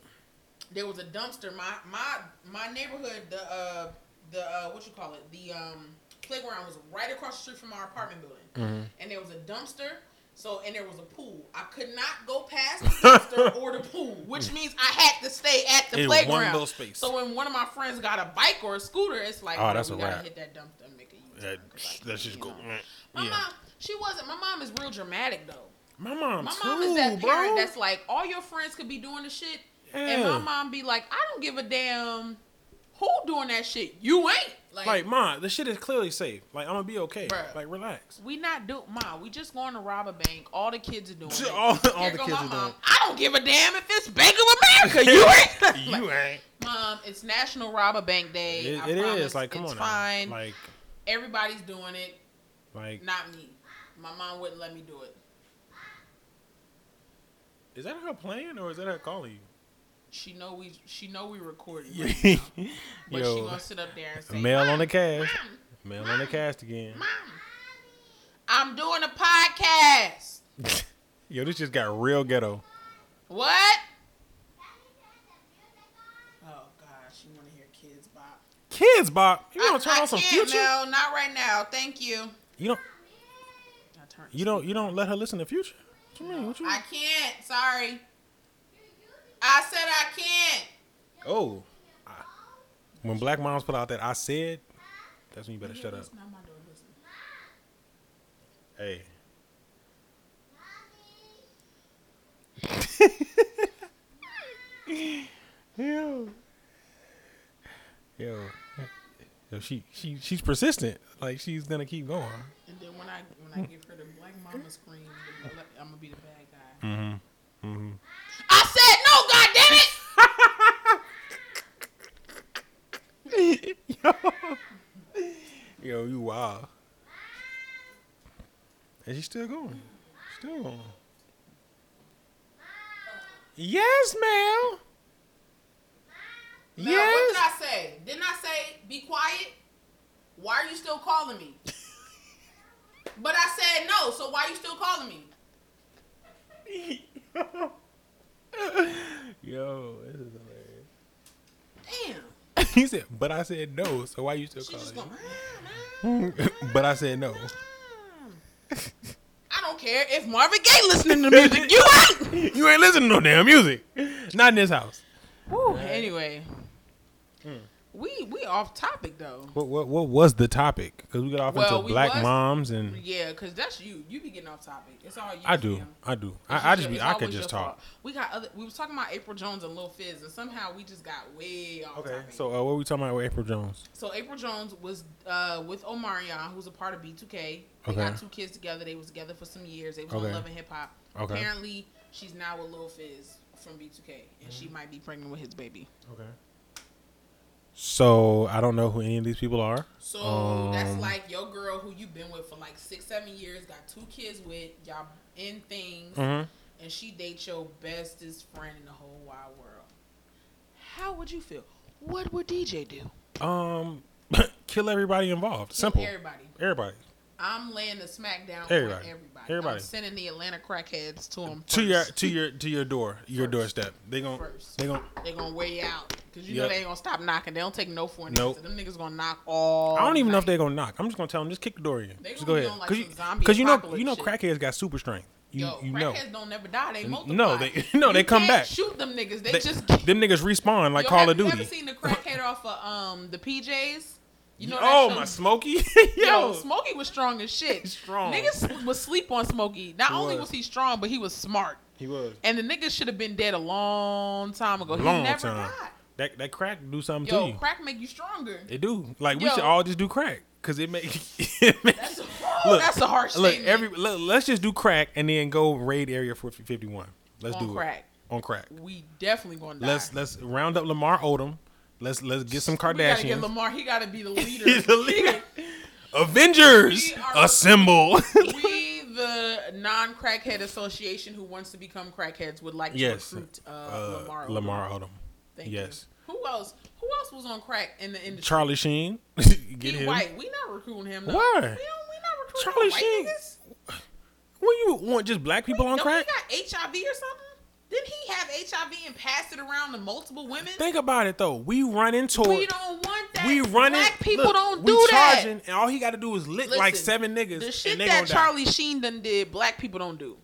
S3: There was a dumpster. My my my neighborhood. The uh the uh what you call it? The um playground was right across the street from our apartment building,
S2: Mm-hmm.
S3: and there was a dumpster. So and there was a pool. I could not go past the dumpster or the pool, which means I had to stay at the
S2: In one
S3: playground.
S2: little space.
S3: So when one of my friends got a bike or a scooter, it's like,
S2: Oh,
S3: "Bro,
S2: that's
S3: we
S2: a
S3: gotta
S2: wrap.
S3: hit that dumpster and make a U-turn,"
S2: That,
S3: 'cause, like,
S2: that's just
S3: you
S2: go.
S3: know. My
S2: Yeah.
S3: mom, she wasn't. My mom is real dramatic though.
S2: My mom,
S3: My
S2: too,
S3: mom is that
S2: bro.
S3: parent that's like, all your friends could be doing the shit, and
S2: Yeah.
S3: my mom be like, I don't give a damn who doing that shit. You ain't like,
S2: Like, mom, the shit is clearly safe. Like, I'm gonna be okay.
S3: Bruh.
S2: Like, relax.
S3: we not do, ma. We just going to rob a bank. All the kids are doing. it.
S2: All- all
S3: Here
S2: the
S3: go
S2: kids
S3: my
S2: are
S3: mom.
S2: doing it.
S3: I don't give a damn if it's Bank of America. You ain't. Like,
S2: You ain't.
S3: mom, it's National Rob a Bank Day.
S2: It,
S3: I
S2: it
S3: promise
S2: is. Like, come
S3: it's
S2: on. now.
S3: fine.
S2: Like,
S3: Everybody's doing it.
S2: like,
S3: Not me. My mom wouldn't let me do it.
S2: is that her playing or is that her calling
S3: She know we. She know we recording.
S2: you?
S3: But she
S2: Yo,
S3: gonna sit up there and say,
S2: mail on
S3: "Mom,
S2: the cast.
S3: Mom,
S2: Mail on the cast again.
S3: Mom, I'm doing a podcast.
S2: Yo, this just got real ghetto.
S3: What? Oh gosh, you want to hear kids bop?
S2: Kids, Bob. You
S3: I-
S2: don't turn
S3: I
S2: on some
S3: can't,
S2: future.
S3: No, not right now. Thank you.
S2: You don't.
S3: I turned.
S2: You don't. You don't let her listen to future. What you mean? What you?
S3: I can't. Sorry. I said I can't.
S2: oh. I- when Black Moms put out that I said, that's when you better
S3: Yeah,
S2: shut up.
S3: listen, I'm not doing this.
S2: Hey. Yo. Yo. Yo, she she she's persistent. Like she's gonna keep going.
S3: And then when I when I give her the black mama scream, I'm gonna be the bad guy.
S2: Mm-hmm. Mm-hmm.
S3: I said no. God damn it.
S2: Yo. Yo, you wild. And she's still going. Still going. Yes, ma'am.
S3: Now,
S2: Yes.
S3: What did I say? Didn't I say be quiet? Why are you still calling me? but I said no, so why are you still calling me?
S2: Yo, this is hilarious.
S3: Damn.
S2: he said, but I said no, so why you still
S3: She just
S2: calling?
S3: going,
S2: me?"
S3: "Mom,
S2: but I said no.
S3: mom, mom." I don't care if Marvin Gaye listening to music. You ain't.
S2: you ain't listening to no damn music. Not in this house.
S3: Whew, Anyway.
S2: Mm.
S3: We we off topic though.
S2: What what what was the topic? Because we got off
S3: Well,
S2: into
S3: we
S2: black
S3: was-
S2: moms and
S3: Yeah, cause that's you. You be getting off topic. It's all you.
S2: I do.
S3: Cam.
S2: I do.
S3: It's
S2: I, I just
S3: your-
S2: be.
S3: it's
S2: I could
S3: always
S2: just
S3: your
S2: talk.
S3: fault. We got other. We was talking about April Jones and Lil Fizz, and somehow we just got way off.
S2: Okay.
S3: topic.
S2: So uh, what we talking about with April Jones?
S3: So April Jones was uh, with Omarion, who's a part of B2K. They
S2: Okay.
S3: got two kids together. They was together for some years. They was
S2: Okay.
S3: on Love and Hip Hop.
S2: Okay.
S3: Apparently, she's now with Lil Fizz from B2K, and she might be pregnant with his baby.
S2: Okay. So I don't know who any of these people are.
S3: So
S2: Um,
S3: that's like your girl who you've been with for like six, seven years, got two kids with y'all in things,
S2: Mm-hmm.
S3: and she dates your bestest friend in the whole wide world. How would you feel? What would DJ do?
S2: Um, kill everybody involved. Simple.
S3: Everybody.
S2: Everybody.
S3: I'm laying the smack down on
S2: Everybody.
S3: everybody.
S2: Everybody.
S3: I'm sending the Atlanta crackheads to them.
S2: To your to your to your door. Your doorstep. They gon'
S3: First.
S2: They gon'
S3: They're going to weigh you out. Because you
S2: Yep.
S3: know they ain't going to stop knocking. They don't take no for an
S2: Nope.
S3: answer. Them niggas going to knock all.
S2: I don't even know if
S3: night.
S2: they're gonna knock. I'm just gonna tell them just kick the door in.
S3: They
S2: just go
S3: gonna be
S2: ahead.
S3: on, like,
S2: Cause
S3: some
S2: you-
S3: zombie
S2: you know
S3: apocalypse
S2: you know
S3: shit.
S2: crackheads got super strength. You
S3: Yo,
S2: you know.
S3: crackheads don't never die. They multiply.
S2: no, they- no, they
S3: You
S2: come
S3: can't
S2: back.
S3: Shoot them niggas. They,
S2: They-
S3: just.
S2: them niggas respawn like
S3: Yo,
S2: Call
S3: have
S2: of
S3: you
S2: Duty.
S3: ever seen the crackhead off of um the PJs? You know that
S2: oh
S3: show-
S2: my Smokey.
S3: Yo, Smokey was strong as shit.
S2: Strong.
S3: Niggas was sleep on Smokey. Not
S2: He
S3: only
S2: was.
S3: was he strong, but he was smart.
S2: he was.
S3: And the niggas should have been dead a long time ago. he
S2: long
S3: never
S2: time.
S3: died.
S2: That that crack do something to
S3: Yo,
S2: you.
S3: crack make you stronger.
S2: It do. Like we
S3: Yo.
S2: should all just do crack because it make. it make-
S3: That's a, that's a harsh
S2: Look,
S3: statement.
S2: every look, let's just do crack and then go raid area for fifty one. Let's
S3: On
S2: do
S3: crack.
S2: it on crack.
S3: we definitely going to die.
S2: Let's let's round up Lamar Odom. Let's let's get some
S3: we gotta get
S2: Kardashians.
S3: Lamar. He gotta be the leader.
S2: He's the leader.
S3: He-
S2: Avengers
S3: We are-
S2: assemble.
S3: we, the non-crackhead association who wants to become crackheads, would like
S2: yes,
S3: to recruit uh,
S2: uh,
S3: Lamar. Odom.
S2: Lamar Odom.
S3: Thank you.
S2: yes,
S3: Who else? Who else was on crack in the industry?
S2: Charlie Sheen. Get
S3: he
S2: him.
S3: white. We not recruiting him. No.
S2: Why?
S3: We don't, we not recruiting
S2: Charlie
S3: white
S2: Sheen
S3: niggas.
S2: What you want? Just black people on
S3: Don't
S2: crack?
S3: he got HIV or something? Didn't he have HIV and pass it around to multiple women?
S2: Think about it though. We run into
S3: we
S2: it.
S3: don't want that.
S2: We running.
S3: Black people
S2: look,
S3: don't
S2: we
S3: do
S2: charging,
S3: that.
S2: and all he got to do is lick like
S3: Listen,
S2: seven niggas,
S3: The shit
S2: and they
S3: that
S2: gonna die.
S3: Charlie Sheen done did, black people don't do.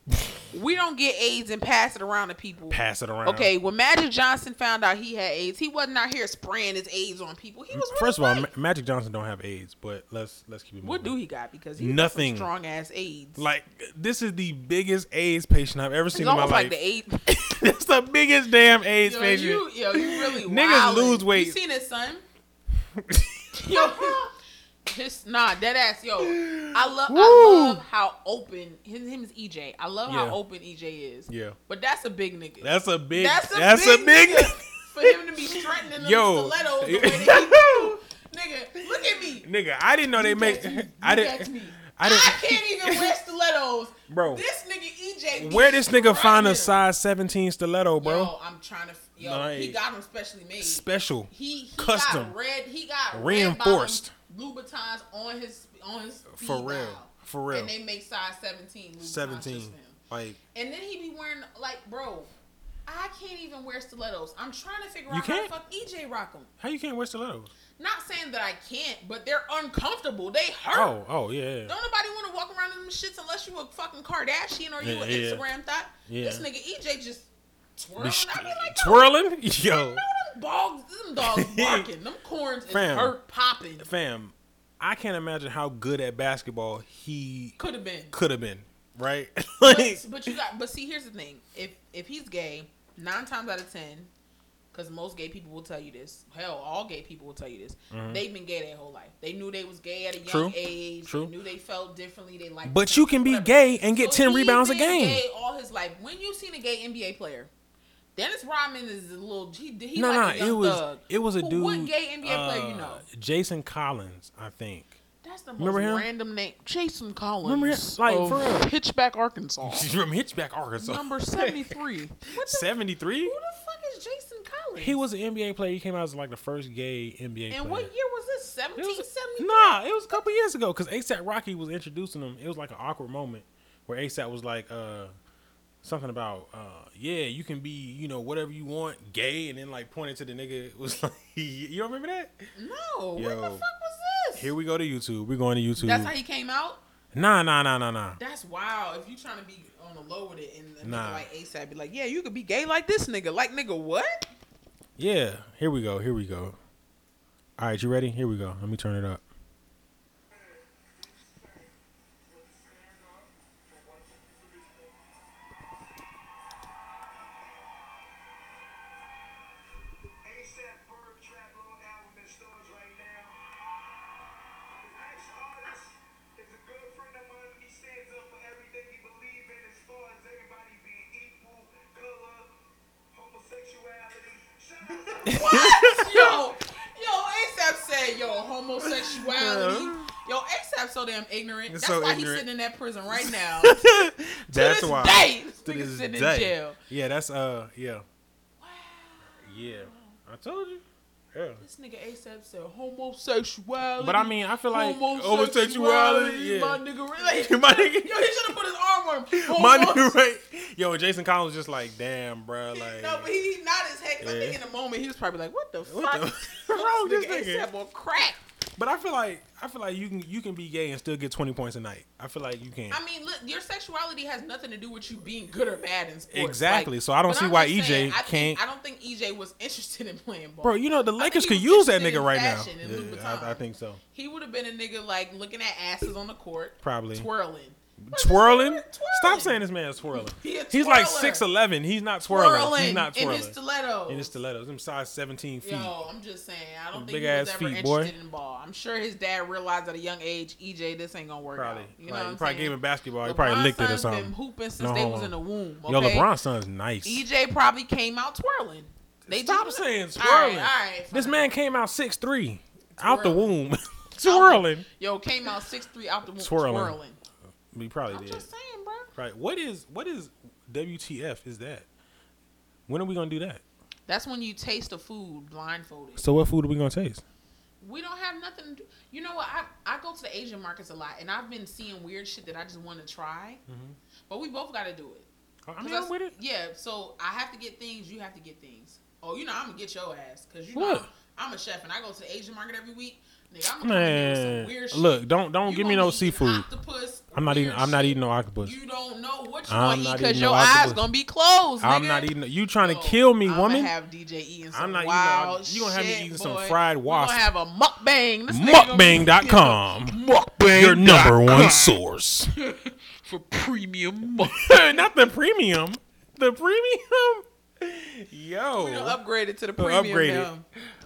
S3: we don't get AIDS and pass it around to people.
S2: pass it around.
S3: Okay, when Magic Johnson found out he had AIDS, he wasn't out here spraying his AIDS on people. He was
S2: Mm, First of all,
S3: really
S2: Ma- Magic Johnson don't have AIDS, but let's let's keep it.
S3: What
S2: moving.
S3: do he got? Because he nothing
S2: Nothing.
S3: strong ass AIDS.
S2: Like this is the biggest AIDS patient I've ever
S3: it's
S2: seen in my
S3: almost
S2: life.
S3: like the AIDS.
S2: That's the biggest damn AIDS
S3: yo,
S2: patient.
S3: you, yo, you really
S2: Niggas
S3: wildin'.
S2: lose weight.
S3: You seen his son? yo, his nah, dead ass. Yo, I love
S2: Woo.
S3: I love how open his him is EJ. I love
S2: Yeah.
S3: how open EJ is.
S2: Yeah.
S3: but that's a big nigga.
S2: That's a big.
S3: That's
S2: That's
S3: a
S2: a,
S3: big
S2: big.
S3: nigga. for him to be strutting in them
S2: Yo.
S3: stilettos the way that he do. Nigga, look at me.
S2: nigga, I didn't know they make.
S3: Catch me.
S2: I
S3: You catch
S2: didn't.
S3: me.
S2: I
S3: I
S2: didn't.
S3: can't even wear stilettos,
S2: Bro.
S3: This nigga EJ. be
S2: Where this nigga find
S3: strutting.
S2: a size 17 stiletto, bro?
S3: Yo, I'm trying to. Yo, he
S2: Like-
S3: got them specially made.
S2: Special.
S3: he he
S2: Custom.
S3: got red. He got
S2: Reinforced.
S3: red bottom Louboutins on his on his speed
S2: For real.
S3: dial.
S2: For real.
S3: And they make size 17. Louboutins 17.
S2: 17. Like
S3: And then he be wearing like, bro, I can't even wear stilettos. I'm trying to figure
S2: You
S3: out
S2: can't?
S3: how the fuck EJ rock them.
S2: how you can't wear stilettos?
S3: Not saying that I can't, but they're uncomfortable. They hurt.
S2: Oh, oh yeah. yeah.
S3: Don't nobody want to walk around in them shits unless you a fucking Kardashian or you
S2: Yeah,
S3: an
S2: yeah.
S3: Instagram thought.
S2: Yeah.
S3: This nigga EJ just twirling.
S2: Be sh-
S3: I be like, yo,
S2: twirling? Yo,
S3: them dogs, them dogs barking. them corns is
S2: Fam.
S3: hurt popping.
S2: fam, I can't imagine how good at basketball he
S3: Could have been.
S2: could have been. Right?
S3: But,
S2: like,
S3: but you got. But see, here's the thing. If if he's gay, nine times out of ten, because most gay people will tell you this. Hell, all gay people will tell you this. They've been gay their whole life. They knew they was gay at a young
S2: Mm-hmm. True.
S3: age.
S2: True.
S3: They knew they felt differently. They liked.
S2: but
S3: different-
S2: you can be
S3: whatever.
S2: gay and get
S3: So
S2: 10
S3: he
S2: rebounds a
S3: been
S2: game.
S3: Gay all his life. When you seen a gay NBA player, Dennis Rodman is a little. He, he
S2: No,
S3: like a
S2: no,
S3: young
S2: it was
S3: thug.
S2: it was a
S3: Who-
S2: dude.
S3: What gay NBA player you
S2: uh,
S3: know?
S2: Jason Collins, I think.
S3: That's the most
S2: remember him?
S3: random name. Jason Collins.
S2: Remember him? Like,
S3: of
S2: for real.
S3: Hitchback, Arkansas.
S2: He's from Hitchback, Arkansas.
S3: Number seventy three. What the
S2: 73?
S3: Who the fuck is Jason Collins?
S2: He was an NBA player. He came out as like the first gay NBA player.
S3: And what year was this?
S2: It
S3: Seventeen
S2: was,
S3: seventy.
S2: nah, it was a couple years ago because ASAP Rocky was introducing him. It was like an awkward moment where ASAP was like, uh, something about, uh, yeah, you can be, you know, whatever you want, gay, and then like pointed to the nigga. It was like, you don't remember that?
S3: No. What
S2: Yo.
S3: the fuck was this?
S2: Here we go to YouTube. We're going to YouTube.
S3: That's how he came out.
S2: nah, nah, nah, nah, nah.
S3: That's wild. If you trying to be on the low with it and a nigga
S2: Nah.
S3: like ASAP be like, yeah, you could be gay like this nigga. Like nigga, what?
S2: Yeah, here we go. Here we go. All right, you ready? Here we go. Let me turn it up.
S5: ASAP Ferg Trap Lord album in stores right now. The next artist is a good friend of mine. He stands up for everything he believes in as far as everybody being equal, color, homosexuality. Shout out to
S3: What? yo, yo, ASAP said yo homosexuality. Yo, ASAP so damn ignorant.
S2: He's
S3: That's
S2: so
S3: why he's
S2: ignorant.
S3: sitting in that prison right now.
S2: That's
S3: this
S2: why.
S3: day, this
S2: To
S3: nigga
S2: this
S3: sitting in
S2: day.
S3: jail.
S2: Yeah, that's uh, yeah. Yeah, I told you. Yeah.
S3: this nigga ASAP said homosexuality.
S2: But I mean, I feel like
S3: homosexuality.
S2: homosexuality.
S3: My
S2: Yeah.
S3: nigga, really.
S2: My nigga,
S3: Yo, he should have put his arm on him.
S2: my nigga, right? Yo, Jason Collins just like, damn, bro, like,
S3: No, but he not as heck. I
S2: Yeah.
S3: think in the moment he was probably like, "What the
S2: What
S3: fuck?"
S2: the- wrong with
S3: This
S2: this
S3: nigga
S2: nigga?
S3: ASAP on crack.
S2: but I feel like I feel like you can you can be gay and still get twenty points a night. I feel like you can.
S3: I mean, look, your sexuality has nothing to do with you being good or bad in sports.
S2: Exactly.
S3: Like,
S2: So I don't
S3: but
S2: see
S3: I'm
S2: why
S3: just
S2: EJ
S3: saying, I think-
S2: can't-
S3: I don't think EJ was interested in playing ball.
S2: Bro, you know the
S3: think
S2: Lakers
S3: he
S2: could
S3: was
S2: use that
S3: interested
S2: nigga
S3: in
S2: right now.
S3: fashion and Louis
S2: Yeah, I, I
S3: Vuitton.
S2: think so.
S3: he would have been a nigga like looking at asses on the court,
S2: Probably.
S3: twirling. What is
S2: Twirling?
S3: this nigga
S2: Stop saying this man's twirling.
S3: He a
S2: He's like
S3: twirler.
S2: six eleven. He's not twirling.
S3: twirling.
S2: He's not twirling.
S3: in his stilettos.
S2: in his stilettos, him size seventeen feet.
S3: Yo, I'm just saying. I don't think
S2: Big
S3: he was
S2: ass
S3: ever
S2: feet, boy.
S3: interested in ball. I'm sure his dad realized at a young age, EJ, this ain't gonna work
S2: probably.
S3: out. You
S2: You
S3: know, what I'm
S2: he probably
S3: saying?
S2: gave him basketball. he probably
S3: LeBron's
S2: licked it or
S3: son's Been
S2: something.
S3: hooping since
S2: No,
S3: they
S2: hold
S3: was
S2: on.
S3: in the womb. Okay?
S2: Yo, LeBron's son's nice.
S3: EJ probably came out twirling. They
S2: Stop
S3: just-
S2: saying
S3: All right,
S2: twirling.
S3: all right,
S2: This
S3: fine.
S2: man came out six three, out the
S3: Twirling.
S2: womb, twirling.
S3: yo came out six three out the womb twirling.
S2: Twirling. We probably
S3: I'm
S2: did.
S3: just saying, bro.
S2: Right. What is what is WTF? Is that? When are we gonna do that?
S3: That's when you taste the food blindfolded.
S2: So what food are we gonna taste?
S3: We don't have nothing to do. You know what? I, I go to the Asian markets a lot, and I've been seeing weird shit that I just want to try.
S2: Mm-hmm.
S3: But we both got to do it.
S2: I
S3: 'Cause
S2: mean,
S3: I
S2: I'm
S3: s-
S2: with it.
S3: Yeah, so I have to get things. You have to get things. Oh, you know I'm gonna get your ass because you know
S2: What?
S3: I'm, I'm a chef and I go to the Asian market every week. Nigga, I'm gonna come in there with some
S2: Man,
S3: weird shit.
S2: look, don't don't
S3: You
S2: give me
S3: gonna
S2: no
S3: be eating
S2: seafood.
S3: octopus,
S2: I'm not
S3: weird
S2: eating. I'm not
S3: shit.
S2: eating no octopus.
S3: You don't know what you're
S2: I'm
S3: gonna eat
S2: not
S3: because
S2: eating
S3: your
S2: no
S3: eyes
S2: octopus.
S3: gonna be closed.
S2: I'm
S3: nigga.
S2: not eating. You trying
S3: Oh,
S2: to kill me,
S3: I'ma
S2: woman?
S3: have DJ eating some
S2: I'm not eating no
S3: wild
S2: octopus. You gonna have me
S3: shit,
S2: eating some
S3: boy.
S2: fried wasp.
S3: We gonna have a mukbang. This nigga gonna be-
S2: Mukbang.com. Mukbang. Your number one source
S3: for premium. muk-
S2: Not the premium. The premium.
S3: we done
S2: Yo.
S3: upgraded to the
S2: We're
S3: premium.
S2: upgraded.
S3: now.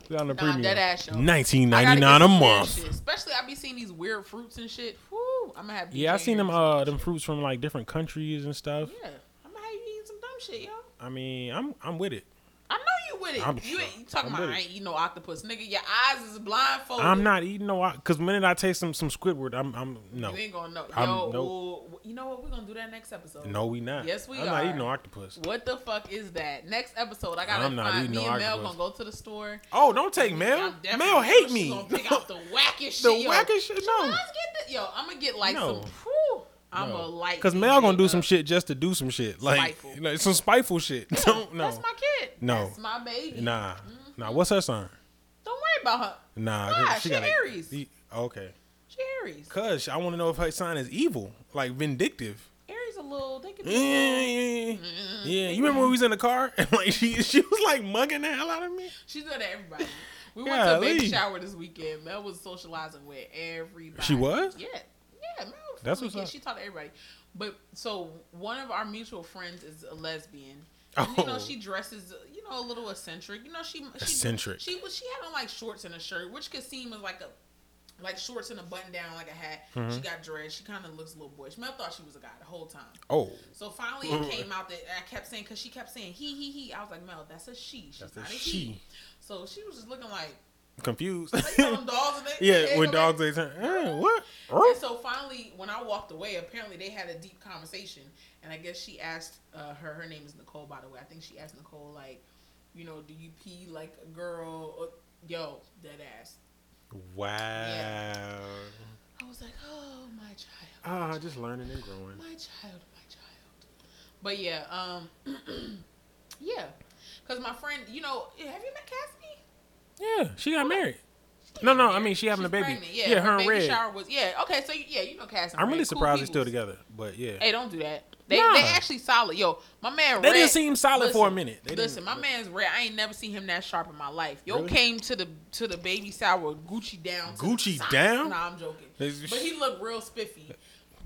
S2: We on the
S3: Nah, I'm dead ass, yo.
S2: Nineteen
S3: I gotta
S2: ninety nine
S3: get
S2: a
S3: some weird
S2: month.
S3: shit. Especially I be seeing these weird fruits and shit. Woo, I'm gonna have.
S2: Yeah, I
S3: DJ
S2: seen them
S3: here.
S2: uh them fruits from like different countries and stuff.
S3: yeah, I'm gonna have you eating some dumb shit, yo.
S2: I mean, I'm I'm with it.
S3: I know you with it.
S2: I'm
S3: you,
S2: sure.
S3: ain't you talking
S2: I'm
S3: about
S2: with
S3: I
S2: it.
S3: ain't eating no octopus, nigga. Your eyes is blindfolded.
S2: I'm not eating no because minute I taste some some Squidward, I'm I'm no
S3: You ain't gonna know.
S2: I'm-
S3: Yo,
S2: nope.
S3: ooh, you know what? We're gonna do that next episode.
S2: no we not.
S3: Yes, we
S2: I'm
S3: are.
S2: not eating no octopus.
S3: What the fuck is that? Next episode, I gotta
S2: I'm not
S3: find
S2: eating
S3: me
S2: no
S3: and Mel
S2: octopus.
S3: gonna go to the store.
S2: Oh, don't take Mel.
S3: I'm definitely-
S2: Mel hate
S3: she
S2: me.
S3: Gonna pick out the wackest
S2: The
S3: shit. yo.
S2: wackest shit. No.
S3: Let's get the, yo, I'm gonna get like
S2: No.
S3: some. Whew, I'm
S2: No.
S3: gonna like.
S2: Cause
S3: DJ
S2: Mel gonna do some
S3: up.
S2: shit just to do some shit, like
S3: Spiteful.
S2: you know, some spiteful shit. Don't no,
S3: That's my Mm-hmm. kid.
S2: No.
S3: That's my baby.
S2: nah, nah. What's her sign?
S3: Don't worry about her.
S2: Nah,
S3: Nah, she
S2: got e,
S3: Aries.
S2: okay,
S3: She Aries.
S2: cause I want to know if her sign is evil, like vindictive.
S3: Aries a little. They can
S2: Yeah, yeah,
S3: Mm-hmm.
S2: yeah. Mm-hmm. Yeah, you remember when we was in the car and like she she was like mugging the hell out of me.
S3: She's good to everybody. We went to a baby
S2: Golly.
S3: shower this weekend. Mel was socializing with everybody.
S2: She was?
S3: Yeah. Yeah, Mel was
S2: That's
S3: That's what
S2: what's up.
S3: She talked to everybody. But so one of our mutual friends is a lesbian.
S2: Oh.
S3: And, You know she dresses, you know, a little eccentric. You know she, she
S2: Eccentric.
S3: She was she had on like shorts and a shirt, which could seem as like a like shorts and a button down, like a hat.
S2: Mm-hmm.
S3: She got dreads. She kind of looks a little boyish. Mel thought she was a guy the whole time.
S2: Oh,
S3: So finally, it came out that I kept saying because she kept saying he he he. I was like, Mel, that's a she. She's
S2: That's a
S3: not a
S2: she.
S3: he. So she was just looking like
S2: confused.
S3: they call them dogs. And they,
S2: yeah,
S3: they
S2: when
S3: go back-
S2: dogs they turn. eh, what?
S3: And so finally, when I walked away, apparently they had a deep conversation, and I guess she asked uh, her. Her name is Nicole, by the way. I think she asked Nicole like, you know, do you pee like a girl? Or, yo, dead ass.
S2: Wow.
S3: I was like, oh my child.
S2: Ah, just learning and growing.
S3: My child, my child. But yeah, um, yeah, because my friend, you know, eh, have you met Cassidy?
S2: Yeah, she got married. No, no, I mean she having
S3: She's
S2: a baby.
S3: pregnant,
S2: Yeah, her, and
S3: baby
S2: Red.
S3: shower was yeah. Okay, so you, yeah, you know Cassidy.
S2: I'm really
S3: Red, cool
S2: surprised they're still together,
S3: peoples.
S2: but yeah.
S3: Hey, don't do that. They
S2: Nah.
S3: they actually solid. Yo, my man.
S2: They
S3: Red,
S2: didn't seem solid for a minute. They
S3: listen,
S2: didn't-
S3: my man's red. I ain't never seen him that sharp in my life. Yo
S2: Really?
S3: came to the to the baby sour with Gucci down. to the
S2: Gucci
S3: socks.
S2: down?
S3: Nah, I'm joking. But
S2: Is-
S3: he looked real spiffy.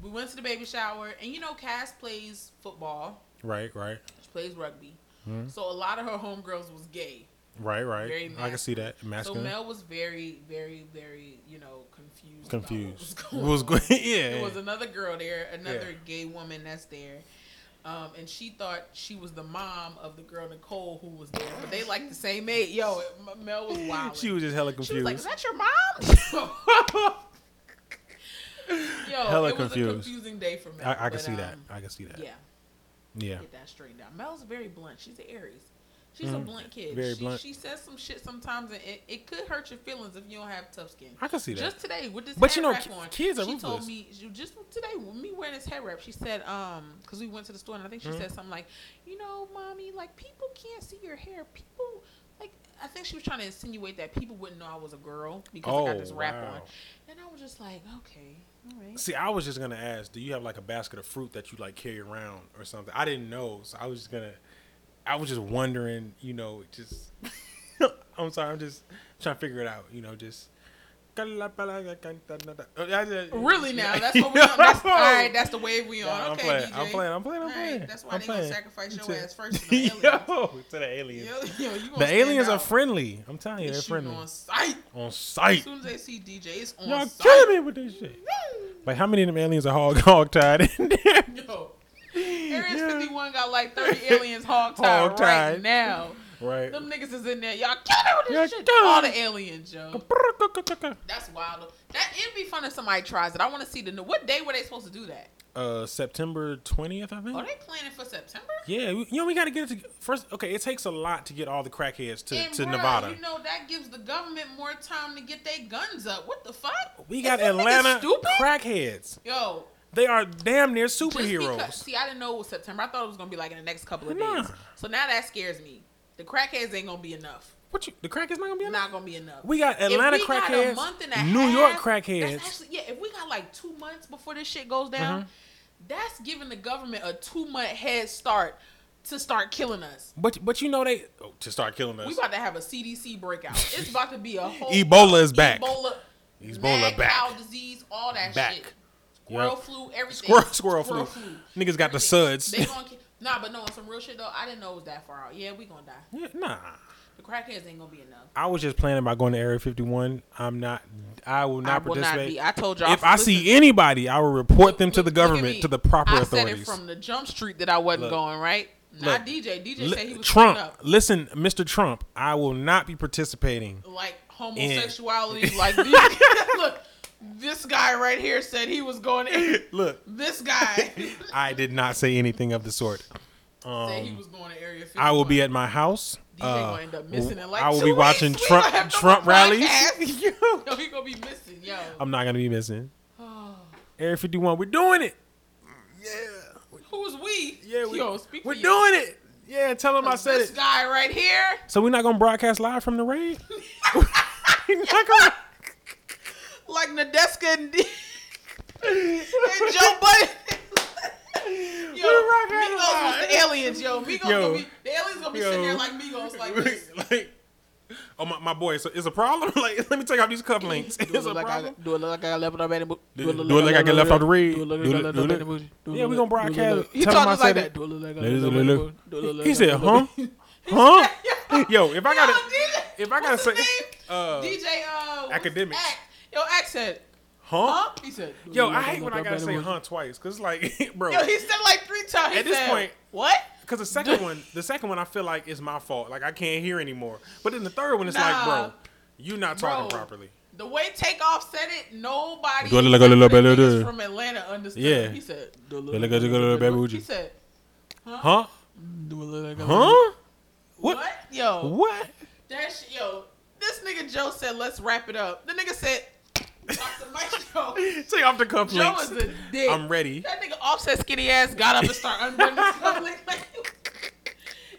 S3: We went to the baby shower, and you know Cass plays football.
S2: Right, right,
S3: She plays rugby.
S2: Mm-hmm.
S3: So a lot of her homegirls was gay.
S2: right,
S3: Very
S2: right. I can see
S3: masculine.
S2: that masculine.
S3: So Mel was very, very, very, you know, confused. about
S2: confused.
S3: What was going
S2: Was
S3: on.
S2: good. Yeah.
S3: There was another girl there, another
S2: Yeah.
S3: gay woman that's there. Um, and she thought she was the mom of the girl Nicole who was there, but they like the same age. Yo, M- Mel was wild.
S2: she was just hella
S3: She was like, "Is
S2: confused.
S3: that your mom?" Yo,
S2: Hella
S3: it was a
S2: confused.
S3: confusing day for Mel.
S2: I, I can
S3: but,
S2: see that.
S3: um,
S2: I can see that.
S3: Yeah,
S2: Yeah.
S3: get that straightened out. Mel's very blunt. She's an Aries. She's a blunt kid.
S2: Mm. Very
S3: she,
S2: blunt.
S3: She says some shit sometimes, and it, it could hurt your feelings if you don't have tough skin.
S2: I can see that.
S3: Just today with this
S2: But
S3: hair
S2: you know,
S3: wrap
S2: ki-
S3: on,
S2: kids are
S3: she told
S2: ruthless.
S3: me she- just today with me wearing this hair wrap. She said, um, because we went to the store and I think
S2: Mm-hmm.
S3: she said something like, you know, mommy, like people can't see your hair. People like I think she was trying to insinuate that people wouldn't know I was a girl because I got
S2: Oh,
S3: this wrap on.
S2: wow.
S3: And I was just like, okay, all right.
S2: See, I was just gonna ask, do you have like a basket of fruit that you like carry around or something? I didn't know, so I was just gonna, I was just wondering, you know, just. I'm sorry, I'm just trying to figure it out, you know, just. Really
S3: Really now, that's what we on. That's, all right, that's the wave we on.
S2: I'm
S3: okay,
S2: playing,
S3: DJ.
S2: I'm playing, I'm playing, I'm
S3: All right,
S2: playing.
S3: that's why
S2: I'm
S3: they gonna
S2: playing.
S3: sacrifice your
S2: To-
S3: ass first. To the aliens.
S2: Yo, to the aliens.
S3: Yo, yo, you gonna
S2: The aliens are
S3: stand out.
S2: friendly. I'm telling you,
S3: They
S2: they're
S3: shooting
S2: friendly.
S3: on sight.
S2: On
S3: As
S2: sight.
S3: soon as they see DJ, it's on
S2: Y'all
S3: sight.
S2: kill me with this shit. Like, how many of them aliens are hog hog tied in there?
S3: Yo, Area
S2: Yeah.
S3: 51 got like 30 aliens hog tied
S2: Hog-tied.
S3: right now.
S2: Right.
S3: Them niggas is in there. Y'all kill them
S2: Y'all
S3: with this shit.
S2: kill 'em.
S3: All the aliens, yo. That's wild. That it'd be fun if somebody tries it. I want to see the new. What day were they supposed to do that?
S2: Uh, September twentieth, I think.
S3: Are Oh, they planning for September?
S2: Yeah, we- you know we got to get it to, first. Okay, it takes a lot to get all the crackheads to,
S3: And
S2: to
S3: bruh,
S2: Nevada.
S3: You know that gives the government more time to get their guns up. What the fuck?
S2: we
S3: Is
S2: got
S3: that nigga
S2: Atlanta
S3: Stupid.
S2: crackheads.
S3: Yo,
S2: They are damn near
S3: just
S2: superheroes.
S3: Because, see, I didn't know it was September. I thought it was gonna be like in the next couple of
S2: Nah.
S3: days. So now that scares me. The crackheads ain't gonna be enough.
S2: what you? The crackheads not gonna be in
S3: Not gonna be enough.
S2: We got
S3: If
S2: Atlanta
S3: we got a
S2: crackheads,
S3: month and a
S2: New
S3: half,
S2: York
S3: that's
S2: crackheads. Mm-hmm.
S3: actually- yeah, if we got like two months before this shit goes down, that's giving the government a two month head start to start killing us.
S2: But but you know they oh, to start killing us.
S3: We about to have a CDC breakout. It's about to be a whole
S2: Ebola is back.
S3: Ebola,
S2: Ebola
S3: mad
S2: back.
S3: cow disease, all that
S2: Back.
S3: shit. Squirrel
S2: Yep.
S3: flu, everything.
S2: Squirrel- squirrel flu. Niggas got the suds.
S3: They gonna ki- nah, but no, on some real shit though. I didn't know it was that far out. Yeah, we gonna die.
S2: Yeah, nah,
S3: The crackheads ain't gonna be enough.
S2: I was just planning about going to Area 51. I'm not. I will not
S3: I will not
S2: participate.
S3: be. I told y'all.
S2: if I see anybody, I will report them to
S3: Look-
S2: the
S3: look at
S2: government,
S3: me.
S2: to the proper
S3: I
S2: authorities.
S3: said it from the jump street that I wasn't
S2: Look.
S3: going right. Not
S2: Look.
S3: DJ. DJ
S2: Li-
S3: said he was
S2: Trump,
S3: fucking up.
S2: listen, Mr. Trump, I will not be participating.
S3: like homosexuality. Like this, look, this guy right here said he was going. To,
S2: Look,
S3: this guy
S2: I did not say anything of the sort.
S3: said he was going to Area 51.
S2: Um, I will be at my house. uh,
S3: DJ gonna end up missing in like
S2: I will
S3: two
S2: be
S3: weeks.
S2: watching
S3: We
S2: Trump
S3: gonna have to
S2: Trump
S3: do a
S2: rallies.
S3: podcast.
S2: Yo,
S3: Yo, he gonna be missing. Yo,
S2: I'm not gonna be missing. Area 51, we're doing it.
S3: who's we?
S2: Yeah, we,
S3: Yo, speak
S2: we're
S3: for
S2: doing it. Yeah, tell him I
S3: This
S2: said it.
S3: guy right here.
S2: So we're not gonna broadcast live from the raid. We're not gonna-
S3: like Nadeska and, D- and Joe Budden. Yo,
S2: We're rocking
S3: Migos
S2: live.
S3: was the aliens, yo. Migos
S2: Yo.
S3: gonna be the aliens gonna be sitting
S2: Yo.
S3: there like Migos, like this.
S2: like, oh my, my boy, so it's a problem. Like, let me take off these cufflinks.
S3: Do it
S2: It's a
S3: look like I
S2: problem.
S3: do it look like I left on the
S2: Do it look like I get left off the read. Do it- do it- Yeah, we gonna broadcast.
S3: He
S2: Tell
S3: talked
S2: him I
S3: us like
S2: said
S3: that.
S2: it.
S3: Do it look like I
S2: Look, look,
S3: left on the
S2: look,
S3: bed? Do it look
S2: He
S3: like I
S2: said,
S3: left
S2: "Huh,
S3: on the bed?"
S2: huh."
S3: Yo,
S2: Yo, if I
S3: Yo,
S2: gotta,
S3: DJ
S2: if I gotta
S3: what's
S2: say,
S3: his name?
S2: uh,
S3: DJ, uh, what's
S2: academics.
S3: Ack? Yo, accent.
S2: huh?
S3: Huh? He said. do it
S2: Yo,
S3: look
S2: I
S3: like
S2: hate when I
S3: left
S2: gotta
S3: on the
S2: say
S3: bed?
S2: huh twice, cause it's like, bro,
S3: Yo, he said like three times. He
S2: At this
S3: said,
S2: point-
S3: what?
S2: cause the second one, the second one, I feel like is my fault. Like I can't hear anymore. But then the third one, it's like,
S3: Nah.
S2: bro, you not talking
S3: Bro.
S2: properly.
S3: The way Takeoff said it, nobody
S2: Do it like a little
S3: except the
S2: baby
S3: niggas
S2: do.
S3: from Atlanta understood.
S2: Yeah.
S3: He said, do
S2: it like a little baby do.
S3: He said,
S2: Huh?
S3: do it like a little
S2: Huh?
S3: What?
S2: What?
S3: Yo,
S2: What?
S3: that shit, yo. This nigga Joe said, let's wrap it up. The nigga said, Dr. Mike, yo.
S2: Take off the cufflinks.
S3: Joe is a dick.
S2: I'm ready.
S3: That nigga offset skinny ass got up and started unbuttoning his public.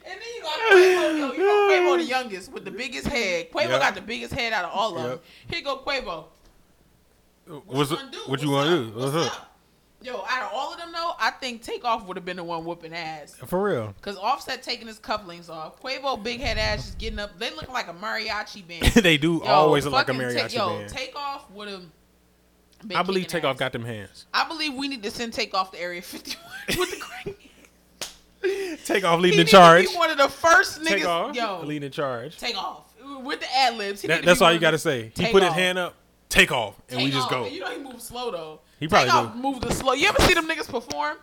S3: And then you got Quavo. Yo, you know Quavo the youngest with the biggest head. Quavo
S2: Yep.
S3: got the biggest head out of all of them.
S2: Yep.
S3: Here go Quavo.
S2: What's
S3: gonna do?
S2: what you
S3: What's
S2: gonna do? Uh-huh.
S3: up? What's up? Yo, out of all of them though, I think Takeoff would have been the one whooping ass.
S2: For real.
S3: Cause Offset taking his cufflinks off, Quavo big head ass just getting up. They look like a mariachi band.
S2: they do
S3: Yo,
S2: always look like a
S3: fucking Ta-
S2: mariachi
S3: yo,
S2: band.
S3: Takeoff would have.
S2: I believe Takeoff got them hands.
S3: I believe we need to send Takeoff to Area 51 with the crank.
S2: Takeoff
S3: He
S2: leading the
S3: need to
S2: charge.
S3: be one of the first niggas.
S2: Takeoff
S3: yo,
S2: leading the charge.
S3: Takeoff with the ad libs.
S2: That, that's all you gotta say. He put his
S3: Takeoff.
S2: hand up. Take off, and we just go.
S3: You know he moves slow though.
S2: He probably
S3: Takeoff
S2: do.
S3: move the slow. You ever see them niggas perform?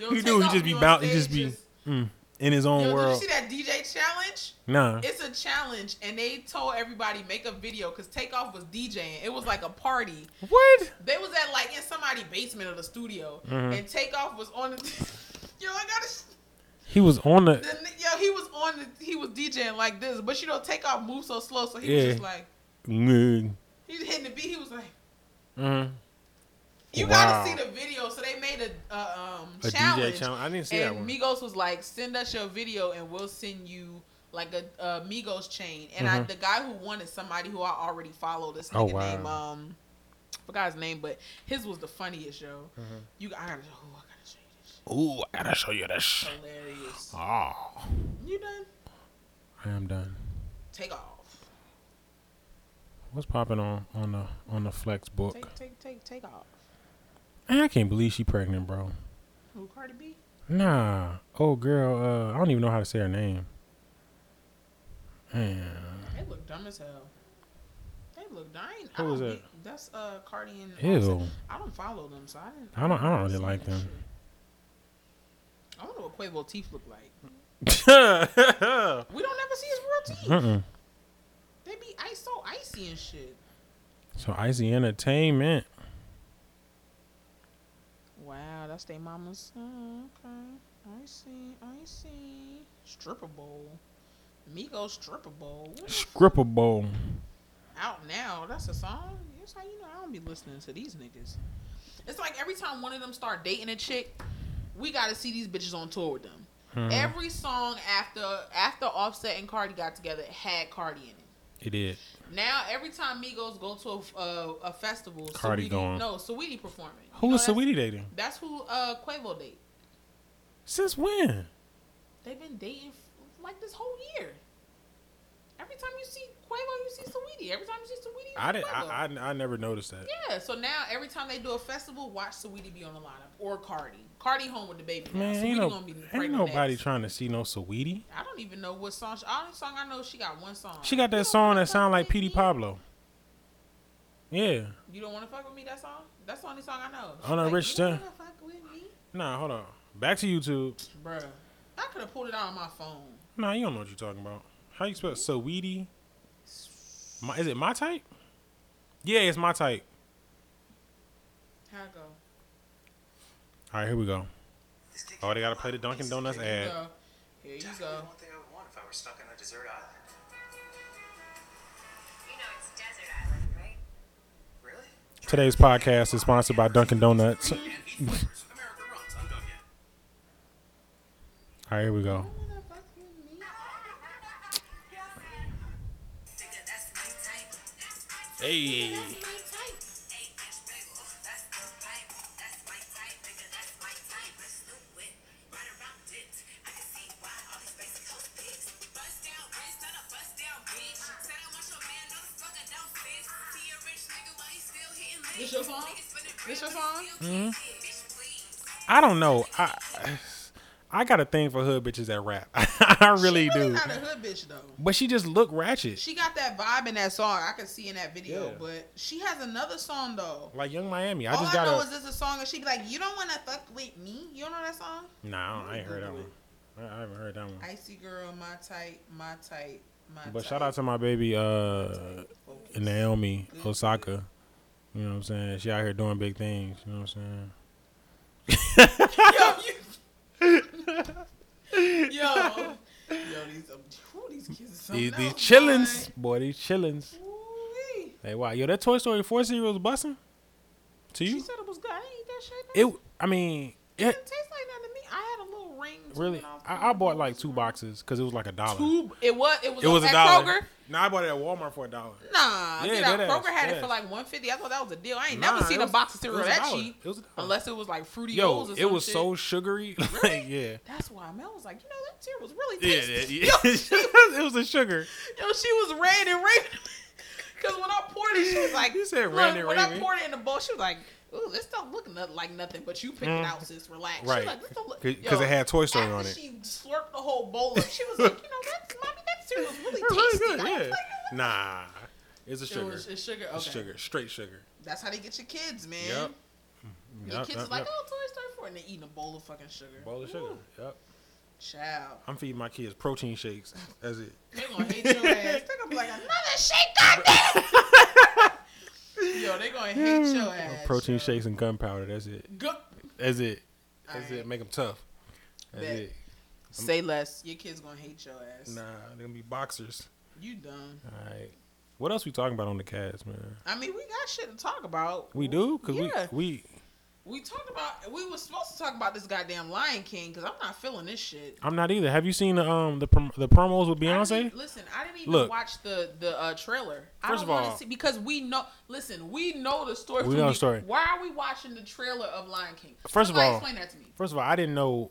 S3: Yo,
S2: He do. He
S3: Takeoff
S2: just be
S3: on
S2: bout. He
S3: stage
S2: just be mm, in his
S3: Yo,
S2: own
S3: did
S2: world.
S3: you see that DJ challenge?
S2: Nah.
S3: It's a challenge, and they told everybody make a video because Takeoff was DJing. It was like a party.
S2: What?
S3: They was at like in somebody's basement of the studio,
S2: Mm-hmm.
S3: and Takeoff was on the. yo, I gotta. sh-
S2: He was on the.
S3: The, ni- yo, he was on the. He was DJing like this, but you know, Takeoff moved so slow, so he
S2: Yeah.
S3: was just like
S2: Mm.
S3: he was hitting the beat. He was like.
S2: Mhm.
S3: You
S2: Wow.
S3: gotta see the video. So they made a, a um
S2: A
S3: challenge.
S2: DJ challenge. I didn't see that
S3: And
S2: one.
S3: Migos was like, send us your video and we'll send you like a, a Migos chain. And I, the guy who won is somebody who I already follow. This
S2: Mm-hmm. Oh,
S3: nigga
S2: wow.
S3: name, um, forgot his name, but his was the funniest, yo.
S2: Mm-hmm.
S3: You, I gotta, oh, I gotta show you
S2: Ooh, I gotta show you this.
S3: this. Hilarious.
S2: Oh, I
S3: You done?
S2: am done.
S3: Take off.
S2: What's popping on on the on the flex book?
S3: Take, take, take, take off.
S2: Man, I can't believe she pregnant, bro.
S3: Who, Cardi B?
S2: Nah. Oh, girl. Uh, I don't even know how to say her name.
S3: They look dumb as hell. They look dying.
S2: Who is that?
S3: That's uh, Cardi and
S2: Ew.
S3: I don't follow them, so I didn't.
S2: I don't- I don't really
S3: see
S2: like
S3: that
S2: them.
S3: shit. I wonder what Quavo teeth look like.
S2: I
S3: We don't ever see his real teeth. They be ice so icy and shit.
S2: so icy entertainment.
S3: Wow, that's their mama's. Oh, okay, I see, I see. Stripper bowl, Migos stripper bowl. What?
S2: Scripper bowl.
S3: Out now. That's a song. That's how you know I don't be listening to these niggas. It's like every time one of them start dating a chick, we gotta see these bitches on tour with them.
S2: Hmm.
S3: Every song after after Offset and Cardi got together had Cardi in it.
S2: It is.
S3: Now every time Migos go to a, a, a festival,
S2: Cardi
S3: Saweetie-
S2: gone.
S3: No, Saweetie performing.
S2: Who
S3: You
S2: is
S3: know, that's-
S2: Saweetie dating?
S3: That's who uh, Quavo date.
S2: Since when?
S3: They've been dating f- like this whole year. Every time you see Quavo, you see Saweetie. Every time you see Saweetie, you see
S2: I didn't.
S3: Quavo.
S2: I, I I never noticed that.
S3: yeah. So now every time they do a festival, watch Saweetie be on the lineup or Cardi. Cardi home with the baby. Now.
S2: Man, ain't,
S3: Saweetie
S2: no,
S3: gonna be
S2: ain't
S3: pregnant
S2: nobody
S3: next.
S2: trying to see no Saweetie.
S3: I don't even know what song. She, all the song I know, she got one song.
S2: She got
S3: You
S2: that
S3: don't
S2: song
S3: wanna
S2: that
S3: fuck
S2: sound like
S3: with
S2: Petey
S3: me?
S2: Pablo. Yeah.
S3: You don't want to fuck with me. That song. That's the only song I know.
S2: I know
S3: Like,
S2: Rich
S3: "You don't
S2: Dad.
S3: wanna fuck with me?"
S2: Nah, hold on. Back to YouTube.
S3: Bruh. I could have pulled it out on my phone.
S2: Nah, you don't know what you're talking about. How you spell Saweetie? My, is it my type? Yeah, it's my type.
S3: How it go?
S2: All right, here we go. Oh, they gotta play the Dunkin'
S6: Dunkin'
S2: Donuts
S3: Here you
S2: ad.
S3: go. Here you go.
S6: One thing I would want if I were stuck on a desert island.
S7: You know it's desert island, right?
S6: Really?
S2: Today's podcast is sponsored by Dunkin' Donuts. All
S6: And eat flavors. America runs on Dunkin'.
S2: right, here we go.
S3: You wanna fuck with me?
S7: Nigga, that's my type.
S2: Hey.
S7: Eight inch bagel, that's the pipe. That's my type, nigga, that's my type. Let's loop it, right around it. I can see why all these basic hoes pigs. Bust down, wrist, not a bust down, bitch. Said I want your man, motherfucker, don't fit. See a rich nigga while he's still hitting licks.
S3: This your Hmm? song?
S7: Niggas spinning
S3: This your
S7: bricks,
S3: song?
S7: still can't hit. Bitch, please.
S2: I don't know. I I got a thing for hood bitches that rap. I really
S3: she really
S2: do.
S3: Not a hood bitch though.
S2: But she just look ratchet.
S3: She got that vibe in that song. I could see in that video,
S2: Yeah.
S3: but she has another song though.
S2: Like Young Miami. I
S3: All
S2: just
S3: I know
S2: gotta.
S3: is this a song, and she be like, "You don't wanna fuck with me." You don't know that song?
S2: Nah, I, don't, I ain't heard that one. I, I haven't heard that one.
S3: Icy girl, my type, my type, my type.
S2: But shout out to my baby uh
S3: Focus.
S2: Naomi Osaka. You know what I'm saying? She out here doing big things. You know what I'm saying?
S3: yo, you, yo, yo, these um, whew, these kids. Are something
S2: These, these
S3: else,
S2: chillins, boy, these chillins.
S3: boy. Ooh-wee.
S2: Hey, wow, yo, that Toy Story four series was busting. To
S3: She
S2: you,
S3: said it was good. I didn't eat that shit. though.
S2: it. I mean,
S3: It
S2: it
S3: didn't taste like nothing to me. I had a little ring. to
S2: really.
S3: it off
S2: I, I
S3: the
S2: bought like
S3: box.
S2: two boxes because it was like a dollar.
S3: Two. It was. It was.
S2: It was a
S3: at
S2: dollar.
S3: Kroger.
S2: No, I bought it at Walmart for a dollar.
S3: Nah,
S2: Yeah,
S3: get out.
S2: deadass,
S3: Kroger had it for
S2: deadass.
S3: like one fifty. I thought that was a deal. I ain't
S2: Nah,
S3: never
S2: it
S3: seen
S2: was-
S3: a box of
S2: it
S3: cereal
S2: was a
S3: that
S2: dollar.
S3: cheap.
S2: It was a dollar.
S3: unless it was like fruity
S2: Yo,
S3: or
S2: it was
S3: shit.
S2: so sugary.
S3: Really?
S2: Like, yeah.
S3: That's why Mel was like, you know, that cereal was really
S2: Yeah,
S3: tasty.
S2: yeah, yeah. it was a sugar.
S3: Yo, she was red and raven. Because when I poured it, she was like,
S2: You said
S3: look,
S2: red and
S3: when I
S2: raven.
S3: poured it in the bowl, she was like, ooh, this don't look noth- like nothing, but you picked it out, sis. Relax. She was
S2: Mm. Right.
S3: like, this don't look.
S2: C-
S3: Yo,
S2: 'cause it had Toy Story
S3: after
S2: on it.
S3: She slurped the whole bowl up. She was like, you know, that's, mommy, that cereal was really tasty. I was like,
S2: Nah, it's a
S3: it
S2: sugar.
S3: was, it's sugar. Okay.
S2: It's sugar, straight sugar.
S3: That's how they get your kids, man.
S2: Yep.
S3: Your
S2: Yup,
S3: kids
S2: yup,
S3: is like,
S2: yup.
S3: oh, Toy Story 4, and they eating a bowl of fucking sugar.
S2: Bowl of sugar.
S3: Ooh,
S2: Yep.
S3: Child.
S2: I'm feeding my kids protein shakes. That's it.
S3: They gonna hate your ass. They gonna be like, another shake, goddamn! Yo, they gonna hate your ass.
S2: Protein
S3: yo.
S2: shakes and gunpowder. That's it.
S3: Go-
S2: That's it. That's
S3: Alright.
S2: it. Make them tough. That's
S3: Bet.
S2: it.
S3: Say less. Your kids gonna hate your ass.
S2: Nah, they're gonna be boxers.
S3: You dumb.
S2: All right. What else we talking about on the cast, man?
S3: I mean, we got shit to talk about.
S2: We do, cause
S3: Yeah.
S2: we we.
S3: We talked about. We was supposed to talk about this goddamn Lion King because I'm not feeling this shit.
S2: I'm not either. Have you seen the um the prom- the promos with
S3: I
S2: Beyonce?
S3: didn't- listen, I didn't even
S2: Look.
S3: watch the the uh, trailer. I
S2: First
S3: don't
S2: of
S3: wanna
S2: all-
S3: see, because we know. Listen, we know the story.
S2: We
S3: from
S2: know the
S3: the-
S2: story.
S3: Why are we watching the trailer of Lion King?
S2: First of
S3: Somebody
S2: all-
S3: explain that to me.
S2: First of all, I didn't know.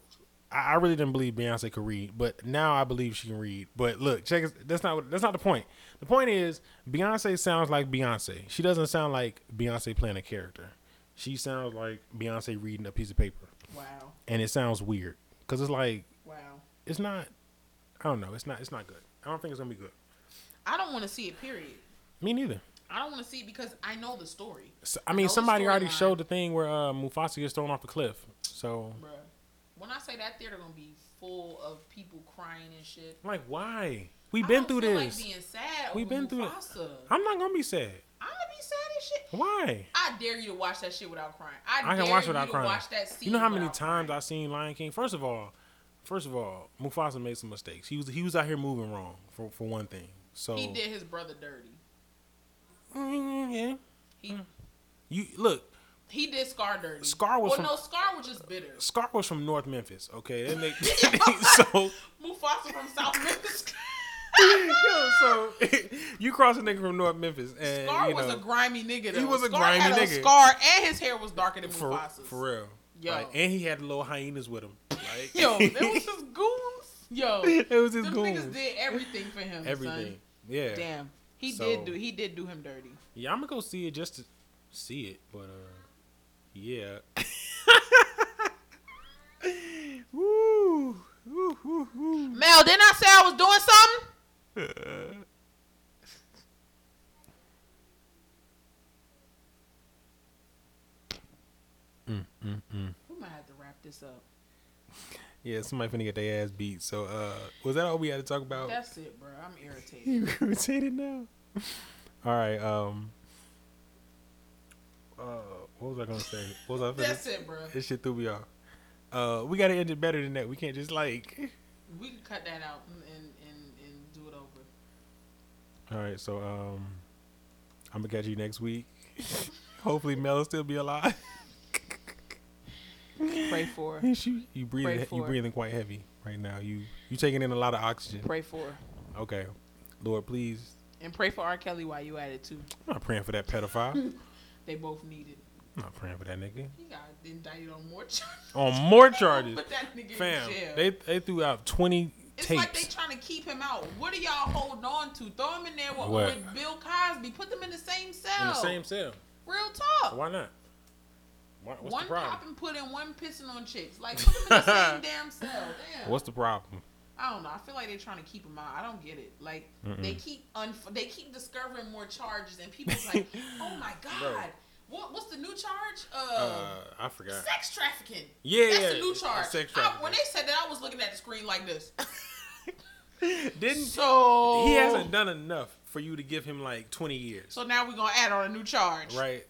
S2: I I really didn't believe Beyonce could read, but now I believe she can read. But look, check. this- That's not. what- That's not the point. The point is Beyonce sounds like Beyonce. She doesn't sound like Beyonce playing a character. She sounds like Beyonce reading a piece of paper,
S3: Wow,
S2: and it sounds weird because it's like
S3: wow.
S2: it's not. I don't know. It's not. It's not good. I don't think it's gonna be good.
S3: I don't want to see it. Period.
S2: Me neither.
S3: I don't want to see it because I know the story,
S2: So, I mean,
S3: the
S2: somebody already
S3: storyline.
S2: showed the thing where uh, Mufasa gets thrown off a cliff. So
S3: bruh. When I say that theater gonna be full of people crying and shit.
S2: Like, why? We've
S3: I
S2: been
S3: don't
S2: through
S3: feel
S2: this.
S3: Like being sad.
S2: We've been through it.
S3: it. I'm
S2: I'm not gonna be sad.
S3: gonna be sad as shit.
S2: Why?
S3: I dare you to watch that shit without crying. I,
S2: I
S3: dare
S2: can watch
S3: you
S2: without
S3: to
S2: crying.
S3: Watch that scene
S2: you know how many
S3: without
S2: times I've seen Lion King. First of all, first of all, Mufasa made some mistakes. He was he was out here moving wrong for for one thing. So
S3: crying. he did his brother dirty.
S2: Mm, yeah.
S3: He
S2: You look.
S3: he did Scar dirty.
S2: Scar was
S3: well,
S2: from-
S3: no, Scar was just bitter.
S2: Scar was from North Memphis. Okay, and they, so
S3: Mufasa from South Memphis.
S2: yo, so you cross a nigga from North Memphis, and
S3: Scar
S2: you know,
S3: was a grimy nigga. Though.
S2: he was a
S3: Scar
S2: grimy
S3: had
S2: nigga.
S3: Scar and his hair was darker than
S2: for,
S3: Mufasa's.
S2: for real.
S3: Yo.
S2: Like, and he had little hyenas with him. Like,
S3: Yo, there was his goons. Yo,
S2: it was his
S3: them
S2: goons.
S3: niggas did everything for him.
S2: Everything.
S3: Son.
S2: Yeah.
S3: Damn, he
S2: So-
S3: did do. He did do him dirty.
S2: Yeah, I'm gonna go see it just to see it, but uh, yeah. woo, woo, woo, woo.
S3: Mel, didn't I say I was doing something? Mm, We might have to wrap this up.
S2: Yeah, somebody finna get their ass beat. So, uh, was that all we had to talk about?
S3: That's it, bro. I'm irritated.
S2: You irritated now? All right. Um. Uh, what was I gonna say? What was I? Finna,
S3: That's it, bro.
S2: This shit threw me off. Uh, we gotta end it better than that. We can't just like.
S3: We can cut that out and and, and, and do it over.
S2: All right. So, um, I'm gonna catch you next week. Hopefully, Mel will still be alive.
S3: Pray for.
S2: And she, you
S3: Pray
S2: breathing,
S3: for
S2: you
S3: it.
S2: breathing quite heavy right now. You you taking in a lot of oxygen.
S3: Pray for.
S2: Okay, Lord, please.
S3: And pray for R. Kelly while you at it too.
S2: I'm not praying for that pedophile. I'm
S3: They both need it.
S2: not praying for that nigga.
S3: He got indicted on more charges.
S2: On more charges,
S3: Put that nigga
S2: fam.
S3: in jail.
S2: They they threw out 20
S3: it's
S2: tapes.
S3: like they trying to keep him out. What do y'all hold on to? Throw him in there with,
S2: What?
S3: with Bill Cosby. Put them in the same cell.
S2: in the same cell.
S3: Real talk.
S2: Why not? Why, what's
S3: one
S2: the problem?
S3: popping put in one pissing on chicks. Like put them in the same damn cell. Damn.
S2: What's the problem?
S3: I don't know. I feel like they're trying to keep him out. I don't get it. Like they keep unf- they keep discovering more charges, and people's like, oh my god,
S2: Bro.
S3: what what's the new charge? Oh. Um,
S2: Uh, I forgot.
S3: Sex trafficking.
S2: Yeah,
S3: that's
S2: yeah,
S3: the
S2: yeah,
S3: new charge.
S2: sex
S3: I,
S2: trafficking.
S3: when they said that, I was looking at the screen like this.
S2: Didn't
S3: So
S2: he hasn't done enough for you to give him like 20 years,
S3: So now we're gonna add on a new charge.
S2: right?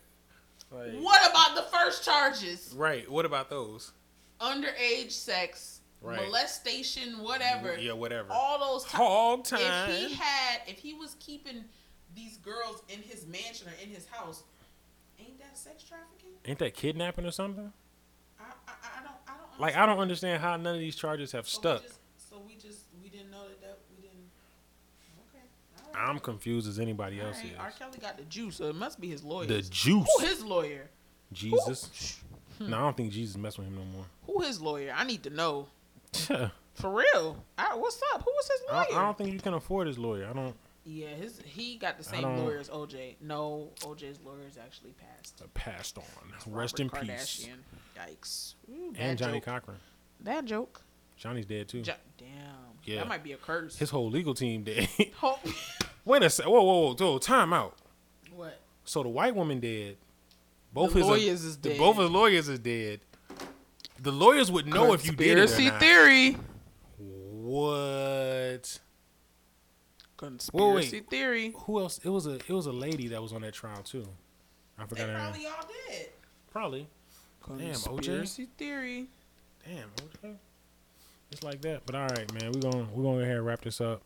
S2: Like,
S3: What about the first charges?
S2: Right. What about those?
S3: Underage sex,
S2: Right.
S3: molestation, whatever.
S2: Yeah, whatever.
S3: All those. ti-
S2: Hog time.
S3: if he had, if he was keeping these girls in his mansion or in his house, ain't that sex trafficking?
S2: Ain't that kidnapping or something?
S3: I, I, I don't, I don't.
S2: Like I don't understand how none of these charges have
S3: So we
S2: stuck.
S3: just- So we just, we didn't know that. that we didn't. Okay. All right.
S2: I'm confused as anybody
S3: All
S2: else
S3: right. R. Kelly got the juice, so it must be his lawyer.
S2: is. The juice,
S3: Who his lawyer?
S2: Jesus. No, I don't think Jesus messed with him no more.
S3: Who his lawyer? I need to know.
S2: I,
S3: For real. I, what's up? Who was his lawyer?
S2: I don't think you can afford his lawyer. I don't
S3: Yeah, his he got the
S2: I
S3: same
S2: don't-
S3: lawyer as OJ. No, OJ's lawyers actually passed.
S2: passed on. Uh, Rest
S3: Robert
S2: in peace.
S3: Kardashian. Yikes. Ooh, bad
S2: And Johnny
S3: joke.
S2: Cochran.
S3: Bad joke.
S2: Johnny's dead too.
S3: Jo- Damn.
S2: Yeah.
S3: That might be a curse.
S2: His whole legal team dead.
S3: Ho-
S2: Wait a sec. Whoa, whoa, whoa, whoa. Time out.
S3: what?
S2: So the white woman dead. Both
S3: The
S2: his
S3: lawyers is
S2: the-
S3: dead.
S2: Both his lawyers is dead. The lawyers would know if you did it or
S3: Conspiracy
S2: not.
S3: theory.
S2: What?
S3: Conspiracy theory.
S2: Who else? It was a it was a lady that was on that trial too. I
S3: They
S2: forgot her name.
S3: probably all did.
S2: Probably. OJ.
S3: Conspiracy theory.
S2: Damn. Okay. It's like that. But all right, man. We gonna we gonna go ahead and wrap this up.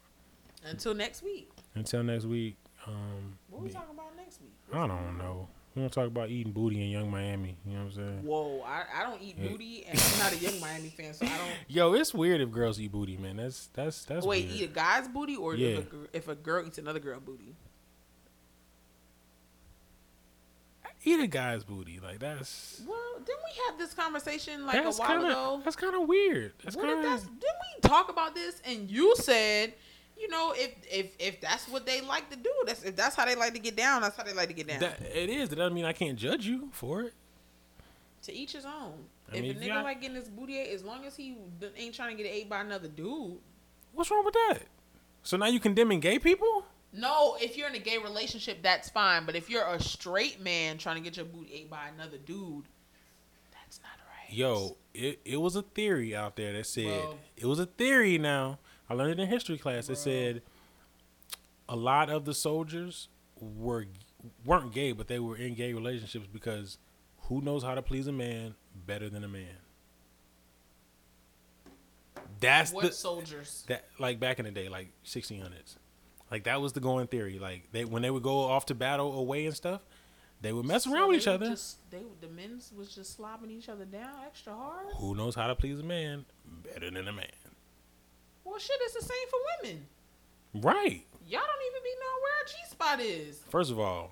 S3: Until next week.
S2: Until next week. Um,
S3: What we talking about next week?
S2: I don't know. We gonna talk about eating booty in Young Miami. You know what I'm saying?
S3: Whoa, I, I don't eat
S2: Yeah.
S3: booty and I'm not a young Miami fan, so I don't
S2: Yo, it's weird if girls eat booty, man. That's that's that's
S3: Wait,
S2: weird.
S3: eat a guy's booty or if,
S2: Yeah.
S3: a, gr- if a girl eats another girl booty?
S2: Eat a guy's booty like that's
S3: Well, didn't we have this conversation like
S2: that's
S3: a while
S2: kind
S3: ago?
S2: of that's kind of weird. That's
S3: What if
S2: kind
S3: that's,
S2: of
S3: didn't we talk about this? And you said, you know, if if if that's what they like to do, that's if that's how they like to get down, that's how they like to get down.
S2: that it is. That doesn't mean I can't judge you for it.
S3: to each his own.
S2: I
S3: if
S2: mean,
S3: a
S2: if
S3: nigga
S2: you got-
S3: like getting his booty ate, as long as he d- ain't trying to get it ate by another dude.
S2: What's wrong with that? So now you condemning gay people?
S3: No, if you're in a gay relationship, that's fine. But if you're a straight man trying to get your booty ate by another dude, that's not right. facts.
S2: Yo, it, it was a theory out there that said
S3: Bro.
S2: it was a theory. Now I learned it in history class. It said a lot of the soldiers were weren't gay, but they were in gay relationships because who knows how to please a man better than a man? That's
S3: what
S2: the
S3: soldiers?
S2: that like back in the day, like 1600s, like that was the going theory. Like they when they would go off to battle away and stuff, they would mess around
S3: So
S2: with
S3: they
S2: each
S3: were
S2: other.
S3: Just, they the men was just slobbing each other down extra hard.
S2: Who knows how to please a man better than a man?
S3: Well, shit, it's the same for women.
S2: Right.
S3: Y'all don't even be knowing where a G spot is.
S2: First of all,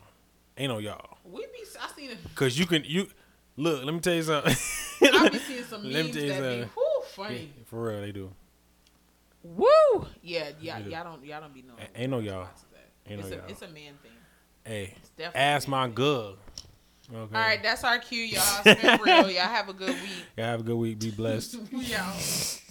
S2: ain't no y'all,
S3: We be I seen it.
S2: cause you can you look. Let me tell you something.
S3: I be seeing some
S2: Let me
S3: memes
S2: tell you
S3: that be
S2: something.
S3: whew, funny.
S2: For real, they do.
S3: Woo! Yeah, yeah,
S2: do.
S3: y'all don't y'all don't be knowing.
S2: A- ain't no y'all.
S3: response to that.
S2: Ain't no
S3: it's, a,
S2: y'all.
S3: it's a man thing.
S2: Hey,
S3: It's definitely
S2: ask
S3: a
S2: my
S3: man thing.
S2: gug. Okay.
S3: All right, that's our cue, y'all. It's been real. Y'all have a good week.
S2: Y'all have a good week. Be blessed.
S3: we out.